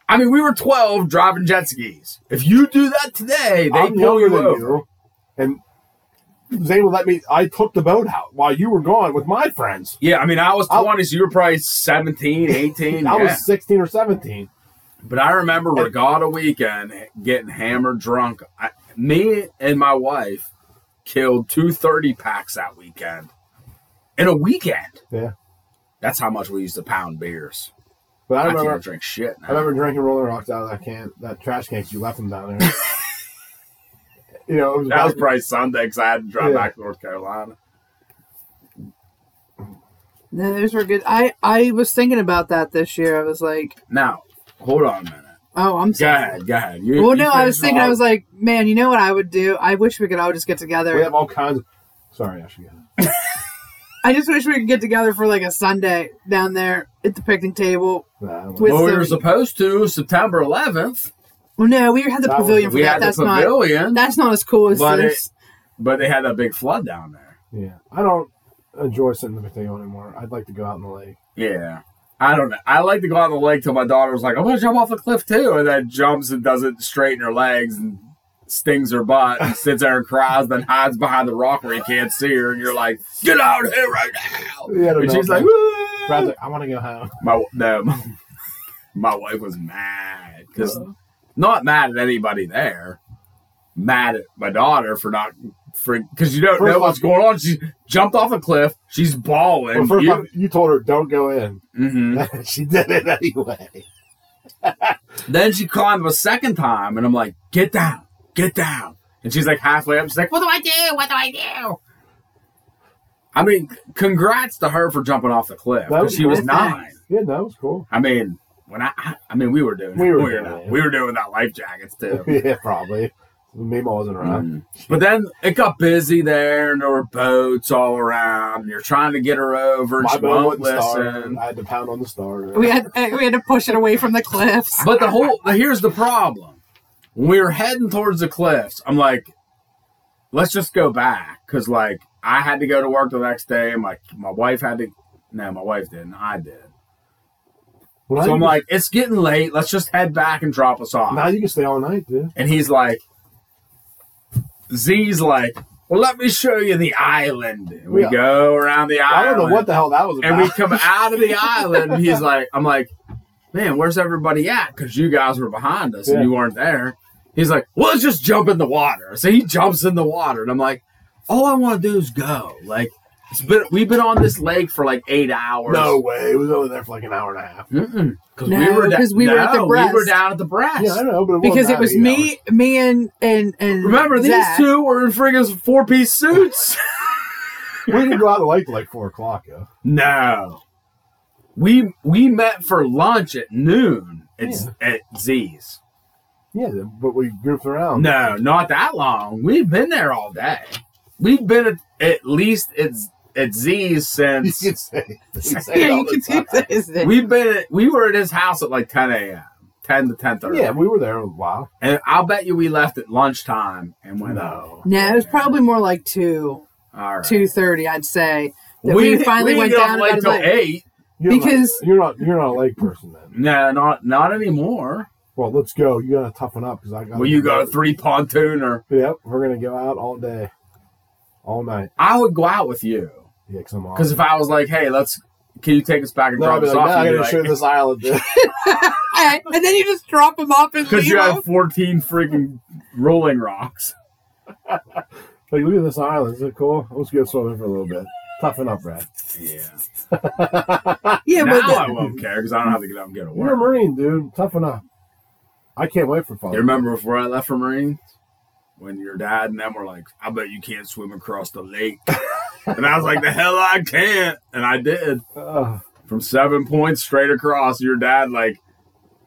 I mean, we were 12 driving jet skis. If you do that today, they I'm pull younger you than over. you, and Zane would let me. I took the boat out while you were gone with my friends. Yeah, I mean, I was 20, so you were probably 17, 18. I yeah. was sixteen or seventeen. But I remember regatta weekend getting hammered drunk. I, me and my wife killed two thirty packs that weekend. In a weekend. Yeah. That's how much we used to pound beers. But I I remember- can't drink shit now. I remember drinking Rolling Rocks out of that can, that trash can. 'cause You left them down there. you know, it was that was back- probably Sunday because I had to drive Yeah. back to North Carolina. No, those were good. I, I was thinking about that this year. I was like, Now, hold on a minute. oh, I'm Go sorry. ahead, go ahead. You- Well, you no, I finish was thinking, all- I was like, man, you know what I would do? I wish we could all just get together. we have all kinds. of... Sorry, I should get it. I just wish we could get together for like a Sunday down there at the picnic table. with well, we some- were supposed to September 11th, well, no, we had the That was- pavilion for we that. had the that's pavilion. not that's not as cool as but it, this. but they had that big flood down there. Yeah, I don't enjoy sitting in the potato anymore. I'd like to go out in the lake. Yeah. I don't know. I like to go out on the lake till my daughter was like, I'm going to jump off a cliff too. And then jumps and doesn't straighten her legs and stings her butt and sits there and cries, then hides behind the rock where you can't see her, and you're like, "Get out of here right now!" Yeah, I don't and know. she's like, Brad's like, I want to go home. My no, my, my wife was mad because not mad at anybody there, mad at my daughter for not for because you don't First know off- what's going on. She jumped off a cliff. She's bawling. Well, first You- off, you told her don't go in. Mhm. she did it anyway. then she climbed a second time, and I'm like, "Get down, get down!" And she's like halfway up. She's like, "What do I do? What do I do?" I mean, c- congrats to her for jumping off the cliff. 'cause she was cool. nine. Yeah, that was cool. I mean, when I, I- I mean, we were doing, We were doing that. it. we were doing that life jackets too. yeah, probably. Mima wasn't around. But then it got busy there, and there were boats all around. And you're trying to get her over, and My she boat won't wouldn't start. listen. I had to pound on the starter. We had eh, we had to push it away from the cliffs. But the whole here's the problem. When we were heading towards the cliffs, I'm like, let's just go back because like I had to go to work the next day, and my my wife had to. No, my wife didn't. I did. Well, so now I'm you- like, it's getting late. Let's just head back and drop us off. Now you can stay all night, dude. And he's like, Z's like, well, let me show you the island. And we Yeah. go around the I island. don't know what the hell that was And about. we come out of the island. And he's like, I'm like, man, where's everybody at? Because you guys were behind us Yeah. and you weren't there. He's like, well, let's just jump in the water. So he jumps in the water. And I'm like, all I want to do is go. Like, it's been, we've been on this lake for like eight hours. No way. It was only there for like an hour and a half. Because we were, da- because we were at the no, we breast. were down at the breast. Yeah, I know, but it because wasn't it was that eight me, me and and and Remember, these Zach. two were in friggin' four piece suits. we didn't go out of the lake till like four o'clock. Yeah. No. We we met for lunch at noon at, at Z's. Yeah, but we grouped around. No, not that long. We've been there all day. We've been at, at least at, at Z's since. say it Yeah, all you the can say We've been at, we were at his house at like 10 a.m., 10 to 10.30. Yeah, we were there a while. And I'll bet you we left at lunchtime and went out. No, it was probably more like two, All right. two thirty, I'd say. That We- we, finally we went get off down late about till like- eight. You're Because- not, you're not you're not a lake person then. No, not not anymore. Well, let's go. You gotta toughen up because I got. Well, you got a three pontooner. Yep, we're gonna go out all day, all night. I would go out with you. Yeah, because I'm Because if I was like, hey, let's, can you take us back and No, I'd drop be us like, off? "Nah, I You'd be gotta show this island. Eh, and then you just drop them off and leave Because you them. have 14 freaking rolling rocks. like, look at this island. Is it cool? Let's go swimming for a little bit. Toughen up, Brad. Yeah. Yeah, now but the- I won't care because I don't have to get up and go to You're a work. Marine, dude. Toughen up. I can't wait for fun. You remember before I left for Marines? When your dad and them were like, I bet you can't swim across the lake. and I was like, the hell I can't. And I did. From seven points straight across, your dad, like,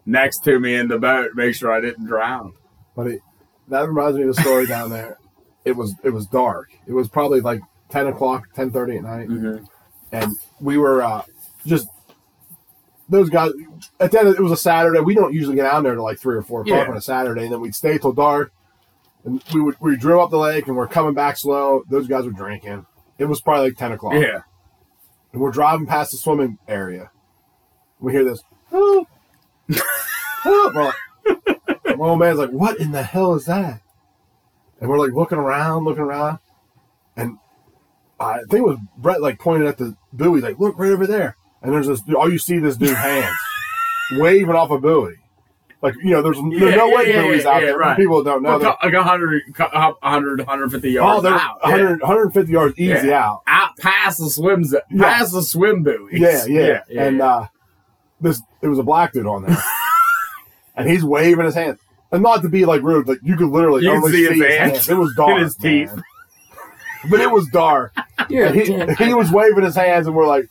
next to me in the boat, make sure I didn't drown. But it, that reminds me of a story down there. It was it was dark. It was probably like ten o'clock, ten thirty at night, Mm-hmm. and we were uh, just those guys. At the end, of- it was a Saturday. We don't usually get down there to like three or four o'clock Yeah. on a Saturday, and then we'd stay till dark. And we would we drove up the lake, and we're coming back slow. Those guys were drinking. It was probably like ten o'clock. Yeah. and we're driving past the swimming area. We hear this. "Help." Help. We're like- my old man's like, "What in the hell is that?" And we're like looking around, looking around, and I think it was Brett like pointed at the buoy, like, "Look right over there." And there's this. All you see this dude's hands waving off a buoy, like you know, there's no, Yeah, no way yeah, yeah, buoys yeah, out yeah, there. right. People don't know. Well, They're- like 100, 100, 150 yards Oh, they're out. 100, 150 yards Yeah. easy Yeah. out. Out past the swim, z- Yeah. past the swim buoys. Yeah, yeah. yeah, and yeah. uh this it was a black dude on there. and he's waving his hand. And not to be like rude, but you could literally You can only see his hand. hands. It was In dark. his teeth. man. But it was dark. You're a And he, dick. he was waving his hands and we're like,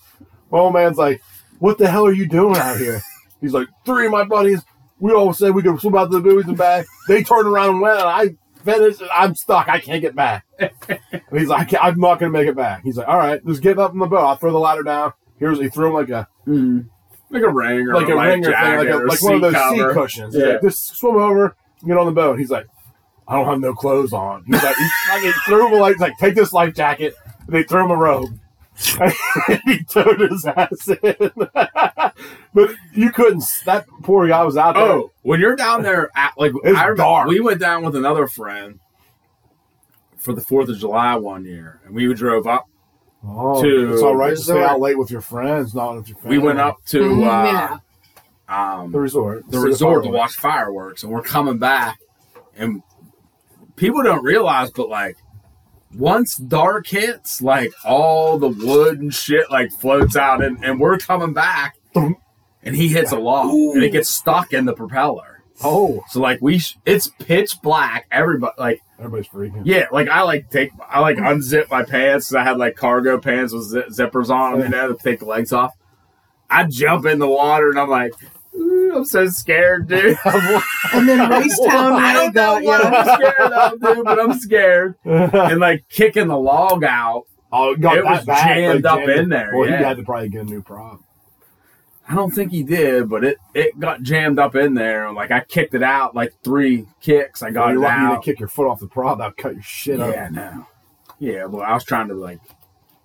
my old man's like, What the hell are you doing out here? He's like, Three of my buddies, we all said we could swim out to the buoys and back. They turned around and went and I finished and I'm stuck. I can't get back. And he's like, I can't, I'm not going to make it back. He's like, all right, just get up in the boat. I'll throw the ladder down. Here's he threw him like a Mm-hmm. like a ring or like a life ringer thing, jacket like, a, or like one of those cover. sea cushions. He's Yeah. like, just swim over, get on the boat. He's like, I don't have no clothes on. He's like, he, like, he threw him a like, he's like take this life jacket. And they threw him a robe. he towed his ass in. but you couldn't. s- That poor guy was out there. Oh, when you're down there at like It's I remember dark. we went down with another friend for the Fourth of July one year, and we drove up. Oh, to it's all right to stay out late with your friends, not with your family. We went up to Mm, Mm-hmm. uh, um, the resort, the See the resort to fireworks. watch fireworks, and we're coming back, and people don't realize, but like once dark hits, like all the wood and shit like floats out, and, and we're coming back, and he hits a log, and it gets stuck in the propeller. Oh, so like we, sh- it's pitch black. Everybody like everybody's freaking. yeah, like I like take I like unzip my pants. 'cause I had like cargo pants with zip- zippers on them, you know, to take the legs off. I jump in the water and I'm like, "Ooh, I'm so scared, dude. and then Racetown I don't know Rag got what you. I'm scared of, dude, but I'm scared. and like kicking the log out, oh, Got it that was bad, jammed like, up in there. Well, yeah. he had to probably get a new prop. I don't think he did, but it it got jammed up in there. Like I kicked it out like three kicks. I got You're it lucky you out. didn't kick your foot off the prop. That'd cut your shit up. Yeah, no. Yeah, well, I was trying to like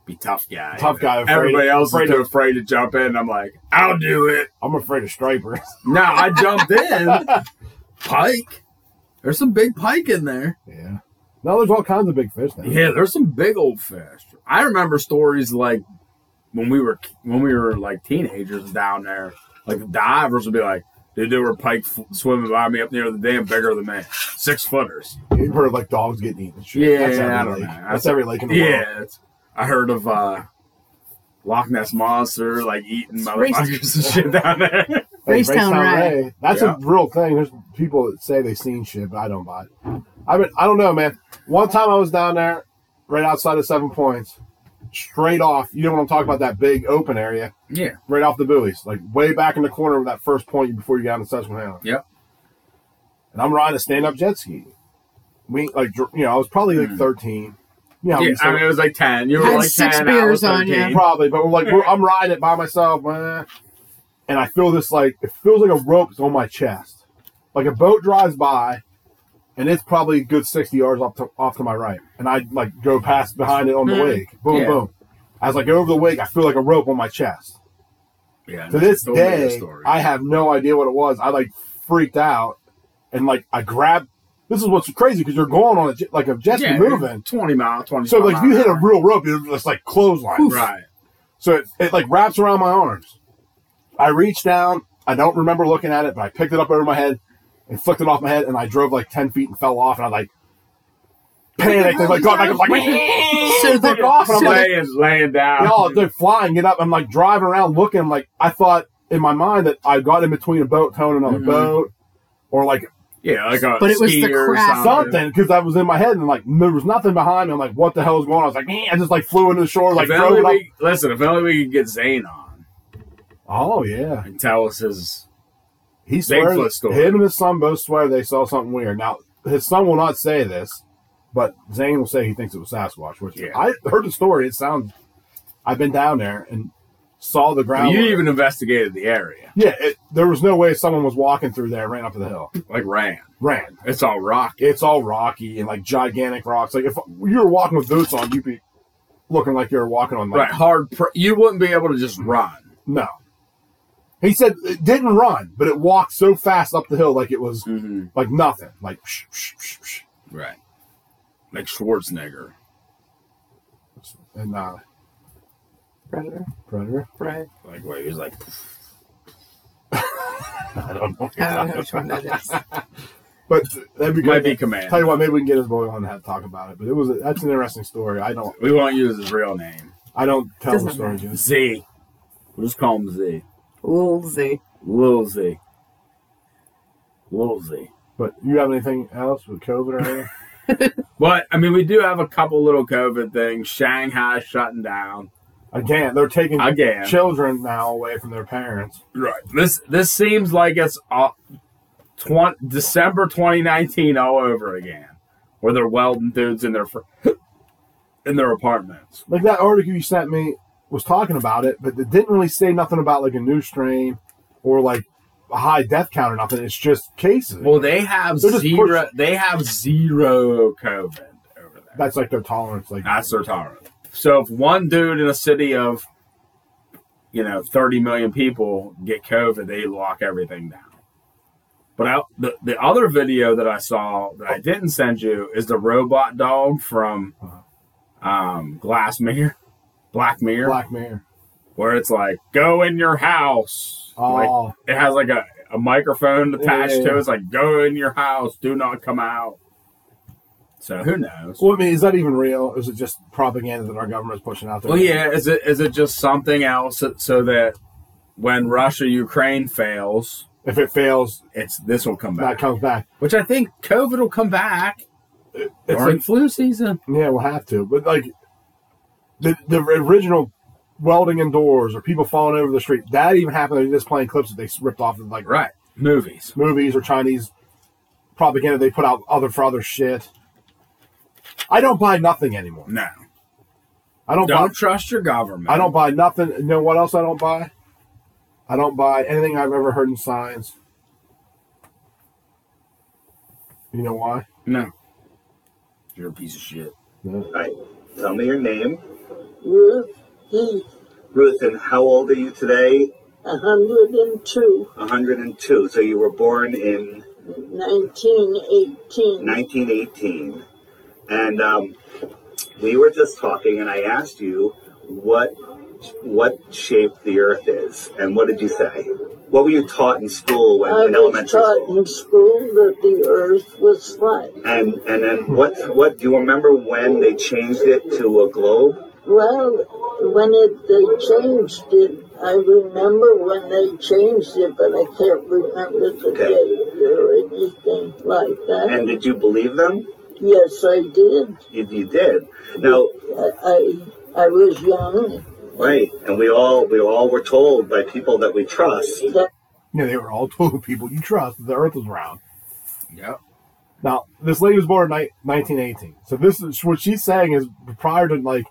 be tough guy. Tough guy, afraid- Everybody else afraid is too of- afraid to jump in. I'm like, I'll do it. I'm afraid of stripers. No, I jumped in. pike. There's some big pike in there. Yeah. Now there's all kinds of big fish now. Yeah, there's some big old fish. I remember stories like when we were when we were like teenagers down there. Like divers would be like, dude, there were pike f- swimming by me up near the dam, bigger than me, six footers. You've heard of like dogs getting eaten. and shit. Yeah, that's every I don't lake. know. That's every lake in the yeah, world. it's- I heard of uh, Loch Ness monster like eating motherfuckers and shit down there. Hey, Racetown Ray. That's Yeah. a real thing. There's people that say they seen shit, but I don't buy it. I mean, I don't know, man. One time I was down there, right outside of Seven Points, straight off. You know what I'm talking about? That big open area, yeah. right off the buoys, like way back in the corner of that first point before you got into Susquehanna. Yep. And I'm riding a stand-up jet ski. We like, dr- you know, I was probably Hmm. like 13. You know, how Yeah, we I say- mean, it was like 10. You were Had like six 10. beers I was on you. 13. Probably, but we're like, we're- I'm riding it by myself, eh. and I feel this like it feels like a rope's on my chest, like a boat drives by, and it's probably a good sixty yards off to off to my right, and I like go past behind it on the Mhm. wake, boom, Yeah. boom. As I go over the wake, I feel like a rope on my chest. Yeah, to this day, I have no idea what it was. I like freaked out, and like I grabbed. This is what's crazy because you're going on a jet, like a jet ski Yeah, moving twenty mile, twenty. So like if you hit a real rope, it's just, like clothesline, Oof. Right. So it, it like wraps around my arms. I reached down. I don't remember looking at it, but I picked it up over my head and flicked it off my head, and I drove like ten feet and fell off, and I like panicked and like got back and was like So so flicked off, and I'm like laying, laying down. y'all they're flying it up. I'm like driving around looking like I thought in my mind that I got in between a boat towing another Mhm. boat or like Yeah, like a But it was the skier or crash. something. something because I was in my head and like there was nothing behind me. I'm like, what the hell is going on? I was like, "Eh," I just like flew into the shore, like if drove only it up. we, listen, if only we could get Zane on. Oh yeah, and tell us his He Bigfoot swears story. him and his son both swear they saw something weird. Now his son will not say this, but Zane will say he thinks it was Sasquatch. Which I heard the story. It sounds. I've been down there and saw the ground. you even investigated the area, yeah, it, there was no way someone was walking through there, ran up to the hill, like ran. ran. It's all rocky. It's all rocky and like gigantic rocks. Like if you were walking with boots on, you'd be looking like you were walking on like Right, Mm-hmm. hard. Pr- you wouldn't be able to just run. No. He said it didn't run, but it walked so fast up the hill like it was Mm-hmm. like nothing. Like psh, psh, psh, psh. Right, like Schwarzenegger. and uh Predator. Predator. Right. Like where he was like, I don't know. I don't know which one that is. But that'd be good. Might be Command. Tell you what, maybe we can get his boy on to have talk about it. But it was a, that's an interesting story. I don't we won't use his real name. I don't tell Doesn't the story, Jim. Z. We'll just call him Z. Lil Z. Lil Z. Lil Z. But you have anything else with COVID or anything? But I mean, we do have a couple little COVID things. Shanghai shutting down Again, they're taking Again. children now away from their parents. Right. This this seems like it's all, 20, December 2019 all over again, where they're welding dudes in their fr- in their apartments. Like that article you sent me was talking about it, but it didn't really say nothing about like a new strain or like a high death count or nothing. It's just cases. Well, they have They're just zero. They have zero COVID. That's like their tolerance. Like that's their tolerance. So if one dude in a city of, you know, 30 million people get COVID, they lock everything down. But I, the, the other video that I saw that I didn't send you is the robot dog from um, Glass Mirror, Black Mirror, Uh-huh. Black Mirror, where it's like, go in your house. Oh. Like, it has like a, a microphone attached Yeah, yeah, to yeah. it. It's like, go in your house, do not come out. So who knows? Well, I mean, is that even real? Is it just propaganda that our government's pushing out there? Well, yeah. Is it is it just something else that- so that when Russia Ukraine fails, if it fails, it's this will come that back. comes back. Which I think COVID will come back. It's Or in flu season. Yeah, we'll have to. But like the the original welding indoors or people falling over the street that even happened. They're just playing clips that they ripped off of like right movies, movies or Chinese propaganda they put out other for other shit. I don't buy nothing anymore. No, I don't. Don't buy, trust your government. I don't buy nothing. You know what else I don't buy? I don't buy anything I've ever heard in science. You know why? No. You're a piece of shit. No. Hi. Tell me your name. Ruth. Ruth, and how old are you today? 102, 102. So you were born in 1918. 1918. And um, we were just talking, and I asked you what what shape the Earth is, and what did you say? What were you taught in school when I in was elementary? taught in school that the earth was flat. And and then what what do you remember when they changed it to a globe? Well, when it they changed it, I remember when they changed it, but I can't remember the date or anything like that. And did you believe them? yes, I did. You, you did. Now, I, I I was young. Right, and we all we all were told by people that we trust. Yeah, they were all told people you trust that the Earth was round. Yep. Now, this lady was born in ni- 1918. So this is what she's saying is prior to like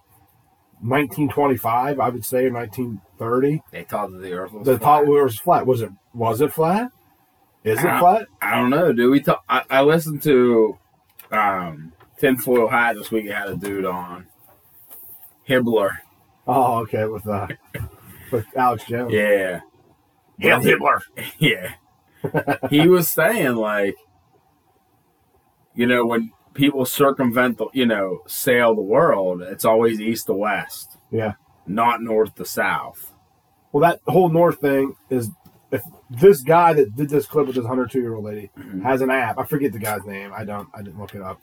1925, I would say, or 1930. They thought that the Earth was the flat. thought was flat. Was it? Was it flat? Is it I- flat? I don't know, dude. We talk, I, I listened to um, Tinfoil Hat this week. It had a dude on Hibbler. Oh, okay. With uh, with Alex Jones. Yeah. Hail Hitler. Yeah. he was saying like you know, when people circumvent the you know, sail the world, it's always east to west, Yeah. not north to south. Well, that whole North thing is if this guy that did this clip with this 102 year old lady Mm-hmm. has an app. I forget the guy's name. I don't. I didn't look it up.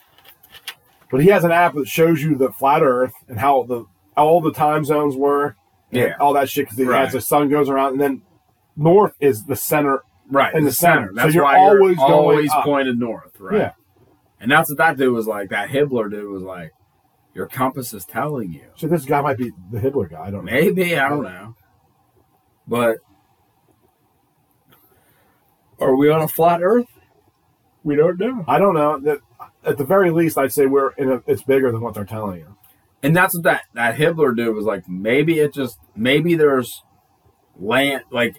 But he has an app that shows you the flat Earth and how the all the time zones were. and Yeah. all that shit because Right. as the sun goes around and then north is the center. Right. in the, center. That's so you're why always you're going always up. pointed north, right? Yeah. And that's what that dude was like, that Hibbler dude was like, Your compass is telling you. So this guy might be the Hitler guy. I don't know. Maybe, I don't know. But are we on a flat Earth? We don't know. I don't know. That at the very least, I'd say we're in a, it's bigger than what they're telling you. And that's what that that Hibbler dude was like. Maybe it just maybe there's land like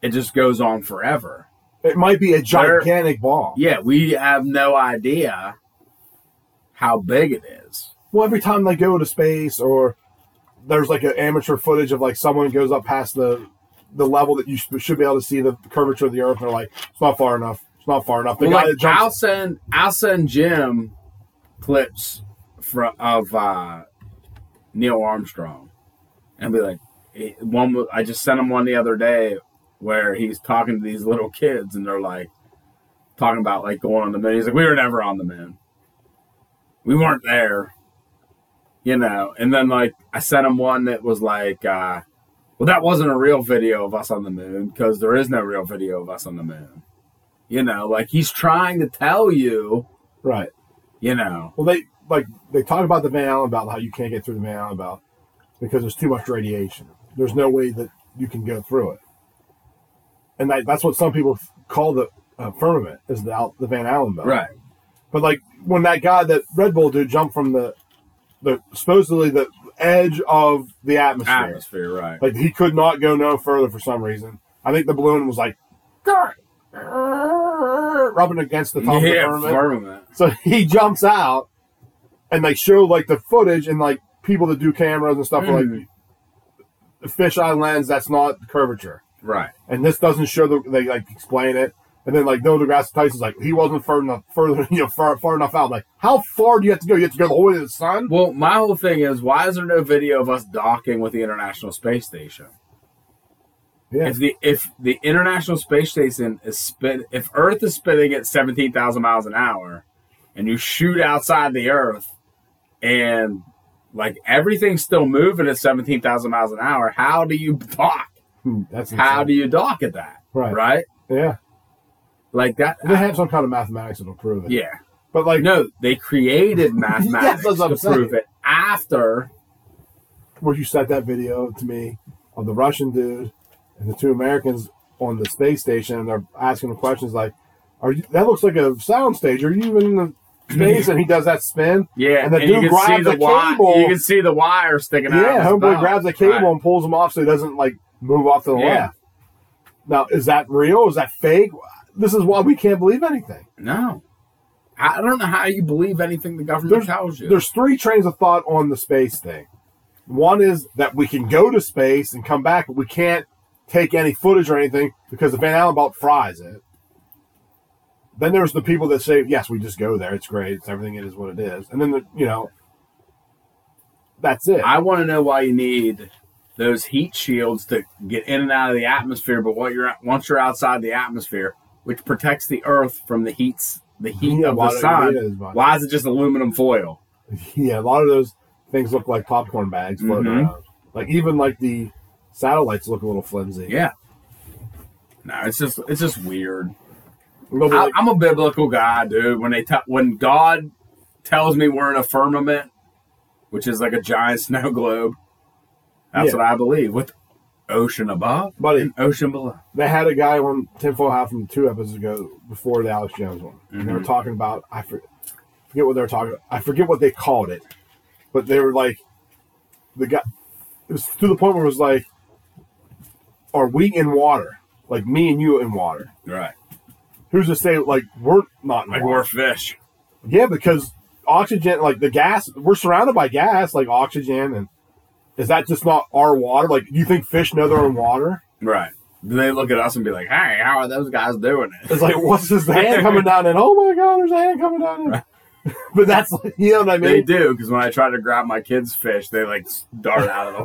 it just goes on forever. It might be a There- gigantic ball. Yeah, we have no idea how big it is. Well, every time they go to space, or there's like an amateur footage of like someone goes up past the the level that you sh- should be able to see the curvature of the Earth, and they're like, it's not far enough. It's not far enough. The Well, guy like, that jumps, I'll send I'll send Jim clips from of uh, Neil Armstrong and be like it- one. wa- I just sent him one the other day where he's talking to these little kids and they're like talking about like going on the moon. He's like, we were never on the moon. We weren't there, you know. And then like I sent him one that was like. Uh, well, that wasn't a real video of us on the moon because there is no real video of us on the moon. You know, like he's trying to tell you, right? You know, Well, they like they talk about the Van Allen belt, how you can't get through the Van Allen belt because there's too much radiation. There's no way that you can go through it, and that, that's what some people call the uh, firmament is the Al- the Van Allen belt, Right. But like when that guy, that Red Bull dude, jumped from the the supposedly the edge of the atmosphere, atmosphere, right? like he could not go no further for some reason. I think the balloon was like Uh, rubbing against the top yeah, of the firmament. firmament. So he jumps out, and they show like the footage, and like people that do cameras and stuff are Mhm. like the fisheye lens. That's not curvature, Right. and this doesn't show the they like explain it. And then like Neil deGrasse Tyson's like he wasn't far enough further you know far, far enough out. Like how far do you have to go? You have to go the whole way to the sun. Well, my whole thing is why is there no video of us docking with the International Space Station? If the if the International Space Station is spin if Earth is spinning at seventeen thousand miles an hour, and you shoot outside the Earth, and like everything's still moving at seventeen thousand miles an hour, how do you dock? That's how do you dock at that? Right. Right. Yeah. Like that. They have some kind of mathematics that'll prove it. Yeah. But like no, they created mathematics that's what I'm to prove saying. it after where you sent that video to me of the Russian dude and the two Americans on the space station, and they're asking him questions like, "Are you? That looks like a sound stage. Are you even in the space?" And he does that spin. Yeah, and the dude grabs the, wi- cable. You can see the wire sticking out. yeah, of his homeboy belt. grabs the cable Right. and pulls him off so he doesn't like move off to the Yeah. left. Now, is that real? Is that fake? This is why we can't believe anything. No, I don't know how you believe anything the government tells you. There's three trains of thought on the space thing. One is that we can go to space and come back, but we can't take any footage or anything because the Van Allen belt fries it. Then there's the people that say, yes, we just go there. It's great. It's everything. It is what it is. And then, the, you know, that's it. I want to know why you need those heat shields to get in and out of the atmosphere, but what you're once you're outside the atmosphere, which protects the Earth from the heats, the heat Yeah, of why the don't you sun. need it as much? why is it just aluminum foil? yeah, a lot of those things look like popcorn bags floating Mhm. around. Like even like the satellites look a little flimsy. Yeah. No, it's just it's just weird. But I, I'm a biblical guy, dude. When they tell when God tells me we're in a firmament, which is like a giant snow globe, that's Yeah. what I believe. With ocean above, Buddy. and ocean below. They had a guy on Tinfoil Hat from two episodes ago before the Alex Jones one. And they were Mhm. talking about I for, forget what they were talking. I forget what they called it, but they were like the guy. It was to the point where it was like, "Are we in water? Like me and you in water? Right. Who's to say like we're not in Like water? we're fish. Yeah, because oxygen, like the gas, we're surrounded by gas, like oxygen, and is that just not our water? Like, you think fish know they're in water? Right. Then they look at us and be like, "Hey, how are those guys doing it?" It's like, what's this hand coming down? And oh my god, there's a hand coming down. And, but that's like, you know what I mean. They do because when I try to grab my kids' fish, they like dart out of them.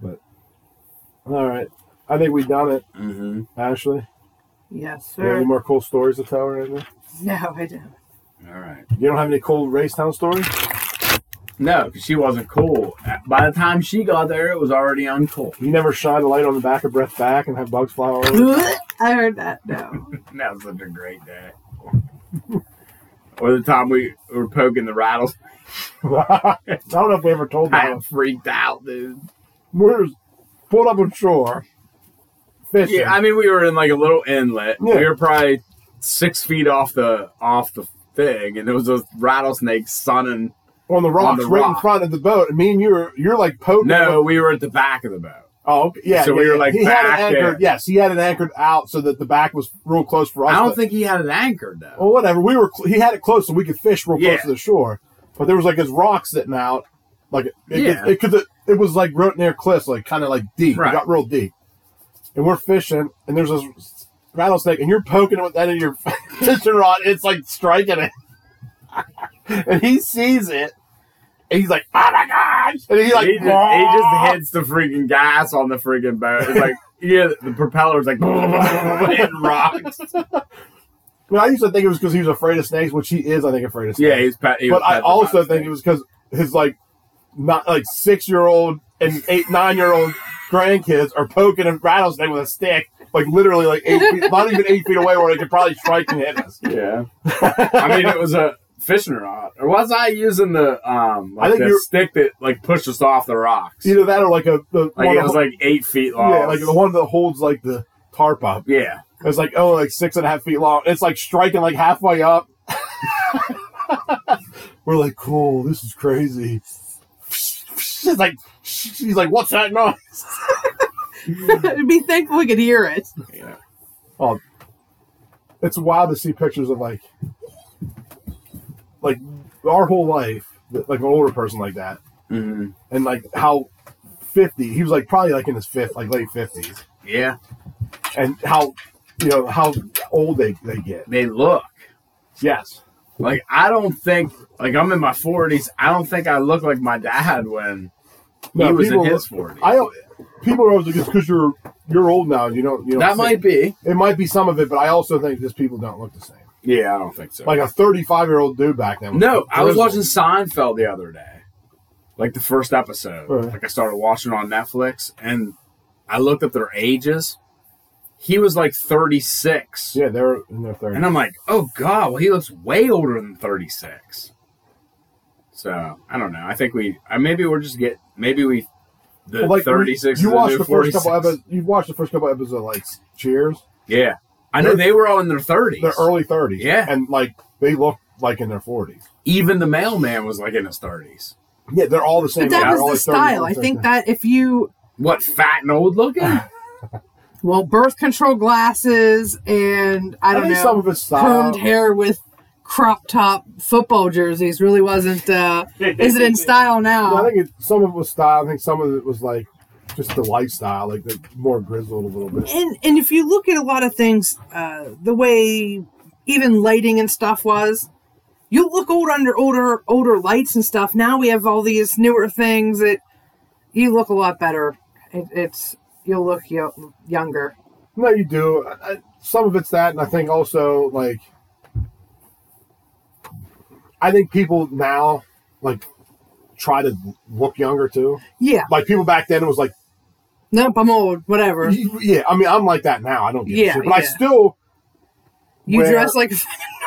But all right, I think we done it. Mm-hmm. Ashley, Yes, you have sir. any more cool stories to tell or anything? No, I don't. All right. You don't have any cool race town stories? No, 'cause she wasn't cool. By the time she got there, it was already uncool. You never shine a light on the back of breath back and have bugs fly all over. I heard that. No. That was such a great day. or the time we were poking the rattles. I don't know if we ever told that. I freaked out, dude. We're pulled up on shore. Fishing. Yeah, I mean, we were in like a little inlet. We Yeah. were probably six feet off the off the thing, and there was a rattlesnake sunning. on the rocks the right in rock. front of the boat. And me and you were you're like poking. the No, boat. we were at the back of the boat. Oh, okay. yeah. So yeah, we were yeah. like he back had it anchored. there. Yes, he had it anchored out so that the back was real close for us. I don't but- think he had it anchored though. Well, whatever. We were. Cl- he had it close so we could fish real Yeah. close to the shore. But there was like this rock sitting out, like it, Yeah. it, it, 'cause it, it was like right near cliffs, like kind of like deep. Right. It got real deep. And we're fishing, and there's this rattlesnake, and you're poking it with that in your fishing rod. It's like striking it, and he sees it, and he's like, "Oh my gosh!" And he like, he, just, he just hits the freaking gas on the freaking boat. It's like yeah, the propeller's like and rocks. Well, I used to think it was because he was afraid of snakes, which he is, I think, afraid of snakes. Yeah, he's pe- he was but I petrified also of think it was because his like not like six year old and eight nine year old grandkids are poking a rattlesnake with a stick, like literally like eight feet, not even eight feet away, where they could probably strike and hit us. Yeah, I mean it was a fishing rod, or was I using the um I like think the you're- stick that like pushed us off the rocks? either that or like a the Like one it was that- like eight feet long. yeah, like the one that holds like the tarp up. Yeah, it's like oh like six and a half feet long. It's like striking like halfway up. We're like, cool, this is crazy. She's like, she's like, what's that noise? Be thankful we could hear it. Oh, it's wild to see pictures of like, like our whole life. like an older person like that, Mm-hmm. and like how fifty he was like probably like in his fifth, like late fifties, Yeah. and how you know how old they they get. They look. Yes. Like I don't think like I'm in my forties. I don't think I look like my dad when he was in his forties. I don't- people are always like, just because you're you're old now, you don't you don't That see- might be. it might be some of it, but I also think just people don't look the same. Yeah, I don't think so. Like a 35 year old dude back then. No, I was Grizzled. watching Seinfeld the other day, like the first episode. Right. Like I started watching on Netflix, and I looked up their ages. He was like 36, Yeah, they're in their 30s. and I'm like, oh god, well he looks way older than 36. So I don't know. I think we, I maybe we're just get maybe we the Well, like, 36. You is watched new the first 46. couple episodes. You watched the first couple episodes of like Cheers. Yeah, I know they were all in their 30s. Their early 30s. Yeah. and like they look like in their 40s. Even the mailman was like in his 30s. Yeah, they're all the same. But that Yeah, was all the like 30, style. I 30. think that if you What fat and old looking? well, birth control glasses and I I don't think know some of it's style. permed hair with crop top football jerseys really wasn't uh is it in style now? Yeah, I think it, some of it was style. I think some of it was like just the lifestyle, like the more grizzled a little bit. and and if you look at a lot of things, uh, the way even lighting and stuff was, you look old under older older lights and stuff. Now we have all these newer things that you look a lot better. It, it's you'll look yo- younger. No, you do. I, I- some of it's that, and I think also like I think people now like try to look younger too. Yeah. Like people back then, it was like, Nope, I'm old. Whatever. You, yeah. I mean, I'm like that now. I don't give Yeah, a shit, but I yeah. still. wear- dress like a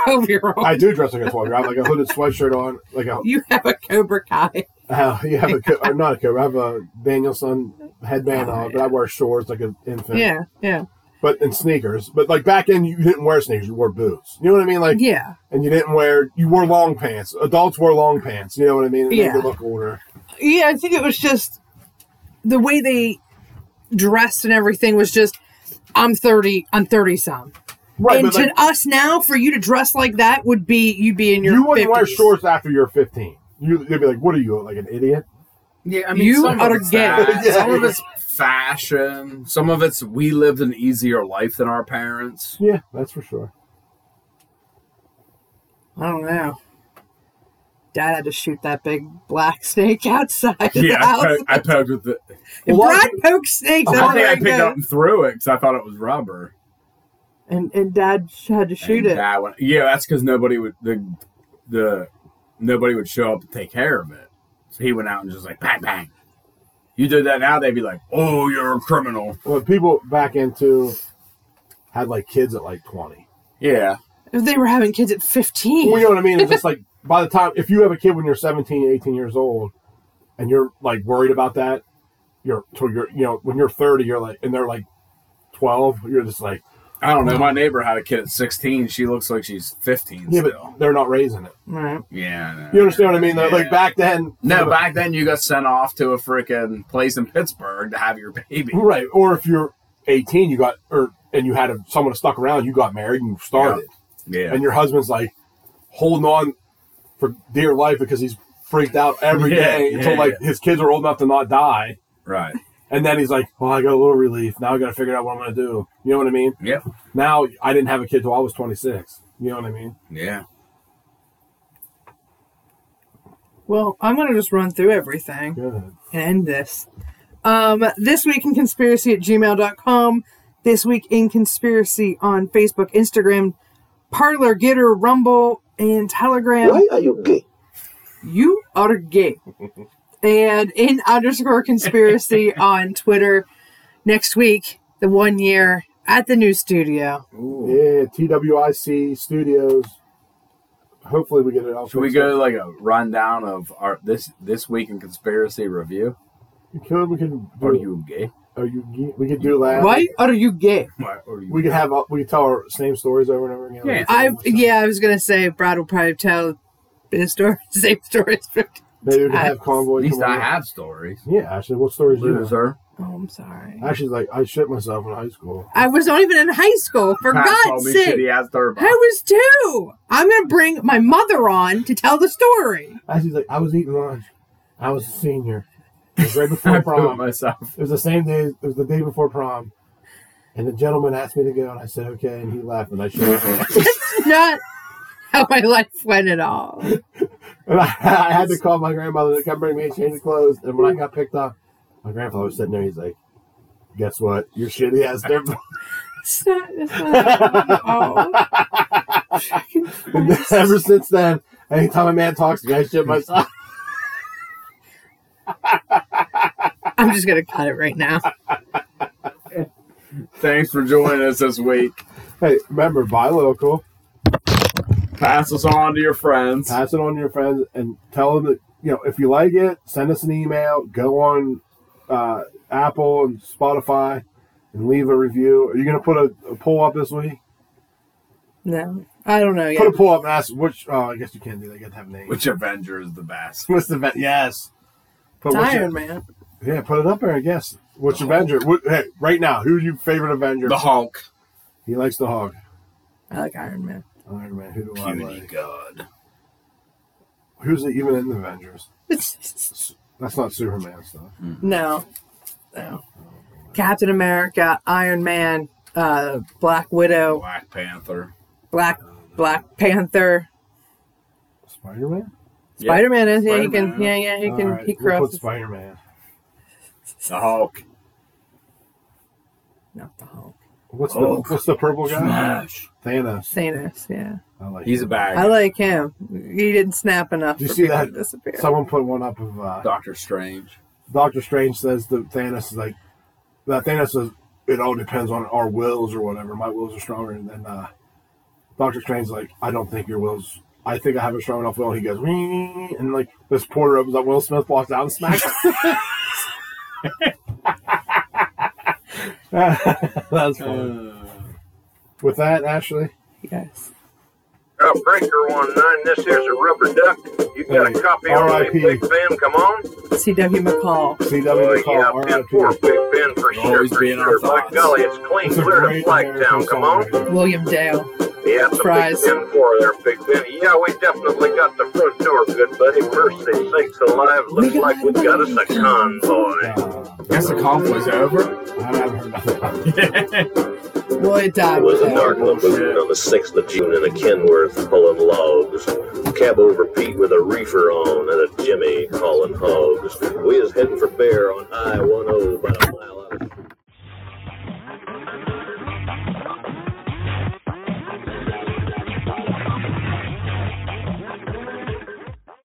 twelve year old. I do dress like a twelve year old. I have like a hooded sweatshirt on, like a You have a Cobra Kai. Uh, you have a co- or not a coat. I have a Danielson headband on, but I wear shorts like an infant. Oh, Yeah, yeah. But and sneakers. But like back then, you didn't wear sneakers. You wore boots. You know what I mean? Like Yeah. And you didn't wear. You wore long pants. Adults wore long pants. You know what I mean? It made Yeah. you look older. Yeah, I think it was just the way they dressed and everything was just I'm 30, I'm 30 some. Right, and but to like- us now, for you to dress like that would be you'd be in your You wouldn't 50s. wear shorts after you're 15. You, you'd be like, "What are you like an idiot?" Yeah, I mean, You some are of it's gay. that. Yeah. Some of it's fashion. Some of it's we lived an easier life than our parents. Yeah, that's for sure. I don't know. Dad had to shoot that big black snake outside of the Yeah, I, house. po- I poked with the. And Brad poked I snakes. think I everywhere he picked it goes. up and threw it because I thought it was rubber. And, and Dad had to shoot it. That one, yeah, that's because nobody would the the nobody would show up to take care of it. So he went out and just like bang bang. You did that now, they'd be like, "Oh, you're a criminal." Well, people back into had like kids at like 20. Yeah. They were having kids at 15. Well, you know what I mean? It's just like by the time if you have a kid when you're 17, 18 years old, and you're like worried about that, you're till you're you know when you're 30, you're like, and they're like 12, you're just like, I don't know. My neighbor had a kid at 16. She looks like she's 15. yeah, but they're not raising it. Right. Yeah. I know. You understand what I mean? Though? Yeah. Like back then, No, back then you got sent off to a freaking place in Pittsburgh to have your baby. right? Or if you're 18, you got or and you had a, someone stuck around, you got married and you started, Yeah. and your husband's like holding on for dear life because he's freaked out every day Yeah, until yeah, like yeah. his kids are old enough to not die. Right. And then he's like, "Well, I got a little relief. Now I got to figure out what I'm going to do." You know what I mean? Yep. Now I didn't have a kid till I was 26. You know what I mean? Yeah. Well, I'm going to just run through everything and end this. Um, this week in conspiracy at gmail.com. This week in conspiracy on Facebook, Instagram, Parlor, Gitter, Rumble, and Telegram. Why are you gay? You are gay. and in underscore conspiracy on Twitter. Next week, the one year at the new studio. Yeah. TWIC Studios. Hopefully we get it all. Should we fixed go up. like a rundown of our this this week in conspiracy review? We could. We could. Do, Are you gay? Are you? gay? We could do that. Why are you gay? We could have. all- We could tell our same stories over and over again. I yeah, I was gonna say Brad will probably tell his story, same story. as 50 Maybe we could times. have convoy. At least come I over. have stories. Yeah, actually, what stories? do you know? Loser. Oh, I'm sorry. Ashley's like, I shit myself in high school. I was not even in high school, for Pat God's told me sake. shitty ass turbo. I was two. I'm going to bring my mother on to tell the story. Ashley's like, I was eating lunch. I was a senior. It was right before prom. myself. It was the same day. It was the day before prom. And the gentleman asked me to go, and I said okay, and he laughed, and I shit myself. That's not how my life went at all. And I, I had to call my grandmother to come bring me a change of clothes. And when I got picked up, my grandfather was sitting there. He's like, "Guess what? Your shitty ass turbo." It's not. It's not And Ever since then, anytime a man talks to me, I shit myself. I'm just going to cut it right now. Thanks for joining us this week. Hey, remember, buy local. Pass us on to your friends. Pass it on to your friends and tell them that you know if you like it, send us an email. Go on uh, Apple and Spotify and leave a review. Are you going to put a, a poll up this week? No, I don't know yet. Put a poll up and ask which. Oh, I guess you can't do that. You have to have names. Which Avenger is the best? What's the best? Yes. Put It's what's Iron your- Man. Yeah, put it up there. I guess. Which Avenger? What, hey, right now, who's your favorite Avenger? The Hulk. He likes the Hulk. I like Iron Man. Iron Man. Who do Puny I like? God. Who's even in the Avengers? That's not Superman stuff. Hmm. No, no. Captain America, Iron Man, uh, Black Widow, Black Panther. Black Black Panther, Spider Man. Spider Man is yeah he can yeah yeah he All can he right, we'll put crosses. Spider Man. The Hulk. Not the Hulk. What's the Hulk. what's the purple guy? Smash. Thanos. Thanos, yeah. I like He's a him. bag. I like him. He didn't snap enough. Did you for see people that? to disappear. Someone put one up of uh, Doctor Strange. Doctor Strange says that Thanos is like that. Thanos says it all depends on our wills or whatever. My wills are stronger, and then uh, Doctor Strange's like, I don't think your wills. I think I have a strong enough will. And he goes, "Wee," and like this porter opens up. Will Smith walks out and smacks. him. That's funny. Uh. With that, Ashley. Yes. Uh, breaker one nine. This here's a rubber duck. You got a copy on me, R.I.P.. Big Ben? Come on. C.W. McCall. Oh, C.W. yeah, McCall, Pit Four, Big Ben for sure. For sure. By golly, it's clean, clear to Flagtown. Come on. William Dale. Yeah, it's a Fries. Big Ben four there, Big Ben. Yeah, we definitely got the front door, good buddy. Mercy sakes alive. Looks like we got us a convoy. Guess the convoy's over. Well, it died. It was a dark lagoon on the 6th of June in a Kenworth pulling logs. Cab over Pete with a reefer oh on and a Jimmy hauling hogs. We is heading for Bear on I-10 about a mile